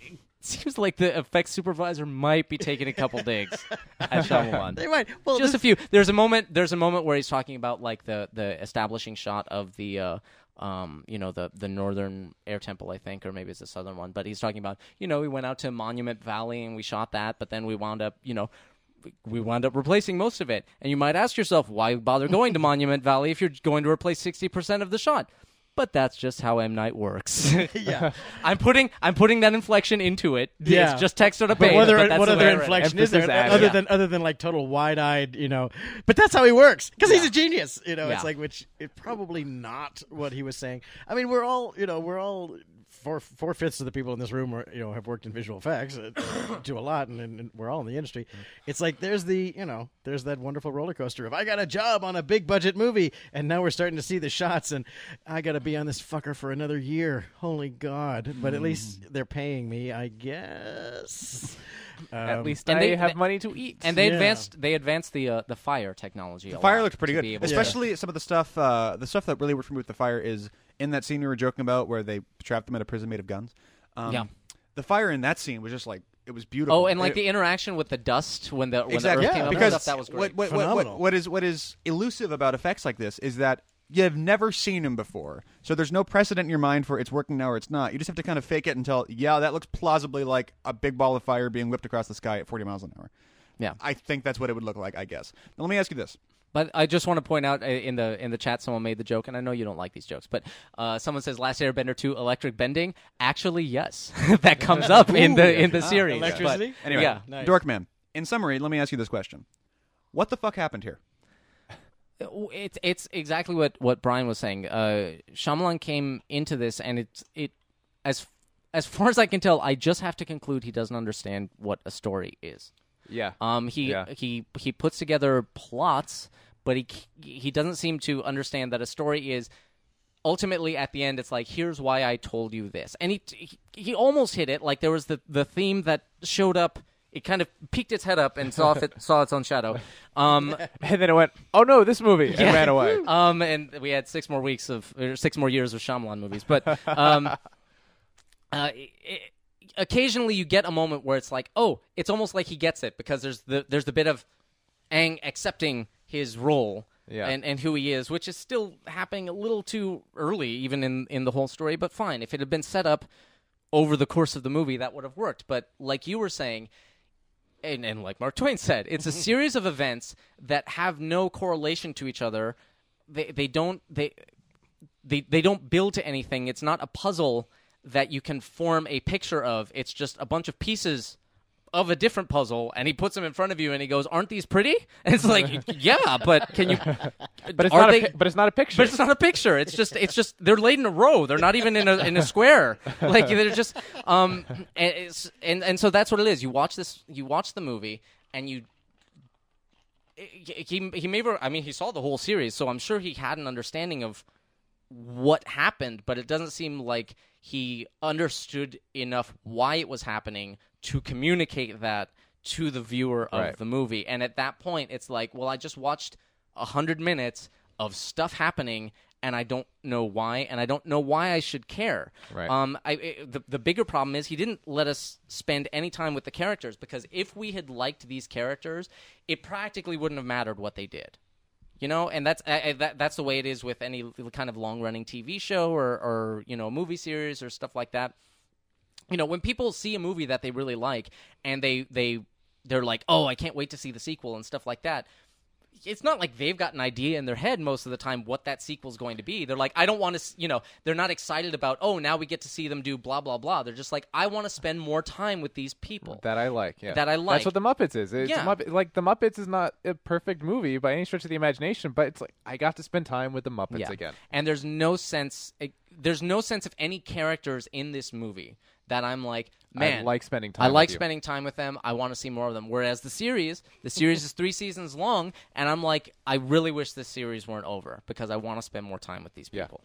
Speaker 4: it seems like the effects supervisor might be taking a couple digs at Shyamalan.
Speaker 3: They might. Well,
Speaker 4: Just a few. There's a moment. There's a moment where he's talking about like the the establishing shot of the. Uh, um, you know the the northern air temple, I think, or maybe it's the southern one. But he's talking about, you know, we went out to Monument Valley and we shot that, but then we wound up, you know, we wound up replacing most of it. And you might ask yourself, why bother going to Monument Valley if you're going to replace sixty percent of the shot? But that's just how M Night works.
Speaker 3: yeah.
Speaker 4: I'm putting I'm putting that inflection into it.
Speaker 3: Yeah.
Speaker 4: It's just text on a page.
Speaker 3: But what other,
Speaker 4: that's
Speaker 3: what
Speaker 4: the
Speaker 3: other
Speaker 4: way I read it.
Speaker 3: inflection is
Speaker 5: Emphasis
Speaker 3: there
Speaker 5: added.
Speaker 3: other
Speaker 5: Yeah.
Speaker 3: than other than like total wide eyed, you know? But that's how he works because he's a genius, you know.
Speaker 4: Yeah.
Speaker 3: It's like which it probably not what he was saying. I mean, we're all you know, we're all four four fifths of the people in this room are you know have worked in visual effects, uh, do a lot, and, and we're all in the industry. It's like there's the you know there's that wonderful roller coaster of I got a job on a big budget movie, and now we're starting to see the shots, and I got to be on this fucker for another year. Holy God! But at least they're paying me, I guess.
Speaker 5: At
Speaker 3: Um,
Speaker 5: least
Speaker 4: and
Speaker 5: I
Speaker 4: they-
Speaker 5: have
Speaker 4: they-
Speaker 5: money to eat.
Speaker 4: And they
Speaker 3: Yeah.
Speaker 4: advanced they advanced the uh, the fire technology. The
Speaker 2: Fire looks pretty
Speaker 4: to be
Speaker 2: good,
Speaker 4: able to-
Speaker 2: especially some of the stuff. Uh, the stuff that really worked for me with the fire is in that scene we were joking about where they trapped them in a prison made of guns. Um,
Speaker 4: Yeah.
Speaker 2: the fire in that scene was just like it was beautiful.
Speaker 4: Oh, and like
Speaker 2: It-
Speaker 4: the interaction with the dust when the when
Speaker 2: exactly
Speaker 4: the earth came
Speaker 3: Yeah,
Speaker 4: up and
Speaker 2: because
Speaker 4: stuff, that was great.
Speaker 2: What, what, what, what,
Speaker 3: Phenomenal.
Speaker 2: what is what is elusive about effects like this is that you have never seen them before, so there's no precedent in your mind for it's working now or it's not. You just have to kind of fake it until yeah, that looks plausibly like a big ball of fire being whipped across the sky at 40 miles an hour.
Speaker 4: Yeah.
Speaker 2: I think that's what it would look like. I guess. Now, let me ask you this.
Speaker 4: But I just want to point out uh, in the in the chat, someone made the joke, and I know you don't like these jokes, but uh, someone says "Last Airbender 2, electric bending." Actually, yes, that comes up in the in the series. but-
Speaker 3: electricity?
Speaker 2: Anyway,
Speaker 4: yeah.
Speaker 3: Nice.
Speaker 2: Dorkman. In summary, let me ask you this question: What the fuck happened here?
Speaker 4: it's it's exactly what what Brian was saying. Uh, Shyamalan came into this, and it's it as as far as I can tell, I just have to conclude he doesn't understand what a story is.
Speaker 5: yeah.
Speaker 4: Um, he
Speaker 5: Yeah.
Speaker 4: he he puts together plots, but he c- he doesn't seem to understand that a story is ultimately at the end it's like here's why I told you this, and he he, he almost hit it. Like there was the the theme that showed up. It kind of peeked its head up and saw if it saw its own shadow. Um,
Speaker 5: and then it went, oh no, this movie, and ran away.
Speaker 4: um, and we had six more weeks of or six more years of Shyamalan movies, but um, uh, i i occasionally you get a moment where it's like, oh, it's almost like he gets it because there's the there's the bit of Ang accepting his role.
Speaker 5: Yeah.
Speaker 4: And, and who he is, which is still happening a little too early, even in, in the whole story. But fine, if it had been set up over the course of the movie, that would have worked. But like you were saying, and, and like Mark Twain said, it's a series of events that have no correlation to each other. They they don't they they they don't build to anything. It's not a puzzle that you can form a picture of. It's just a bunch of pieces of a different puzzle, and he puts them in front of you, and he goes, "Aren't these pretty?" And it's like, "Yeah, but can you?"
Speaker 5: But it's
Speaker 4: are
Speaker 5: not.
Speaker 4: they-
Speaker 5: a, pi- but it's not a picture.
Speaker 4: But it's not a picture. It's just it's just they're laid in a row. They're not even in a in a square. Like they're just um and it's, and and so that's what it is. You watch this. You watch the movie and you. He he may re- I mean he saw the whole series, so I'm sure he had an understanding of what happened, but it doesn't seem like he understood enough why it was happening to communicate that to the viewer of
Speaker 5: Right.
Speaker 4: the movie. And at that point, it's like, well, I just watched a hundred minutes of stuff happening, and I don't know why, and I don't know why I should care.
Speaker 5: Right.
Speaker 4: Um, I, it- the the bigger problem is he didn't let us spend any time with the characters because if we had liked these characters, it practically wouldn't have mattered what they did you know and that's I, I, that, that's the way it is with any l- kind of long running tv show or or you know movie series or stuff like that you know when people see a movie that they really like and they they they're like oh i can't wait to see the sequel and stuff like that it's not like they've got an idea in their head most of the time what that sequel's going to be. They're like, I don't want to, you know, they're not excited about, oh, now we get to see them do blah, blah, blah. They're just like, I want to spend more time with these people.
Speaker 5: That I like. Yeah.
Speaker 4: That I like.
Speaker 5: That's what the Muppets is. It's a
Speaker 4: Yeah.
Speaker 5: Muppet, like the Muppets is not a perfect movie by any stretch of the imagination, but it's like I got to spend time with the Muppets again.
Speaker 4: And there's no sense. eh, There's no sense of any characters in this movie that I'm like, man,
Speaker 5: like spending
Speaker 4: I
Speaker 5: time
Speaker 4: like
Speaker 5: with you."
Speaker 4: spending time with them. I want to see more of them. Whereas the series, the series is three seasons long, and I'm like, I really wish this series weren't over because I want to spend more time with these
Speaker 5: Yeah.
Speaker 4: people.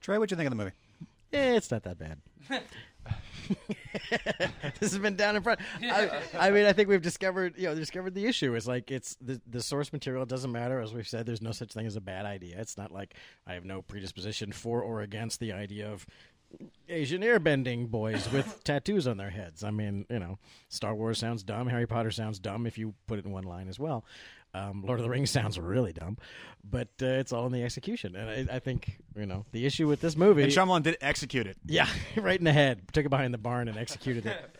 Speaker 2: Trey, what you think of the movie?
Speaker 3: Eh, it's not that bad. this has been down in front. I, I mean, I think we've discovered, you know, discovered the issue is like it's the, the source material doesn't matter. As we've said, there's no such thing as a bad idea. It's not like I have no predisposition for or against the idea of Asian airbending boys with tattoos on their heads. I mean, you know, Star Wars sounds dumb. Harry Potter sounds dumb if you put it in one line as well. Um, Lord of the Rings sounds really dumb, but uh, it's all in the execution. And I, I think, you know, the issue with this movie.
Speaker 2: And Shyamalan did execute it.
Speaker 3: Yeah, right in the head. Took it behind the barn and executed it.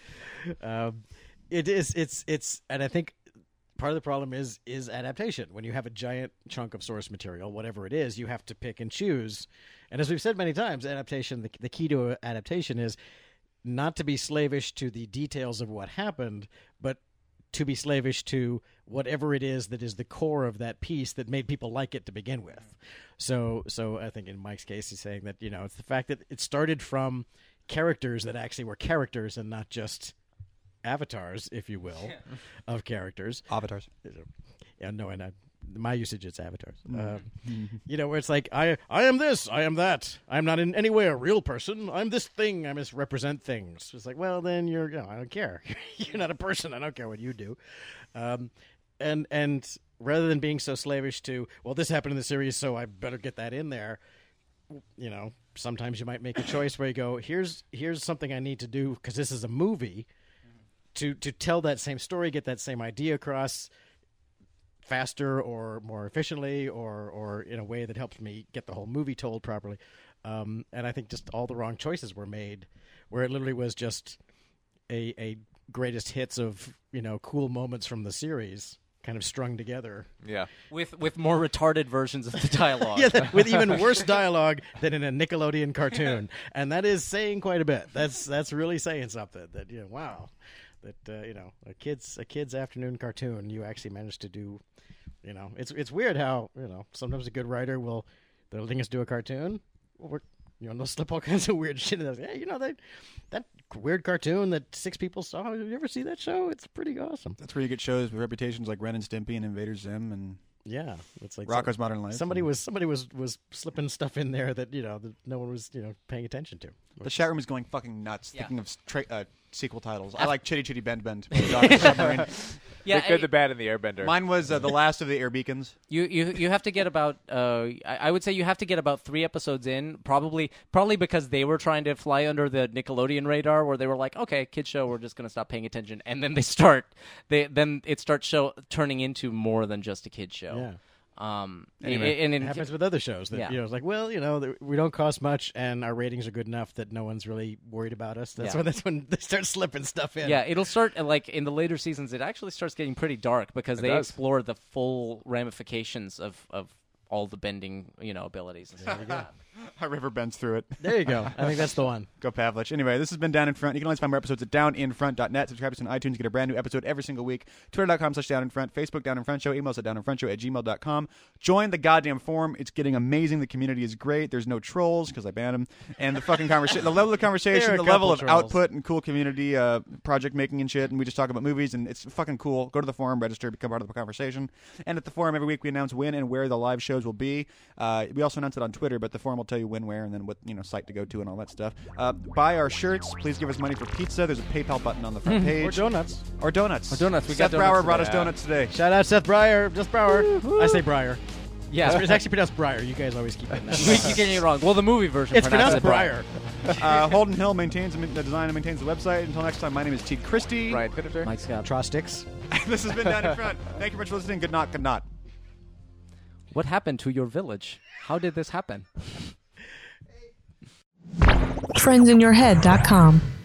Speaker 3: um, it is. It's. It's. And I think part of the problem is is adaptation. When you have a giant chunk of source material, whatever it is, you have to pick and choose. And as we've said many times, adaptation. The, the key to adaptation is not to be slavish to the details of what happened, but to be slavish to whatever it is that is the core of that piece that made people like it to begin with. So, so I think in Mike's case, he's saying that you know it's the fact that it started from characters that actually were characters and not just avatars, if you will, of characters.
Speaker 2: Avatars.
Speaker 3: Yeah, no, and I, my usage it's avatars. Um, you know, where it's like I, I am this, I am that. I'm not in any way a real person. I'm this thing. I misrepresent things. It's like, well, then you're, you know, I don't care. you're not a person. I don't care what you do. Um, and and rather than being so slavish to, well, this happened in the series, so I better get that in there you know sometimes you might make a choice where you go here's here's something i need to do because this is a movie to to tell that same story get that same idea across faster or more efficiently or or in a way that helps me get the whole movie told properly um, and i think just all the wrong choices were made where it literally was just a a greatest hits of you know cool moments from the series kind of strung together
Speaker 5: Yeah.
Speaker 4: With with more retarded versions of the dialogue.
Speaker 3: yeah, that- with even worse dialogue than in a Nickelodeon cartoon, and that is saying quite a bit. That's that's really saying something. That you know, wow, that uh, you know, a kids a kids afternoon cartoon, you actually managed to do. You know, it's it's weird how you know sometimes a good writer will they're letting us do a cartoon. Well, we're you know, they'll slip all kinds of weird shit in there. Yeah, you know that that weird cartoon that six people saw. Did you ever see that show? It's pretty awesome.
Speaker 2: That's where you get shows with reputations like Ren and Stimpy and Invader Zim and
Speaker 3: Yeah, it's like
Speaker 2: Rocco's Modern Life.
Speaker 3: Somebody
Speaker 2: and-
Speaker 3: was somebody was was slipping stuff in there that you know that no one was you know paying attention to.
Speaker 2: The chat room is going fucking nuts
Speaker 4: Yeah.
Speaker 2: thinking of s- tra- uh, sequel titles. I like Chitty Chitty Bend Bend. by Dr. Submarine.
Speaker 4: yeah.
Speaker 5: the good,
Speaker 4: I-
Speaker 5: the bad, and the Airbender.
Speaker 2: Mine was uh, The Last of the Air Beacons.
Speaker 4: You you you have to get about uh I, I would say you have to get about three episodes in probably probably because they were trying to fly under the Nickelodeon radar where they were like okay kid show we're just gonna stop paying attention and then they start they then it starts show turning into more than just a kid show yeah um
Speaker 2: Anyway.
Speaker 4: a- and,
Speaker 3: It
Speaker 4: in-
Speaker 3: happens with other shows that
Speaker 4: Yeah.
Speaker 3: you know it's like well you know th- we don't cost much and our ratings are good enough that no one's really worried about us. That's
Speaker 4: Yeah.
Speaker 3: when that's when they start slipping stuff in.
Speaker 4: yeah it'll start uh, like in the later seasons it actually starts getting pretty dark because they
Speaker 5: does.
Speaker 4: explore the full ramifications of of all the bending you know abilities and stuff like that.
Speaker 2: A river bends through it.
Speaker 3: There you go. I think that's the one.
Speaker 2: Go Pavlich. Anyway, this has been Down in Front. You can always find more episodes at downinfront.net. Subscribe to us on iTunes. Get a brand new episode every single week. Twitter.com slash Down in Front. Facebook Down in Front Show. Emails at downinfrontshow at gmail.com. Join the goddamn forum. It's getting amazing. The community is great. There's no trolls because I banned them. And the fucking conversation, the level of
Speaker 3: There are
Speaker 2: conversation,
Speaker 3: a
Speaker 2: the level of
Speaker 3: couple trolls.
Speaker 2: output and cool community uh, project making and shit. And we just talk about movies and it's fucking cool. Go to the forum, register, become part of the conversation. And at the forum every week we announce when and where the live shows will be. Uh, we also announce it on Twitter, but the forum will tell you when, where, and then what you know site to go to and all that stuff. Uh, buy our shirts. Please give us money for pizza. There's a PayPal button on the front page.
Speaker 3: Or donuts.
Speaker 2: Or donuts.
Speaker 4: Or donuts. We
Speaker 2: Seth
Speaker 4: got donuts
Speaker 2: Brower brought us
Speaker 4: today.
Speaker 2: donuts today.
Speaker 3: Shout out Seth Breyer. Just Breyer. I say Breyer.
Speaker 4: Yeah,
Speaker 3: It's actually pronounced Breyer. You guys always keep it.
Speaker 4: you, you getting it wrong. Well, the movie version.
Speaker 3: It's pronounced
Speaker 4: Briar.
Speaker 3: Breyer.
Speaker 2: Uh, Holden Hill maintains the design and maintains the website. Until next time, my name is T. Christie.
Speaker 5: Ryan Pinter.
Speaker 4: Mike Scott.
Speaker 3: Trostix.
Speaker 2: this has been Down in Front. Thank you very much for listening. Good night. Good night.
Speaker 4: What happened to your village? How did this happen?
Speaker 1: Trendsinyourhead.com.